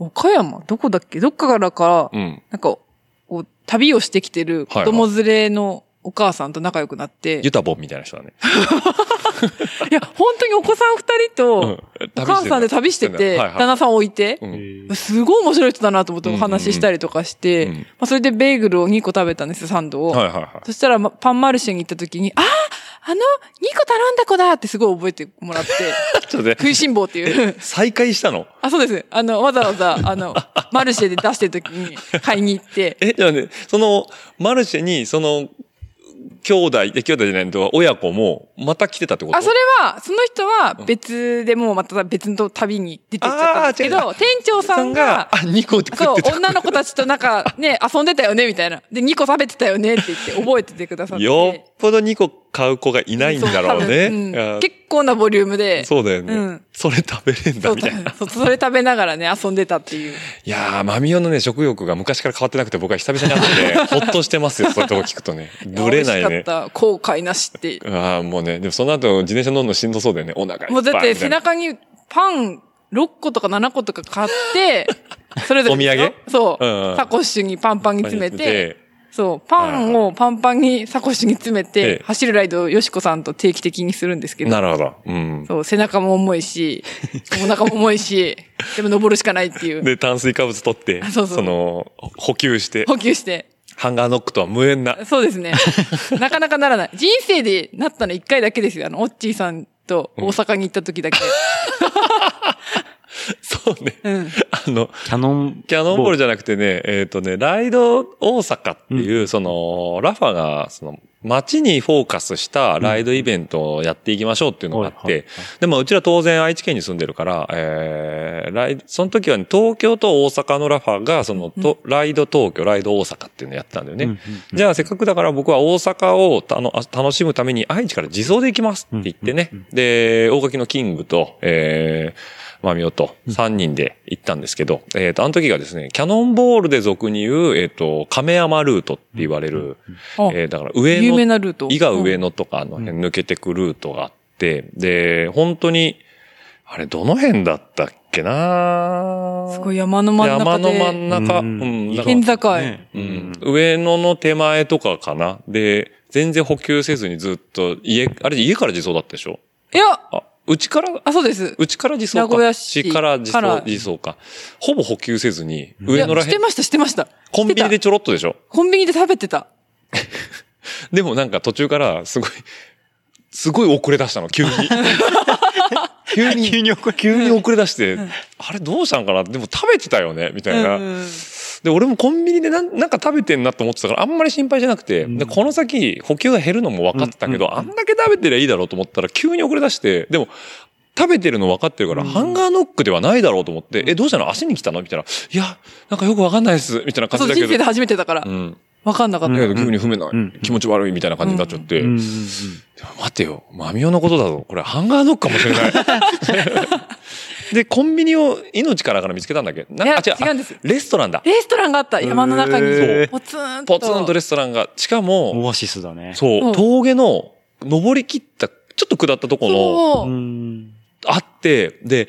[SPEAKER 6] 岡山どこだっけどっかからか
[SPEAKER 4] う、ん。
[SPEAKER 6] なんか、こう旅をしてきてる子供連れのお母さんと仲良くなって、
[SPEAKER 4] ユタボンみたいな人だね。
[SPEAKER 6] いや、本当にお子さん二人と、
[SPEAKER 4] うん
[SPEAKER 6] お母さんで旅してて、
[SPEAKER 4] はいはい
[SPEAKER 6] 旦那さん置いて、
[SPEAKER 4] うん
[SPEAKER 6] すごい面白い人だなと思って
[SPEAKER 4] うんう
[SPEAKER 6] お
[SPEAKER 4] んうん
[SPEAKER 6] 話ししたりとかして、
[SPEAKER 4] うん
[SPEAKER 6] まあ、それでベーグルを2個食べたんですよ、サンドを。
[SPEAKER 4] はいはいは
[SPEAKER 6] そしたら、まパンマルシェに行った時に、あああの、2個頼んだ子だってすごい覚えても らって、
[SPEAKER 4] い。ちょっとね、
[SPEAKER 6] 食いしん坊っていう。
[SPEAKER 4] 再会したの
[SPEAKER 6] あ、そうです。あの、わざわ ざ、あの、マルシェで出してる時に買いに行って、
[SPEAKER 4] え、じゃあね、その、マルシェに、その、兄弟、で兄弟じゃないの親子も、また来てたってこと
[SPEAKER 6] あ、それは、その人は別でもうまた別の旅に出てっちゃったんですけ
[SPEAKER 4] あー違
[SPEAKER 6] ど、店長さんが、
[SPEAKER 4] あ、2個って食
[SPEAKER 6] そ
[SPEAKER 4] っ
[SPEAKER 6] う
[SPEAKER 4] て、た。
[SPEAKER 6] 女の子たちとなんか ね、遊んでたよね、みたいな。で、2個食べてたよねって言って覚えててくださって。
[SPEAKER 4] よっぽど2個買う子がいないんだろうね。
[SPEAKER 6] そう多分うん
[SPEAKER 4] あ
[SPEAKER 6] 結構なボリュームで。
[SPEAKER 4] そうだよね、
[SPEAKER 6] うん
[SPEAKER 4] それ食べれん
[SPEAKER 6] そ
[SPEAKER 4] だ、
[SPEAKER 6] う
[SPEAKER 4] みたいな。
[SPEAKER 6] そうそれ食べながらね、遊んでたっていう。
[SPEAKER 4] いやー、マミオのね、食欲が昔から変わってなくて、僕は久々に会 ってね、ほっとしてますよ、そういうとこ聞くとね。ぶれない
[SPEAKER 6] 美
[SPEAKER 4] ね
[SPEAKER 6] 味し。かった。後悔なしって。
[SPEAKER 4] ああ、もうね、でもその後、自転車乗るのしんどそうだよね、お腹いっぱい。
[SPEAKER 6] もうだって背
[SPEAKER 4] みたいな
[SPEAKER 6] 中にパン6個とか7個とか 買って、それぞれですよ。
[SPEAKER 4] お土
[SPEAKER 6] そう、
[SPEAKER 4] うんうん
[SPEAKER 6] サコッシュにパンパンに詰めて、
[SPEAKER 4] で
[SPEAKER 6] そう、パンをパンパンにサコッシュに詰め
[SPEAKER 4] ええ
[SPEAKER 6] て、走るライドをよしこさんと定期的にするんですけど。
[SPEAKER 4] なるほど。うん。
[SPEAKER 6] そう、背中も重いし、お腹も重い し、でも登るしかないっていう。
[SPEAKER 4] で、炭水化物取って、
[SPEAKER 6] あ そうそう
[SPEAKER 4] の、補給して、
[SPEAKER 6] 補給して。
[SPEAKER 4] ハンガーノックとは無縁 な。
[SPEAKER 6] そ うですね。なかなかならない。人生でなったの一回だけですよ。あの、オッチーさんと大阪に行った時だけ。
[SPEAKER 4] そうね。
[SPEAKER 6] うん。
[SPEAKER 4] あの、
[SPEAKER 5] キャノン。
[SPEAKER 4] キャノンボールじゃなくてね、えっ、とね、ライド大阪っていう、その、ラファが、その、街にフォーカスしたライドイベントをやっていきましょうっていうのがあっ
[SPEAKER 5] はいはい
[SPEAKER 4] て、でもうちら当然愛知県に住んでるから、えー、ライド、その時はね、東京と大阪のラファが、その、とライド東京、ライド大阪っていうのやってたんだよね。
[SPEAKER 5] うんうん
[SPEAKER 4] じゃあせっかくだから僕は大阪をたのあ楽しむために愛知から自走で行きますって言ってね。で、大垣のキングと、えー、マミオと3人で行ったんですけど、えっ、と、あの時がですね、キャノンボールで俗に言う、えっ、と、亀山ルートって言われる、
[SPEAKER 6] あ
[SPEAKER 4] えー、だから上
[SPEAKER 6] 有
[SPEAKER 4] 野、
[SPEAKER 6] 名なルート。
[SPEAKER 4] 伊賀上
[SPEAKER 6] の。
[SPEAKER 4] 野とかあの辺抜けてくルートがあって、で、本当に、あれ、どの辺だったっけな
[SPEAKER 6] すごい山の真ん
[SPEAKER 4] 山
[SPEAKER 6] 中
[SPEAKER 4] の
[SPEAKER 6] で。
[SPEAKER 4] 真ん中、
[SPEAKER 5] うん
[SPEAKER 4] だから
[SPEAKER 6] 県境。
[SPEAKER 5] ね
[SPEAKER 4] うん、上野の手前とかかな。で、全然補給せずにずっと家、あれ家から自走だったでしょ
[SPEAKER 6] いや、
[SPEAKER 4] あ、うちから、
[SPEAKER 6] あ、そうです。
[SPEAKER 4] うちから自走か。
[SPEAKER 6] 名古屋市
[SPEAKER 4] うちから自
[SPEAKER 6] から
[SPEAKER 4] 走、自走か。ほぼ補給せずに、上野ら
[SPEAKER 6] いやして
[SPEAKER 4] 辺、
[SPEAKER 6] ました、してました。
[SPEAKER 4] コンビニ
[SPEAKER 6] して
[SPEAKER 4] でちょろっとでしょ
[SPEAKER 6] たコンビニで食べてた。
[SPEAKER 4] でもなんか途中からすごい、すごい遅れ出したの、 急に。急に、急に遅れ出して、あれどうしたんかなでも食べてたよねみたいな。
[SPEAKER 6] うんうん
[SPEAKER 4] で、俺もコンビニでなんなんか食べてんなと思ってたから、あんまり心配じゃなくて、で、この先補給が減るのも分かってたけど、あんだけ食べてりゃいいだろうと思ったら、急に遅れ出して、でも、食べてるの分かってるから、ハンガーノックではないだろうと思って、え、どうしたの足に来たのみたいな。いや、なんかよく分かんないです。みたいな感
[SPEAKER 6] そ
[SPEAKER 4] じ
[SPEAKER 6] う、
[SPEAKER 4] だ
[SPEAKER 6] 人
[SPEAKER 4] け
[SPEAKER 6] 生で
[SPEAKER 4] ど。
[SPEAKER 6] 初めてだから
[SPEAKER 4] う。ん。
[SPEAKER 6] わかんなかっ
[SPEAKER 4] だ
[SPEAKER 6] た。
[SPEAKER 4] けど、急に踏めない、
[SPEAKER 5] ん
[SPEAKER 4] 気持ち悪いみたいな感じになっちゃって、
[SPEAKER 5] うんうんうん
[SPEAKER 4] でも待てよ、マミオのことだぞ。これハンガーノックかもしれない。で、コンビニを命からから見つけたんだっけない
[SPEAKER 6] や
[SPEAKER 4] あ
[SPEAKER 6] 違うんです
[SPEAKER 4] レストランだ。
[SPEAKER 6] レストランがあった、山の中
[SPEAKER 5] へー
[SPEAKER 6] に。ポツンと。
[SPEAKER 4] ポツンとレストランが、しかも、
[SPEAKER 5] オアシスだね。
[SPEAKER 4] そうう、
[SPEAKER 6] ん
[SPEAKER 4] 峠の登り切った、ちょっと下ったところ
[SPEAKER 6] そうう。
[SPEAKER 5] ん。
[SPEAKER 4] あって、で、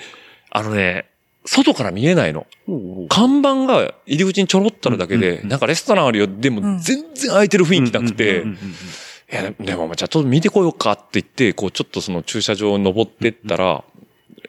[SPEAKER 4] あのね、外から見えないの。
[SPEAKER 5] おう
[SPEAKER 4] 看板が入り口にちょろっとあるだけ
[SPEAKER 5] うんうん
[SPEAKER 4] で、なんかレストランあるよ。で
[SPEAKER 6] う
[SPEAKER 4] も
[SPEAKER 6] ん
[SPEAKER 4] 全然空いてる雰囲気なくて、
[SPEAKER 5] うんうんうんうん
[SPEAKER 4] いや、でも、じゃあちょっと見てこようかって言って、こう、ちょっとその駐車場を登ってったら、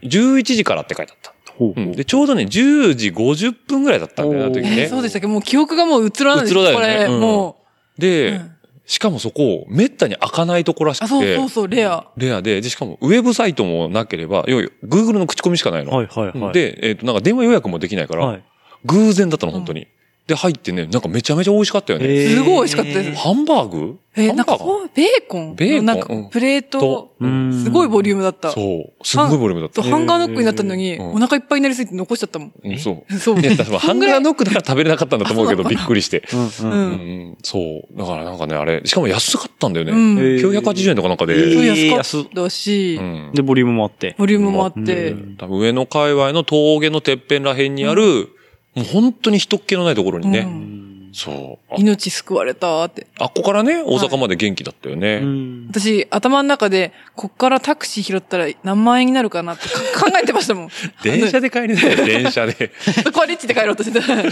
[SPEAKER 4] 11時からって書いてあった。
[SPEAKER 5] ほう
[SPEAKER 4] う
[SPEAKER 5] ほ
[SPEAKER 4] ん
[SPEAKER 5] う
[SPEAKER 4] で、ちょうどね、10時50分ぐらいだったんだよ、あの時
[SPEAKER 6] え
[SPEAKER 4] ね
[SPEAKER 6] ー。そうでしたっけもう記憶がもううつろなんです
[SPEAKER 4] うつろだよね
[SPEAKER 6] これ、
[SPEAKER 4] うん
[SPEAKER 6] もう。う
[SPEAKER 4] で、
[SPEAKER 6] ん
[SPEAKER 4] しかもそこ、めったに開かないとこらし
[SPEAKER 6] あ、
[SPEAKER 4] く
[SPEAKER 6] そう
[SPEAKER 4] て
[SPEAKER 6] そう、そう、レア。
[SPEAKER 4] レアで、でしかもウェブサイトもなければ、要は Google の口コミしかないの。
[SPEAKER 5] はいはいはい。、
[SPEAKER 4] で、えっ、と、なんか電話予約もできないから、
[SPEAKER 5] はい、
[SPEAKER 4] 偶然だったの、本当に。で、入ってね、なんかめちゃめちゃ美味しかったよね。
[SPEAKER 5] えー
[SPEAKER 6] すごい美味しかったです
[SPEAKER 4] ハンバーグ
[SPEAKER 6] え
[SPEAKER 4] ハ
[SPEAKER 6] ー、
[SPEAKER 4] ン
[SPEAKER 6] な
[SPEAKER 4] バ
[SPEAKER 6] んか
[SPEAKER 4] ー
[SPEAKER 6] こ
[SPEAKER 4] グ
[SPEAKER 6] う、ベーコン
[SPEAKER 4] ベーコン
[SPEAKER 6] なんか
[SPEAKER 4] うん
[SPEAKER 6] プレート、
[SPEAKER 5] うん
[SPEAKER 6] すごいボリュームだった。
[SPEAKER 4] そう。すんごいボリュームだった
[SPEAKER 6] と。ハンガーノックになったのに、
[SPEAKER 4] うん
[SPEAKER 6] お腹いっぱいになりすぎて残しちゃったもん。
[SPEAKER 4] うんそう。
[SPEAKER 6] そう。
[SPEAKER 4] ね、多分ハンガーノックだから食べれなかったんだと思うけど、びっくりして。
[SPEAKER 5] うん
[SPEAKER 6] う。
[SPEAKER 5] うん。
[SPEAKER 4] うんん、そう。だからなんかね、あれ、しかも安かったんだよね。
[SPEAKER 6] うん
[SPEAKER 4] 980円とかなんか
[SPEAKER 5] え
[SPEAKER 4] で。
[SPEAKER 5] ー
[SPEAKER 6] 安かったし
[SPEAKER 4] う、ん
[SPEAKER 5] で、ボリュームもあって。
[SPEAKER 6] ボリュームもあっ
[SPEAKER 5] う
[SPEAKER 6] て
[SPEAKER 5] ん、
[SPEAKER 4] 多分上の界隈の峠のてっぺんらへんにある、もう本当に人っ気のないところにね。
[SPEAKER 6] うん
[SPEAKER 4] そう。あ
[SPEAKER 6] 命救われたって。
[SPEAKER 4] あっこからね、大阪まで元気だったよね。
[SPEAKER 5] うん
[SPEAKER 6] 私、頭の中で、こっからタクシー拾ったら何万円になるかなってか考えてまし たもん。
[SPEAKER 4] 電車で帰りなよ、 電車で。
[SPEAKER 6] そこはリッチで帰ろうとしてた。
[SPEAKER 4] ね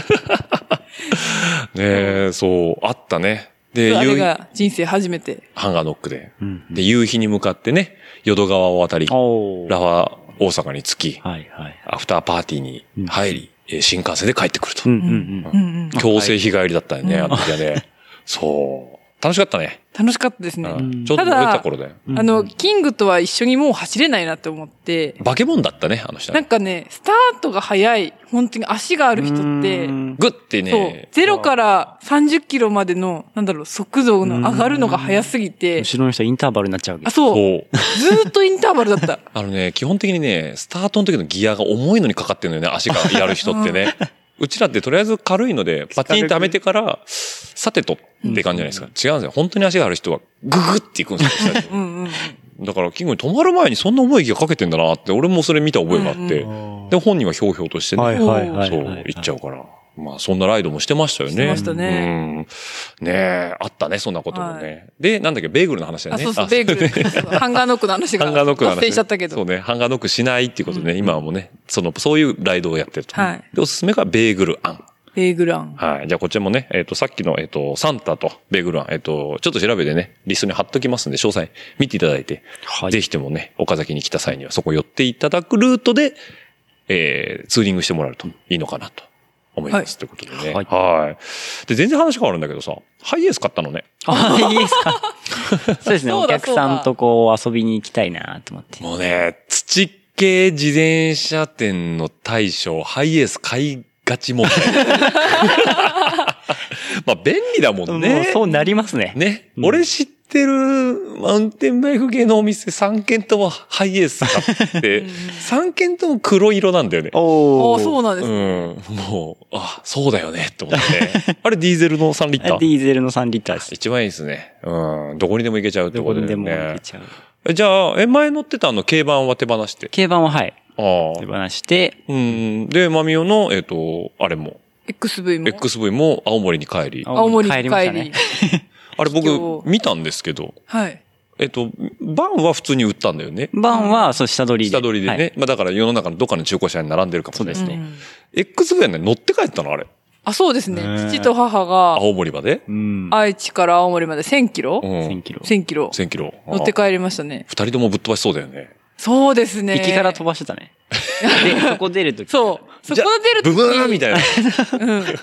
[SPEAKER 4] え、そう、あったね。で、
[SPEAKER 6] あ
[SPEAKER 4] 夕
[SPEAKER 6] れ
[SPEAKER 4] 日、
[SPEAKER 6] が人生初めて。
[SPEAKER 4] ハンガーノックで。
[SPEAKER 5] うん。
[SPEAKER 4] で、夕日に向かってね、淀川を渡り、
[SPEAKER 5] おー
[SPEAKER 4] ラファ大阪に着き、
[SPEAKER 5] はいはい。
[SPEAKER 4] アフターパーティーに入り、えー新幹線で帰ってくると
[SPEAKER 5] うん。うん
[SPEAKER 6] うんうん。
[SPEAKER 4] 強制日帰りだったよね、
[SPEAKER 6] は
[SPEAKER 4] あ
[SPEAKER 6] い
[SPEAKER 4] の時はね。そう。楽しかったね。
[SPEAKER 6] 楽しかったですね。
[SPEAKER 4] う
[SPEAKER 6] あ
[SPEAKER 4] んちょっと覚えた頃だよ。
[SPEAKER 5] うん。
[SPEAKER 6] の、キングとは一緒にもう走れないなって思って、
[SPEAKER 4] 化け物だったね、あの人は
[SPEAKER 6] なん
[SPEAKER 4] ね。
[SPEAKER 6] かね、スタートが早い、本当に足がある人って
[SPEAKER 5] う、ん
[SPEAKER 4] グッて
[SPEAKER 6] そう
[SPEAKER 4] ね、、
[SPEAKER 6] ゼロから30キロまでの、なんだろう、速度の上がるのが早すぎて、
[SPEAKER 5] 後ろの人はインターバルになっちゃうわけ
[SPEAKER 6] あ、。そう、
[SPEAKER 4] そう。
[SPEAKER 6] ずーっとインターバルだった。
[SPEAKER 4] あのね、基本的にね、スタートの時のギアが重いのにかかってるのよね、足がやる人って ね。うちらってとりあえず軽いので、パティンってはめてから、さてとって感じじゃないですか。違うんですよ。本当に足がある人は、ググっていくんですよ 下に
[SPEAKER 6] う。んうん。
[SPEAKER 4] だから、キングに止まる前にそんな重いギアかけてんだなって、俺もそれ見た覚えがあって。で、本人はひょうひょうとしてね、
[SPEAKER 5] はいはいはい。
[SPEAKER 4] そう、行っちゃうから。まあ、そんなライドもしてましたよね。
[SPEAKER 6] してましたね
[SPEAKER 4] うん。ねえ、あったね、そんなこともね。で、なんだっけ、ベーグルの話だよ
[SPEAKER 6] あ、
[SPEAKER 4] ね。
[SPEAKER 6] そうそう、ベーグル。そう ハンガーノックの話が
[SPEAKER 4] ハンガーノックの話
[SPEAKER 6] 発生しちゃったけど。
[SPEAKER 4] そうね。ハンガーノックしないっていうことでね、今はもうね、その、そういうライドをやってると。
[SPEAKER 6] はい
[SPEAKER 4] で、おすすめがベーグルあん。
[SPEAKER 6] ベーグラン。
[SPEAKER 4] はい。じゃあ、こっちもね、えっ、と、さっきの、えっ、と、サンタとベーグルあん、えっ、と、ちょっと調べてね、リストに貼っときますんで、詳細見ていただいて、
[SPEAKER 5] はい
[SPEAKER 4] ぜひともね、岡崎に来た際には、そこ寄っていただくルートで、えー、ツーリングしてもらうといいのかなと思います。ということでね。は。
[SPEAKER 5] はいい
[SPEAKER 4] で、全然話変わるんだけどさ、ハイエース買ったのね。
[SPEAKER 5] あ、いいですか。 そうですね。
[SPEAKER 6] そ
[SPEAKER 5] お
[SPEAKER 6] うだ
[SPEAKER 5] 客さんとこう遊びに行きたいなと思って。
[SPEAKER 4] もうね、土系自転車店の大将、ハイエース買いがち問題。 まあ、便利だもん
[SPEAKER 5] もう
[SPEAKER 4] ね。
[SPEAKER 5] そうなりますね。
[SPEAKER 4] ね、
[SPEAKER 5] うん
[SPEAKER 4] 俺知ってるマウンテンバイク系のお店3軒ともハイエース買って、3軒とも黒色なんだよね。
[SPEAKER 5] お
[SPEAKER 6] あ、そう
[SPEAKER 5] う
[SPEAKER 6] なんです。
[SPEAKER 4] うん。もう、あ、そうだよね、と思 って。あれディーゼルの3リッタ
[SPEAKER 5] デ
[SPEAKER 4] ー。
[SPEAKER 5] ィーゼルの3リッターです。
[SPEAKER 4] 一番いいですね。うん。どこにでも行けちゃうって
[SPEAKER 5] ど
[SPEAKER 4] こ
[SPEAKER 5] ことに
[SPEAKER 4] で
[SPEAKER 5] でも行
[SPEAKER 4] ね
[SPEAKER 5] け。ちゃう。
[SPEAKER 4] えじゃあ、え、前乗ってたあの、軽バンは手放して。
[SPEAKER 5] 軽バンははい。
[SPEAKER 4] ああ
[SPEAKER 5] 手。放して、
[SPEAKER 4] うん。で、マミオの、えっ、と、あれも、
[SPEAKER 6] XV も。
[SPEAKER 4] XV も青森に帰り。あ
[SPEAKER 6] 青森に帰り。
[SPEAKER 5] ましたね。
[SPEAKER 4] れ
[SPEAKER 6] 今
[SPEAKER 4] 僕、
[SPEAKER 6] 日
[SPEAKER 4] 見たんですけど、
[SPEAKER 6] はい。
[SPEAKER 4] えっ、と、バンは普通に売ったんだよね。
[SPEAKER 5] バンは、そう、下取りで。
[SPEAKER 4] 下取りでね。
[SPEAKER 5] はい。
[SPEAKER 4] まあだから世の中のどっかの中古車に並んでるかも
[SPEAKER 5] そうです
[SPEAKER 6] う
[SPEAKER 5] ね。
[SPEAKER 6] ん
[SPEAKER 4] XV はね、乗って帰ったのあれ。
[SPEAKER 6] あ、そうですね
[SPEAKER 5] へ。ー
[SPEAKER 6] 父と母が、
[SPEAKER 4] 青森まで。
[SPEAKER 5] うん。
[SPEAKER 6] 愛知から青森まで1000キロ
[SPEAKER 4] うん。
[SPEAKER 5] 1000キロ。
[SPEAKER 6] ?1000 キロ。
[SPEAKER 4] 1000キロ。
[SPEAKER 6] 乗って帰りましたね。
[SPEAKER 4] 二人ともぶっ飛ばしそうだよね。
[SPEAKER 6] そうですね。
[SPEAKER 5] 行きから飛ばしてた ね。で、そこ出るとき。
[SPEAKER 6] そう。そこで出る
[SPEAKER 4] ブ
[SPEAKER 6] と
[SPEAKER 4] ブーンみたいな。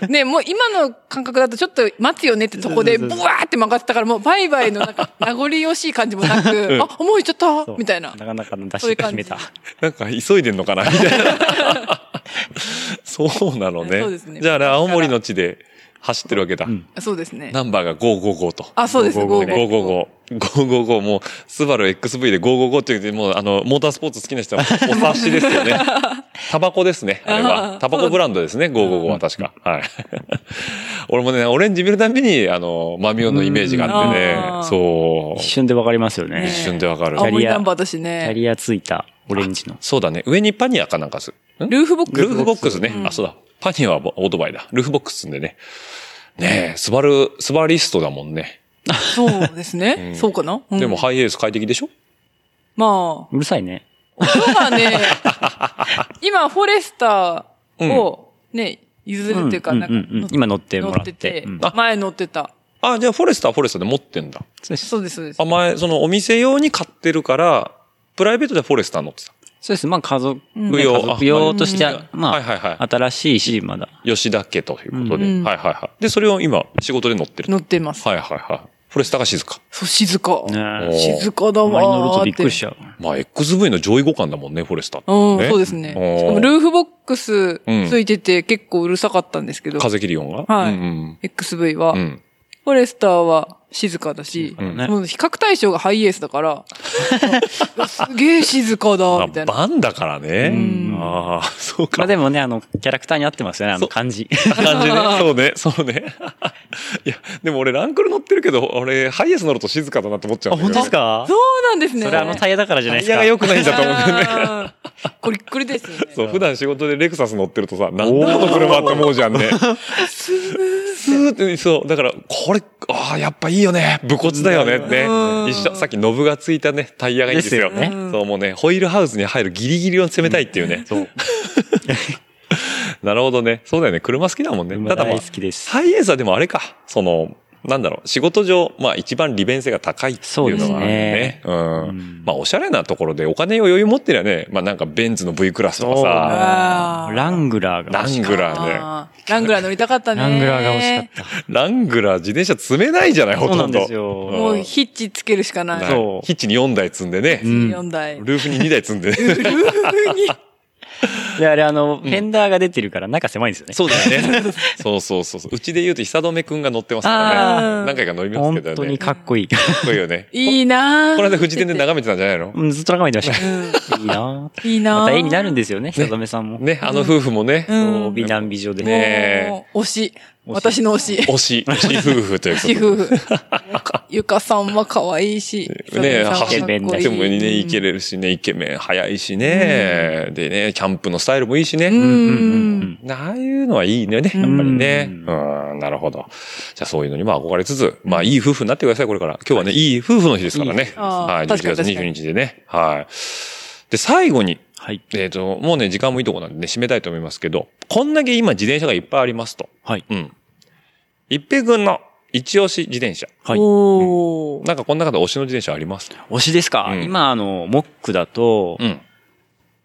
[SPEAKER 6] うんね、もう今の感覚だとちょっと待つよねってとこで、ブワーって曲がってたから、もうバイバイの なんか名残惜しい感じもなく、あ、もう行っちゃった
[SPEAKER 5] そう
[SPEAKER 6] みたいな。
[SPEAKER 5] なかなかの出
[SPEAKER 6] そういう
[SPEAKER 5] しが
[SPEAKER 6] 感
[SPEAKER 5] 決
[SPEAKER 6] じ
[SPEAKER 5] めた。
[SPEAKER 4] なんか急いでんのかなみたいな。 そうなのね。
[SPEAKER 6] そうですね
[SPEAKER 4] じゃああれ、青森の地で走ってるわけだ。
[SPEAKER 6] そうですね。
[SPEAKER 4] ナンバーが555と。
[SPEAKER 6] あ、そうです、
[SPEAKER 4] 555ね。555。
[SPEAKER 6] 555
[SPEAKER 4] 555もう、スバル XV で555って言って、もう、あの、モータースポーツ好きな人はお察しです よね。タバコですね、あれ
[SPEAKER 6] あー
[SPEAKER 4] は。タバコブランドですね、555は確か。はい。 俺もね、オレンジ見るたびに、あの、マミオのイメージがあってね
[SPEAKER 6] うんあー。
[SPEAKER 4] そ
[SPEAKER 5] 一瞬でわかりますよ
[SPEAKER 4] う。一
[SPEAKER 5] ね。
[SPEAKER 4] 瞬でわかる。
[SPEAKER 6] 青
[SPEAKER 5] あ
[SPEAKER 6] 森ナンバーだし
[SPEAKER 5] キャ
[SPEAKER 6] ね。
[SPEAKER 5] リアついた、オレンジの。
[SPEAKER 4] そうだね。上にパニアかなんかす。ん
[SPEAKER 6] ルーフボックス。
[SPEAKER 4] ルーフボックスね。あ、そうだ。パニアはボオートバイだ。ルーフボックスんでね。ねえ、スバル、スバリストだもんね。
[SPEAKER 6] そうですね。そうかなうん
[SPEAKER 4] でもハイエース快適でしょ
[SPEAKER 6] まあ、
[SPEAKER 5] うるさいね。
[SPEAKER 6] 音 がね、今、フォレスターをね、譲るっていうか、
[SPEAKER 5] うん
[SPEAKER 6] なんか
[SPEAKER 5] うんうんうん、今乗って
[SPEAKER 6] 乗
[SPEAKER 5] もら
[SPEAKER 6] っ
[SPEAKER 5] ってて
[SPEAKER 6] て
[SPEAKER 5] うん、
[SPEAKER 6] 前乗ってた。
[SPEAKER 4] あ、じゃあフォレスターはフォレスターで持ってんだ。
[SPEAKER 5] そうです
[SPEAKER 6] そうです、そうです
[SPEAKER 4] あ、。前、そのお店用に買ってるから、プライベートではフォレスター乗ってた。
[SPEAKER 5] そうです。まあ、家族
[SPEAKER 6] うん
[SPEAKER 5] ね
[SPEAKER 4] 用
[SPEAKER 5] 家族用として、ま
[SPEAKER 4] はい
[SPEAKER 5] あ、
[SPEAKER 4] はいは
[SPEAKER 5] 新しいし、まだ。
[SPEAKER 4] い。吉田家ということで。
[SPEAKER 6] うん
[SPEAKER 4] はいはいはい。で、それを今、仕事で乗ってる。
[SPEAKER 6] 乗ってます。
[SPEAKER 4] はいはいはい。フォレスタが静か。
[SPEAKER 6] そう、静か。
[SPEAKER 4] お
[SPEAKER 5] ね
[SPEAKER 6] 静かだ
[SPEAKER 5] あまり乗る
[SPEAKER 6] わー
[SPEAKER 5] と
[SPEAKER 6] って。
[SPEAKER 5] びっくりしちゃう。
[SPEAKER 4] まあ、XV の上位互換だもんね、フォレスタ。
[SPEAKER 6] うん、
[SPEAKER 4] ね
[SPEAKER 6] そうですね。
[SPEAKER 4] おー
[SPEAKER 6] しかもルーフボックスついてて結構うるさかったんですけど、
[SPEAKER 4] 風切り音が。
[SPEAKER 6] はい
[SPEAKER 4] うん、
[SPEAKER 6] XV は、
[SPEAKER 4] うん。うん。
[SPEAKER 6] フォレスターは静かだし、
[SPEAKER 4] うん
[SPEAKER 5] ね
[SPEAKER 6] もう比較対象がハイエースだから、うわすげえ静か
[SPEAKER 4] ま
[SPEAKER 6] だ、
[SPEAKER 4] あ、
[SPEAKER 6] みたいな。
[SPEAKER 4] バンだからね。
[SPEAKER 6] うん
[SPEAKER 4] ああ、そう
[SPEAKER 5] ま
[SPEAKER 4] か
[SPEAKER 5] あ。でもね、あの、キャラクターに合ってますよね、あ
[SPEAKER 4] そ
[SPEAKER 5] の
[SPEAKER 4] う
[SPEAKER 5] 感じ。
[SPEAKER 4] 感じね。そうね、そうね。いや、でも俺ランクル乗ってるけど、俺ハイエース乗ると静かだなって思っちゃうんだけど。か
[SPEAKER 5] か
[SPEAKER 6] そうなんです ね。
[SPEAKER 5] それあのタイヤだからじゃ
[SPEAKER 4] タ
[SPEAKER 5] ないで
[SPEAKER 4] イ
[SPEAKER 5] すか。
[SPEAKER 4] ヤが良くないんだと思うけどね。
[SPEAKER 6] あーこれっくりですよね。
[SPEAKER 4] そう、普段仕事でレクサス乗ってるとさ、なんだこの車って思うじゃんね。スーって、そう、だから、これ、ああ、やっぱいいよね。武骨だよね。
[SPEAKER 6] うん
[SPEAKER 4] ね。一緒、さっきノブがついたね、タイヤがいいんですよ。
[SPEAKER 5] ですよ
[SPEAKER 6] ね
[SPEAKER 4] そう、もうね、ホイールハウスに入るギリギリを攻めたいっていうね。そう。 なるほどね。そうだよね。車好きだもんね。
[SPEAKER 5] 馬
[SPEAKER 4] ただまあ
[SPEAKER 5] 大好、きです。
[SPEAKER 4] ハイエースはでもあれか、その、なんだろう、仕事上、まあ一番利便性が高いっていうのがあるね。うん
[SPEAKER 5] うん
[SPEAKER 4] まあおしゃれなところでお金を余裕持ってりゃね、まあなんかベンツの V クラスとかさ、
[SPEAKER 6] あー
[SPEAKER 5] ラングラーが
[SPEAKER 4] ラ
[SPEAKER 5] 欲し
[SPEAKER 4] ン
[SPEAKER 5] か
[SPEAKER 4] グラーね。
[SPEAKER 6] あーラングラー乗りたかった
[SPEAKER 5] った。ラン
[SPEAKER 6] ね。
[SPEAKER 5] グラーが欲しかっ
[SPEAKER 4] ラングラー自転車積めないじゃない、
[SPEAKER 5] た。
[SPEAKER 4] ほ
[SPEAKER 5] そう
[SPEAKER 4] と
[SPEAKER 5] なん
[SPEAKER 4] ん
[SPEAKER 5] で
[SPEAKER 4] ど
[SPEAKER 5] す。よ。
[SPEAKER 6] もうヒッチつけるしかない。
[SPEAKER 4] はい
[SPEAKER 5] そう
[SPEAKER 4] ヒッチに4台積んでね
[SPEAKER 5] う、ん
[SPEAKER 6] 4台。
[SPEAKER 4] ルーフに2台積んで ね。
[SPEAKER 5] で、あれ、あの、フェンダーが出てるから中狭いんですよね。
[SPEAKER 4] そうだよね。 そうそうそうそう。うちで言うと久留くんが乗ってますから
[SPEAKER 6] あー
[SPEAKER 4] ね。何回か乗りますけ
[SPEAKER 5] 本
[SPEAKER 4] どね。
[SPEAKER 5] 当にかっこいい。
[SPEAKER 4] かっこいいよね。
[SPEAKER 6] いいなー
[SPEAKER 4] この間、富士店で眺めてたんじゃないの
[SPEAKER 5] うんずっと眺めてました。いいなぁ
[SPEAKER 6] いいなー
[SPEAKER 5] また絵になるんですよね、久留さんも。
[SPEAKER 4] ね、あの夫婦もね、
[SPEAKER 5] そう
[SPEAKER 6] うん
[SPEAKER 5] 美男美女で。
[SPEAKER 4] ねえ
[SPEAKER 6] もう推し。私の推し。
[SPEAKER 4] 推し、推し夫婦と いうこと
[SPEAKER 6] 推
[SPEAKER 4] で
[SPEAKER 6] し夫婦。ゆかさんは可愛いし。
[SPEAKER 4] ね
[SPEAKER 6] さ
[SPEAKER 4] 走
[SPEAKER 5] っ
[SPEAKER 6] んは
[SPEAKER 5] て
[SPEAKER 6] かっこいい
[SPEAKER 4] でもね、いけれるしね、イケメン早いしね、でね、キャンプのスタイルもいいしね。
[SPEAKER 6] うん
[SPEAKER 5] うん
[SPEAKER 6] う
[SPEAKER 5] うんうん
[SPEAKER 6] ん。
[SPEAKER 4] ああいうのはいいね、やっぱりね。
[SPEAKER 5] うん
[SPEAKER 4] うん、なるほど。じゃあそういうのにも憧れつつ、まあいい夫婦になってください、これから。今日はね、いい夫婦の日ですから
[SPEAKER 5] いい
[SPEAKER 4] ね。
[SPEAKER 6] あー
[SPEAKER 4] はい、
[SPEAKER 6] 確か
[SPEAKER 4] 11
[SPEAKER 6] に
[SPEAKER 4] 月22日でね。はい。で、最後に、
[SPEAKER 5] はい。
[SPEAKER 4] えっ、と、もうね、時間もいいとこなんでね、締めたいと思いますけど、こんだけ今自転車がいっぱいありますと。
[SPEAKER 5] はい。
[SPEAKER 4] うん。一平君の一押し自転車。
[SPEAKER 5] はい。
[SPEAKER 6] おー。
[SPEAKER 4] なんかこんな方推しの自転車あります
[SPEAKER 5] 推しですか、
[SPEAKER 4] うん
[SPEAKER 5] 今、あの、モックだと、
[SPEAKER 4] ん。
[SPEAKER 5] う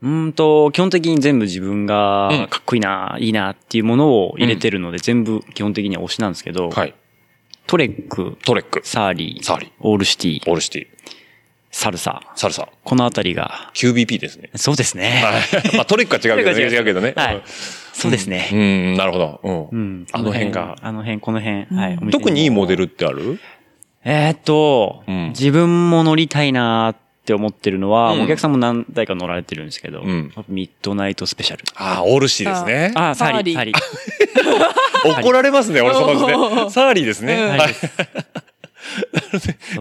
[SPEAKER 5] ーんと、基本的に全部自分
[SPEAKER 4] うん
[SPEAKER 5] がかっこいいな、いいなっていうものを入れてるので、全部基本的には推しなんですけど、
[SPEAKER 4] はい。
[SPEAKER 5] トレック、
[SPEAKER 4] トレック、
[SPEAKER 5] サーリー、
[SPEAKER 4] サーリー
[SPEAKER 5] オールシティ、
[SPEAKER 4] オールシティ、
[SPEAKER 5] サルサ、
[SPEAKER 4] サルサ、
[SPEAKER 5] このあたりが、
[SPEAKER 4] QBP ですね。
[SPEAKER 5] そうですね。
[SPEAKER 4] まあトレックは違うけどね。
[SPEAKER 5] トレック
[SPEAKER 4] 違
[SPEAKER 5] は違う
[SPEAKER 4] うけどね。
[SPEAKER 5] はい。そうですね。
[SPEAKER 4] うん、うんなるほど。うん。
[SPEAKER 5] うん。
[SPEAKER 4] あの辺が。
[SPEAKER 5] あの辺、この辺。はい。お店にも
[SPEAKER 4] 特にいいモデルってある
[SPEAKER 5] えーっと、
[SPEAKER 4] うん
[SPEAKER 5] 自分も乗りたいなーって思ってるのは、
[SPEAKER 4] うん
[SPEAKER 5] お客さんも何台か乗られてるんですけど、
[SPEAKER 4] うん
[SPEAKER 5] ミッドナイトスペシャル。
[SPEAKER 4] ああ、オールシティですね。
[SPEAKER 5] あー、サーリー、
[SPEAKER 6] サ
[SPEAKER 5] サ
[SPEAKER 6] ー
[SPEAKER 5] ー
[SPEAKER 6] リ
[SPEAKER 5] リー
[SPEAKER 4] 怒られますね、俺その時ね。サーリーですね。 はい。
[SPEAKER 5] ー。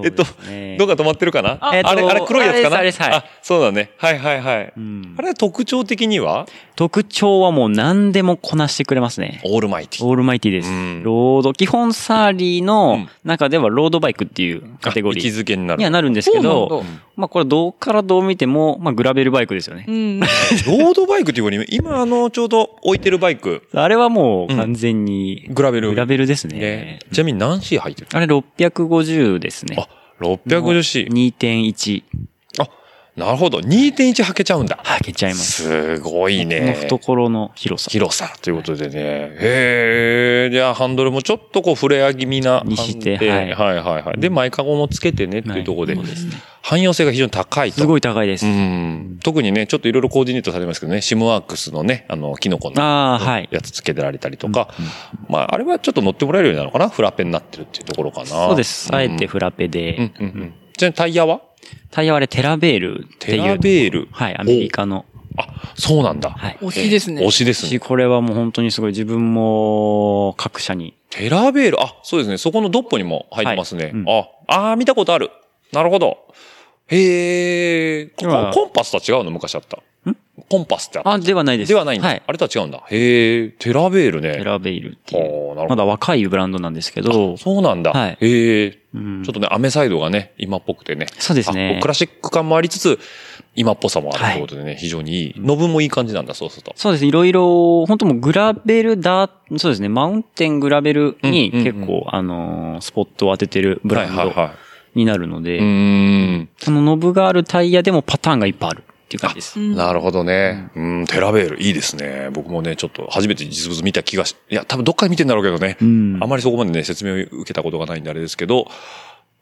[SPEAKER 4] えっと
[SPEAKER 5] そうですね
[SPEAKER 4] どっか止まってるかなあ
[SPEAKER 5] えっと
[SPEAKER 4] れ、あれ黒いやつかな
[SPEAKER 5] あれですあれですはい
[SPEAKER 4] あ、そうだね。はいはいはい。
[SPEAKER 5] うん
[SPEAKER 4] あれは特徴的には
[SPEAKER 5] 特徴はもう何でもこなしてくれますね。
[SPEAKER 4] オールマイティ。
[SPEAKER 5] オールマイティです。
[SPEAKER 4] うん
[SPEAKER 5] ロード、基本サーリー
[SPEAKER 4] う
[SPEAKER 5] の
[SPEAKER 4] ん
[SPEAKER 5] 中ではロードバイクっていうカテゴリ
[SPEAKER 4] 位置
[SPEAKER 5] ー
[SPEAKER 4] づけにな
[SPEAKER 5] には
[SPEAKER 4] る。
[SPEAKER 5] なるんですけ
[SPEAKER 6] そう
[SPEAKER 5] ど
[SPEAKER 6] なんだ、
[SPEAKER 5] まあこれどうからどう見ても、まあグラベルバイクですよね
[SPEAKER 6] う。ん。
[SPEAKER 4] ロードバイクっていうより、今あの、ちょうど置いてるバイク、
[SPEAKER 5] あれはもう完全に
[SPEAKER 4] グラベル。
[SPEAKER 5] グラベルですね
[SPEAKER 4] ね。。ちなみに何 C 入ってる
[SPEAKER 5] あれ650ですね
[SPEAKER 4] あ。、650C。
[SPEAKER 5] 2.1。
[SPEAKER 4] あ、なるほど。2.1履けちゃうんだ。
[SPEAKER 5] はけちゃいます。
[SPEAKER 4] すごい
[SPEAKER 5] この
[SPEAKER 4] ね。
[SPEAKER 5] 懐の広さ。
[SPEAKER 4] 広さということでね。へえ。じゃあハンドルもちょっとこう、フレア気味な。
[SPEAKER 5] にし
[SPEAKER 4] ハ
[SPEAKER 5] て
[SPEAKER 4] ンデ
[SPEAKER 5] はい
[SPEAKER 4] はいはいはい。で、前カゴもつけてねっていうところで。汎用性が非常に高いと。
[SPEAKER 5] すごい高いで
[SPEAKER 4] う
[SPEAKER 5] す。
[SPEAKER 4] ん。特にね、ちょっといろいろコーディネートされますけどね、シムワークスのね、あの、キノコの
[SPEAKER 5] ああ、はい。
[SPEAKER 4] やつつけてられたりとか、まあ、あれはちょっと乗ってもらえるようになるのかなフラペになってるっていうところかな。
[SPEAKER 5] そうです。あえてフラペ
[SPEAKER 4] うん。。うん
[SPEAKER 5] で
[SPEAKER 4] うんうん。ちなみにタイヤは
[SPEAKER 5] タイヤはあれテラベールって
[SPEAKER 4] テ
[SPEAKER 5] いう。
[SPEAKER 4] ラベール。
[SPEAKER 5] はい、アメリカの。
[SPEAKER 4] あ、そうなんだ。
[SPEAKER 5] はい。
[SPEAKER 6] 推しですね
[SPEAKER 4] 推。しですね
[SPEAKER 5] し、。これはもう本当にすごい。自分も各社に。
[SPEAKER 4] テラベール、あ、そうですね。そこのドッポにも入ってますね。
[SPEAKER 5] はいうん
[SPEAKER 4] あ、あー見たことある。なるほど。へえ。コ
[SPEAKER 5] では
[SPEAKER 4] コンパスとは違うの昔あった。コンパスってあった。
[SPEAKER 5] あ、ではないです。
[SPEAKER 4] ではないんだ、
[SPEAKER 5] はい。
[SPEAKER 4] あれとは違うんだ。へえ、テラベールね。
[SPEAKER 5] テラベールっていう。
[SPEAKER 4] おーなるほど。
[SPEAKER 5] まだ若いブランドなんですけど。
[SPEAKER 4] そうなんだ。
[SPEAKER 5] はい
[SPEAKER 4] へえ。
[SPEAKER 5] うん
[SPEAKER 4] ちょっとね、アメサイドがね、今っぽくてね。
[SPEAKER 5] そうです
[SPEAKER 4] あこ
[SPEAKER 5] ね
[SPEAKER 4] うク。ラシック感もありつつ、今っぽさもあるということでね、非常にいい。ノブもいい感じなんだ、そうすると。
[SPEAKER 5] そうですね。いろいろ、本当もうグラベルだ、そうですね。マウンテングラベルに
[SPEAKER 4] うんうんうん
[SPEAKER 5] 結構、あのースポットを当ててるブラン
[SPEAKER 4] はいはい
[SPEAKER 5] ド
[SPEAKER 4] は
[SPEAKER 5] になるの
[SPEAKER 4] い。う
[SPEAKER 5] で、
[SPEAKER 4] ーん。
[SPEAKER 5] そのノブがあるタイヤでもパターンがいっぱいある。っていう感じです。
[SPEAKER 4] なるほどね。うん、テラベール、いいですね。僕もね、ちょっと初めて実物見た気がし、いや、多分どっかで見てんだろうけどね。
[SPEAKER 5] ん
[SPEAKER 4] あまりそこまでね、説明を受けたことがないんであれですけど、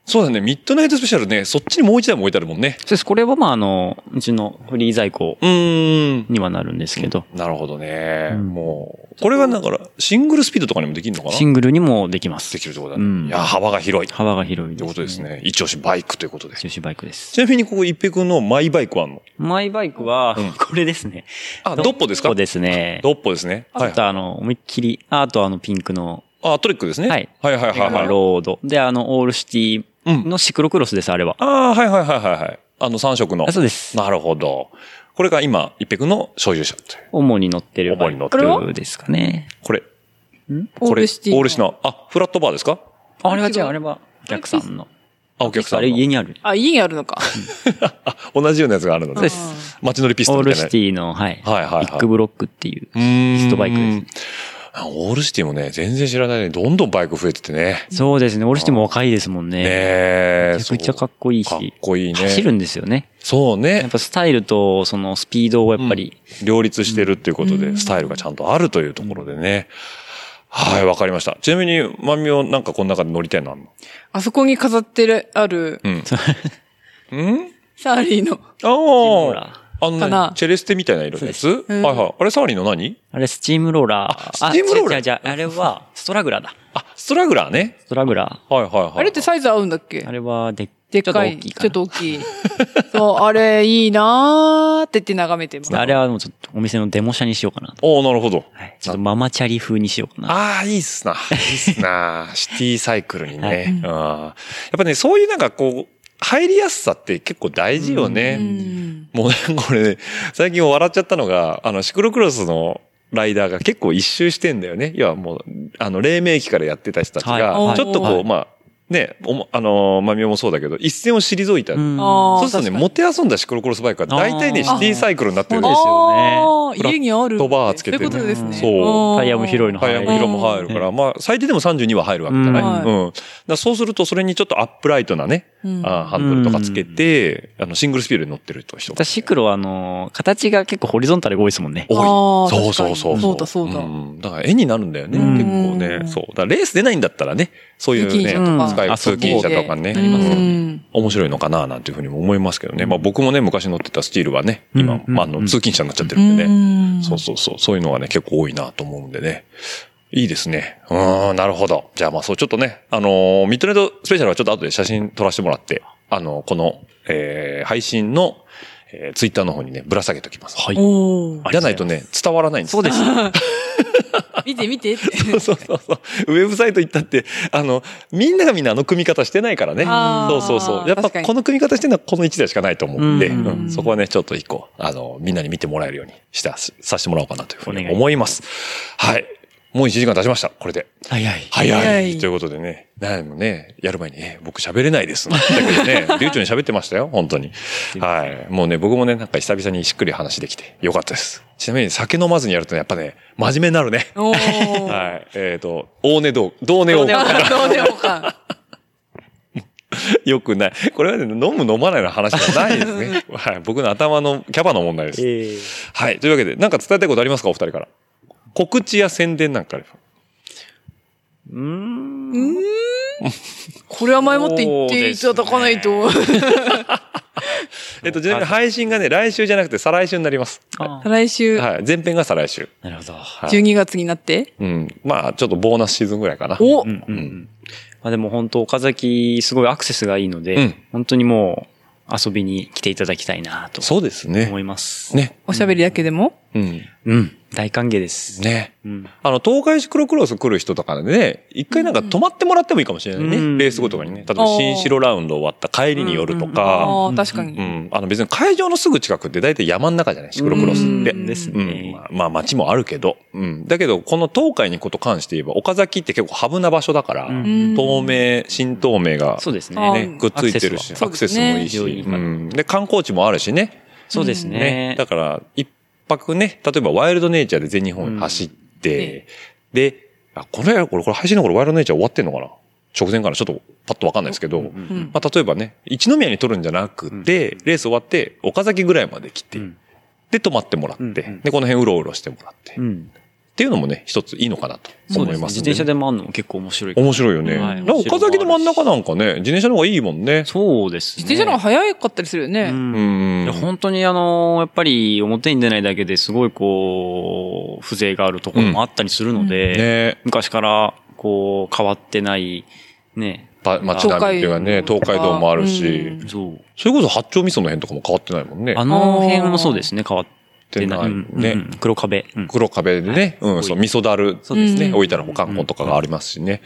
[SPEAKER 4] そうだね、ミッドナイトスペシャルね、そっちにもう一台も置いてあるもんね。
[SPEAKER 5] そうです。これはまあ、あの、うちのフリー在庫
[SPEAKER 4] うーん。
[SPEAKER 5] にはなるんですけど、
[SPEAKER 4] なるほどね。
[SPEAKER 5] うん
[SPEAKER 4] もう、これはだから、シングルスピードとかにもできるのかな
[SPEAKER 5] シングルにもできま。
[SPEAKER 4] ですきるってことだね。
[SPEAKER 5] うん
[SPEAKER 4] いや、幅が広い。っ
[SPEAKER 5] 幅が広い
[SPEAKER 4] てことです
[SPEAKER 5] ね。
[SPEAKER 4] ね。一押しバイクということで。
[SPEAKER 5] 中止バイクです。
[SPEAKER 4] ちなみにここ一平君のマイバイクはあんの
[SPEAKER 5] マイバイクは
[SPEAKER 4] うん、
[SPEAKER 5] これですね。
[SPEAKER 4] あ、ドッポですか
[SPEAKER 5] そうですね。
[SPEAKER 4] ドッポですね。は
[SPEAKER 5] あ
[SPEAKER 4] い。
[SPEAKER 5] とあの、思いっきり、ああとあの、ピンクの、
[SPEAKER 4] あ、トリックですね。
[SPEAKER 5] はい。
[SPEAKER 4] はいはいはいはい。
[SPEAKER 5] ロード。で、あの、オールシティのシクロクロスです、あれは。
[SPEAKER 4] ああー、はいはいはいはいはい。あの3色の
[SPEAKER 5] あ。そうです。
[SPEAKER 4] なるほど。これが今、一平君の所有者という。
[SPEAKER 5] 主に乗ってる
[SPEAKER 4] 主
[SPEAKER 5] バ
[SPEAKER 4] に
[SPEAKER 5] イ
[SPEAKER 4] 乗っ
[SPEAKER 6] る
[SPEAKER 5] クですかね。
[SPEAKER 4] これ。
[SPEAKER 6] オ
[SPEAKER 4] こ
[SPEAKER 6] ー
[SPEAKER 4] れ
[SPEAKER 6] ルシティ。
[SPEAKER 4] オールシの。あ、フラットバーですか
[SPEAKER 5] あれは違う、あれは、お客さんの。
[SPEAKER 4] あ、お客さん
[SPEAKER 5] あ
[SPEAKER 4] の。
[SPEAKER 5] れ家にある。
[SPEAKER 6] あ、家にあるのか。
[SPEAKER 4] あ、同じようなやつがあるの
[SPEAKER 5] そう
[SPEAKER 4] で
[SPEAKER 5] で。す。
[SPEAKER 4] 街乗りピス
[SPEAKER 5] オ
[SPEAKER 4] ト
[SPEAKER 5] ー
[SPEAKER 4] ンみ
[SPEAKER 5] ル
[SPEAKER 4] たい
[SPEAKER 5] シ
[SPEAKER 4] な
[SPEAKER 5] テ。ィの、はい。
[SPEAKER 4] はいはいはい
[SPEAKER 5] ビッグブロックっていう。
[SPEAKER 4] うーん
[SPEAKER 5] ピストバイクで
[SPEAKER 4] あオールシティもね、全然知らないのに、どんどんバイク増えててね。
[SPEAKER 5] そうですね。オールシティも若いですもん
[SPEAKER 4] ね
[SPEAKER 5] ね。
[SPEAKER 4] え
[SPEAKER 5] めちゃくちゃかっこいいし
[SPEAKER 4] かっこいいね。
[SPEAKER 5] 走るんですよね。
[SPEAKER 4] そう
[SPEAKER 5] や
[SPEAKER 4] ね
[SPEAKER 5] っ。ぱスタイルと、そのスピードをやっぱり、
[SPEAKER 4] 両立してるっていうことで、スタイルがちゃんとあるというところでね。はい、わかりました。ちなみに、まみおなんかこの中で乗りたいのあんの
[SPEAKER 6] あそこに飾ってる、ある、
[SPEAKER 4] うん
[SPEAKER 6] サーリーの。
[SPEAKER 5] ほ
[SPEAKER 4] あ
[SPEAKER 5] ら
[SPEAKER 4] あ。あの
[SPEAKER 6] か
[SPEAKER 4] ね
[SPEAKER 6] な、
[SPEAKER 4] チェレステみたいな色のやつはい
[SPEAKER 6] うん
[SPEAKER 4] はい。あれ、サーリーの何
[SPEAKER 5] あれスチームローラー。
[SPEAKER 4] あスチームローラー
[SPEAKER 5] じゃあ、あれは、ストラグラーだ。
[SPEAKER 4] あ、ストラグラーね。
[SPEAKER 5] ストラグラ
[SPEAKER 4] はいはいはい。
[SPEAKER 6] あれってサイズ合うんだっけ
[SPEAKER 5] ー。あれは、で、
[SPEAKER 6] でっか
[SPEAKER 5] ちょっと大
[SPEAKER 6] い。
[SPEAKER 5] きいか
[SPEAKER 6] ちょ
[SPEAKER 5] な
[SPEAKER 6] っと大きい。そう、あれいいなーって言って眺めてます。
[SPEAKER 5] あれはもうちょっとお店のデモ車にしようかなと。
[SPEAKER 4] おーなるほど。
[SPEAKER 5] はい。ちょっとママチャリ風にしようかな。
[SPEAKER 4] ああ、いいっすな。いいっす な。シティサイクルにね。うんやっぱね、そういうなんかこう、入りやすさって結構大事よね。
[SPEAKER 6] うん。
[SPEAKER 4] もうねこれね、最近笑っちゃったのが、あの、シクロクロスのライダーが結構一周してんだよね。要はもう、あの、黎明期からやってた人たち
[SPEAKER 5] はい
[SPEAKER 4] が
[SPEAKER 5] は、い
[SPEAKER 4] ちょっとこ
[SPEAKER 5] は
[SPEAKER 4] う、
[SPEAKER 5] い
[SPEAKER 4] まあ、ね、おもあのー、まみおもそうだけど、一線を退いた。
[SPEAKER 5] うん
[SPEAKER 6] あー
[SPEAKER 4] そうするとね、
[SPEAKER 6] 確
[SPEAKER 4] モテ遊んだシクロクロスバイクは大体ね、
[SPEAKER 5] あー
[SPEAKER 4] シティサイクルになって
[SPEAKER 5] そ
[SPEAKER 4] る
[SPEAKER 5] うんで
[SPEAKER 4] ですすよ。
[SPEAKER 5] よ
[SPEAKER 6] あー家にあるって。
[SPEAKER 4] フラットバーつけてね
[SPEAKER 6] そういうことですね。
[SPEAKER 4] そう
[SPEAKER 6] あー
[SPEAKER 5] タイヤも広いの
[SPEAKER 4] タイヤも色も入るから、まあ、最低でも32は入るわけじゃない。う。
[SPEAKER 6] うんん
[SPEAKER 4] だからそうすると、それにちょっとアップライトなね、
[SPEAKER 6] うん
[SPEAKER 4] あーハンドルとかつけて、あの、シングルスピードに乗ってると人が
[SPEAKER 5] 私、シクロはあの、形が結構ホリゾンタルが多いですもんね。
[SPEAKER 4] 多い。
[SPEAKER 6] あー
[SPEAKER 4] そうそうそう。
[SPEAKER 6] 確かにそうだそうだ
[SPEAKER 4] んだから絵になるんだよね。
[SPEAKER 5] うん
[SPEAKER 4] 結構ね。そう。だからレース出ないんだったらね、そういう
[SPEAKER 6] 通勤
[SPEAKER 4] ね、
[SPEAKER 6] 者とか
[SPEAKER 4] 使い
[SPEAKER 5] あ
[SPEAKER 4] 通勤者とかね、
[SPEAKER 6] うん。
[SPEAKER 4] 面白いのかななんていうふうにも思いますけどね。まあ僕もね、昔乗ってたスチールはね、今、
[SPEAKER 5] うん
[SPEAKER 4] まああ
[SPEAKER 5] う
[SPEAKER 4] の、
[SPEAKER 5] ん
[SPEAKER 4] 通勤者になっちゃって
[SPEAKER 6] う
[SPEAKER 4] るんでね。
[SPEAKER 6] ん。
[SPEAKER 4] そうそうそう。そういうのはね、結構多いなと思うんでね。いいですね。うーん、なるほど。じゃあまあそう、ちょっとね、あのーミッドナイトスペシャルはちょっと後で写真撮らせてもらって、あのこの、えー、配信の、えー、ツイッターの方にね、ぶら下げときます。はい。
[SPEAKER 6] おー
[SPEAKER 4] じゃないとね、伝わらないんですよ
[SPEAKER 5] そうです。
[SPEAKER 6] 見て見てって。
[SPEAKER 4] そうそうそう。ウェブサイト行ったって、あの、みんながみんなあの組み方してないからね。
[SPEAKER 6] あー
[SPEAKER 4] そうそうそう。やっぱ
[SPEAKER 6] 確かに
[SPEAKER 4] この組み方してるのはこの1台しかないと思うんで、
[SPEAKER 5] うん
[SPEAKER 4] うんそこはね、ちょっと一個、あの、みんなに見てもらえるようにした、させてもらおうかなというふうに
[SPEAKER 5] お願い
[SPEAKER 4] 思います。はい。もう1時間経ちました、これで。
[SPEAKER 5] 早い。
[SPEAKER 4] 早い
[SPEAKER 6] 早い
[SPEAKER 4] ということでね、何もね、やる前に、え僕喋れないです。だけどね、流暢に喋ってましたよ、本当に。はい。もうね、僕もね、なんか久々にしっくり話できて、よかったです。ちなみに酒飲まずにやるとね、やっぱね、真面目になるね。
[SPEAKER 6] おー。
[SPEAKER 4] はい。えっ、と、大根道、同根を
[SPEAKER 6] あどうでもか。
[SPEAKER 4] よくない。これはね、飲む飲まないの話じゃないですね。はい。僕の頭のキャパの問題です。
[SPEAKER 5] ええ
[SPEAKER 4] はい。というわけで、なんか伝えたいことありますかお二人から。告知や宣伝なんかあれば。
[SPEAKER 5] うーん。
[SPEAKER 6] これは前もって言っていただかないと。
[SPEAKER 4] えっと、ちなみに配信がね、来週じゃなくて再来週になります。は
[SPEAKER 6] 来
[SPEAKER 4] い。
[SPEAKER 6] 週、
[SPEAKER 4] はい前編が再来週。
[SPEAKER 5] なるほど。
[SPEAKER 6] 12月になって。
[SPEAKER 4] うん。まあ、ちょっとボーナスシーズンぐらいかな。
[SPEAKER 6] お
[SPEAKER 5] うんうんうん。まあでも本当、岡崎、すごいアクセスがいいので、
[SPEAKER 4] うん
[SPEAKER 5] 本当にもう、遊びに来ていただきたいなと
[SPEAKER 4] そうです
[SPEAKER 5] 思
[SPEAKER 4] ね。
[SPEAKER 5] います。
[SPEAKER 4] ね。
[SPEAKER 6] おしゃべりだけでも
[SPEAKER 4] うん。
[SPEAKER 5] うん。大歓迎です。
[SPEAKER 4] ね。
[SPEAKER 5] うん。
[SPEAKER 4] あの、東海市クロクロス来る人とかでね、一回なんか泊まってもらってもいいかもしれないね。
[SPEAKER 5] うん
[SPEAKER 4] レース後とかにね。例えば新城ラウンド終わった帰りによるとか。
[SPEAKER 6] ああ、確かに
[SPEAKER 4] う。ん。あの別に会場のすぐ近くって大体山の中じゃないシクロクロスって。
[SPEAKER 5] うんです
[SPEAKER 4] う
[SPEAKER 5] ね
[SPEAKER 4] ん。まあ、まあ街もあるけど。うん。だけど、この東海にこと関して言えば、岡崎って結構ハブな場所だから、
[SPEAKER 6] ん
[SPEAKER 4] 透明、新透明が、
[SPEAKER 5] そうです
[SPEAKER 6] あ
[SPEAKER 5] ね。
[SPEAKER 4] ね、くっついてるし、ア
[SPEAKER 6] ア
[SPEAKER 4] ク
[SPEAKER 6] ク
[SPEAKER 4] セ
[SPEAKER 6] セ
[SPEAKER 4] ス
[SPEAKER 6] スは
[SPEAKER 4] もいいし、
[SPEAKER 5] そうですね
[SPEAKER 4] うん。で、観光地もあるしね。
[SPEAKER 5] そうです
[SPEAKER 4] ね
[SPEAKER 5] ね。。
[SPEAKER 4] だから、一泊ね、例えばワイルドネイチャーで全日本走って、で、あ、これ、これ、これ配信の頃ワイルドネイチャー終わってんのかな直前からちょっとパッとわかんないですけど、
[SPEAKER 5] うんうん
[SPEAKER 6] うん
[SPEAKER 4] まあ、例えばね、一宮に取るんじゃなくて、レース終わって、岡崎ぐらいまで来て、
[SPEAKER 5] うん
[SPEAKER 4] で、泊まってもらって、
[SPEAKER 5] うんうん
[SPEAKER 4] で、この辺うろうろしてもらって、
[SPEAKER 5] う
[SPEAKER 4] っ
[SPEAKER 5] ん。
[SPEAKER 4] ていうのもね、一ついいのかなと
[SPEAKER 5] そう
[SPEAKER 4] 思
[SPEAKER 5] で
[SPEAKER 4] い
[SPEAKER 5] すね。
[SPEAKER 4] ます
[SPEAKER 5] 自
[SPEAKER 4] んでね、
[SPEAKER 5] 転車で回るのも結構面白い。
[SPEAKER 4] 面白いよね。
[SPEAKER 5] はい
[SPEAKER 4] なんか岡崎の真ん中なんかね、自転車の方がいいもんね。
[SPEAKER 5] そうですね。
[SPEAKER 6] 自転車の方が早かったりするよね。
[SPEAKER 5] うん
[SPEAKER 4] うん
[SPEAKER 5] いや本当にあの、やっぱり表に出ないだけですごいこう、風情があるところもあったりするので、
[SPEAKER 4] ね
[SPEAKER 5] 昔からこう、変わってない、ね。
[SPEAKER 4] ば街並みっていうかね、東
[SPEAKER 6] 東
[SPEAKER 4] 海
[SPEAKER 6] 海
[SPEAKER 4] 道もあるし、
[SPEAKER 6] うん
[SPEAKER 5] そう。
[SPEAKER 4] それこそ八丁味噌の辺とかも変わってないもんね。
[SPEAKER 5] あの辺もそうですね、変わってない。
[SPEAKER 4] 変わって
[SPEAKER 5] うん
[SPEAKER 4] ない
[SPEAKER 5] うんうん黒壁。うん
[SPEAKER 4] 黒壁でね、うん、そう、味噌だる、そう
[SPEAKER 6] ですね
[SPEAKER 4] 置いたら保管庫とかがありますしね。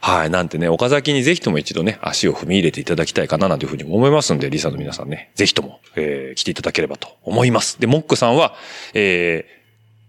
[SPEAKER 4] はい、なんてね、岡崎にぜひとも一度ね、足を踏み入れていただきたいかな、なんていうふうに思いますんで、リサの皆さんね、ぜひとも、えー、来ていただければと思います。で、モックさんは、え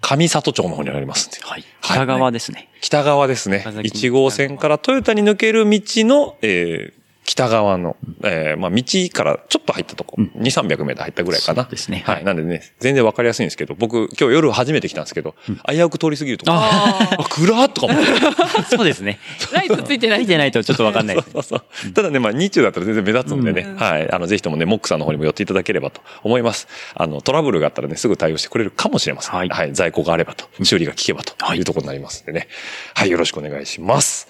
[SPEAKER 4] ー、上里町の方にありますんで。
[SPEAKER 5] はい。北側ですね。
[SPEAKER 4] 北側ですね
[SPEAKER 5] 岡。崎
[SPEAKER 4] 1号線からトヨタに抜ける道の、えー、北側の、えー、まあ、道からちょっと入ったとこ、
[SPEAKER 5] うん
[SPEAKER 4] 2、300メーター入ったぐらいかな
[SPEAKER 5] そう。ですね。
[SPEAKER 4] はい。。なんでね、全然わかりやすいんですけど、僕、今日夜初めて来たんですけど、危うく通り過ぎるとこあ、
[SPEAKER 6] あ
[SPEAKER 4] 暗ーっとかも。
[SPEAKER 5] そうですね。
[SPEAKER 6] ーライトついてな
[SPEAKER 5] 見
[SPEAKER 6] い。
[SPEAKER 5] てないとちょっとわかんない ですね。
[SPEAKER 4] そうそうただね、まあ、日中だったら全然目立つんでね、はい。あの、ぜひともね、モックさんの方にも寄っていただければと思います。あの、トラブルがあったらね、すぐ対応してくれるかもしれません。は。
[SPEAKER 5] はいい
[SPEAKER 4] 在庫があればと、修理が効けばというところになりますんでね。はい、よろしくお願いします。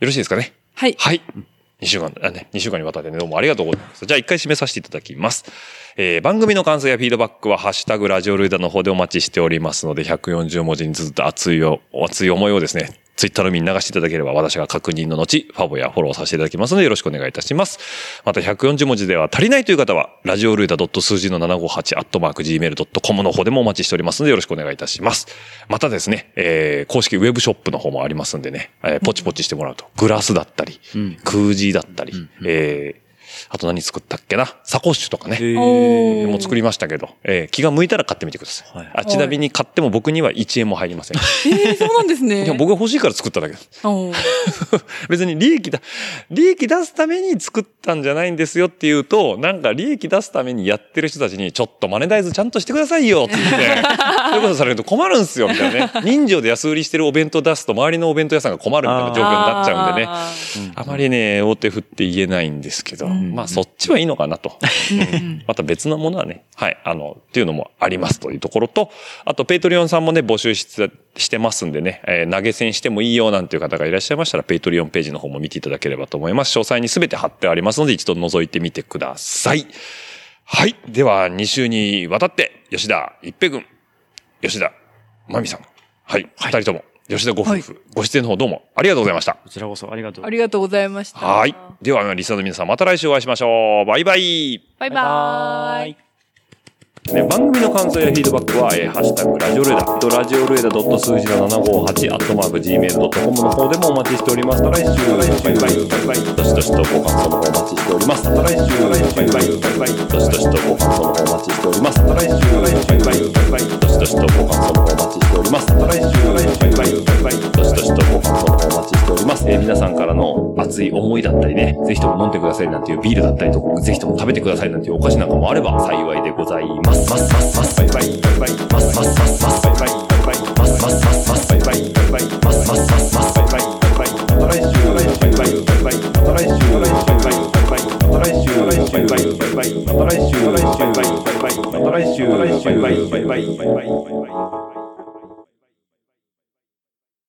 [SPEAKER 4] よろしいですかね
[SPEAKER 6] はい。
[SPEAKER 4] はい。2週間、あね、2週間にわたってね、どうもありがとうございます。じゃあ一回締めさせていただきます。えー、番組の感想やフィードバックは、ハッシュタグラジオルイダの方でお待ちしておりますので、140文字にずっと熱いよ、熱い思いをですね、ツイッターのみに流していただければ、私が確認の後、ファボやフォローさせていただきますので、よろしくお願いいたします。また、140文字では足りないという方は、ラジオルイダ数字の758、アットマーク、gmail.com の方でもお待ちしておりますので、よろしくお願いいたします。またですね、えー、公式ウェブショップの方もありますんでね、えー、ポチポチしてもらうと、グラスだったり、
[SPEAKER 5] うん
[SPEAKER 4] 空ーだったり、えー、あと何作ったっけなサコッシュとかね。
[SPEAKER 6] おー
[SPEAKER 4] もう作りましたけど、えー気が向いたら買ってみてください。
[SPEAKER 5] はい
[SPEAKER 4] あちなみに買っても僕には1円も入りません。
[SPEAKER 6] えー、そうなんですね。
[SPEAKER 4] でも僕が欲しいから作っただけです。
[SPEAKER 6] おー
[SPEAKER 4] 別に利益だ、利益出すために作ったんじゃないんですよっていうと、なんか利益出すためにやってる人たちに、ちょっとマネタイズちゃんとしてくださいよって言って、そういうことされると困るんすよみたいなね。人情で安売りしてるお弁当出すと、周りのお弁当屋さんが困るみたいな状況になっちゃうんでね。
[SPEAKER 6] あ
[SPEAKER 4] あまりね、大手振って言えないんですけど、まあそっちはいいのかなと。うんまた別のものはね、はい、あの、っていうのもありますというところと、あと、ペイトリオンさんもね、募集してしてますんでね、えー投げ銭してもいいよなんていう方がいらっしゃいましたら、ペイトリオンページの方も見ていただければと思います。詳細に全て貼ってありますので、一度覗いてみてください。はい。では、2週にわたって、吉田一平君、吉田真美さん、はい、二、人とも、吉田ご夫婦、
[SPEAKER 6] はい
[SPEAKER 4] ご出演の方どうもありがとうございました。
[SPEAKER 5] こちらこそありがとう
[SPEAKER 6] ーありがとうございました。
[SPEAKER 4] はい。では、リスナーの皆さん、また来週お会いしましょう。バイバイ。
[SPEAKER 6] バイバーイ。
[SPEAKER 4] ね、番組の感想やフィードバックは、えーハッシュタグ、ラジオルエダ、えっとラジオルエダ数字の758、アットマーク、gmail.com の方でもお待ちしております。また来週、バイバイ、バイバイ、どしどしとご感想の方お待ちしております。また来週、バイバイ、バイバイ、どしどしとご感想の方お待ちしております。また来週、バイバイ、バイバイ、どしどしとご感想の方お待ちしております。また来週、バイバイ、バイバイ、どしどしとご感想の方お待ちしております。えー皆さんからの熱い思いだったりね、ぜひとも飲んでくださいなんていうビールだったりとか、ぜひとも食べてくださいなんていうお菓子なんかもあれば幸いでございます。ますますますバイバイバイバイますますますますバイバイバイバイますますますますバイバイバイバイます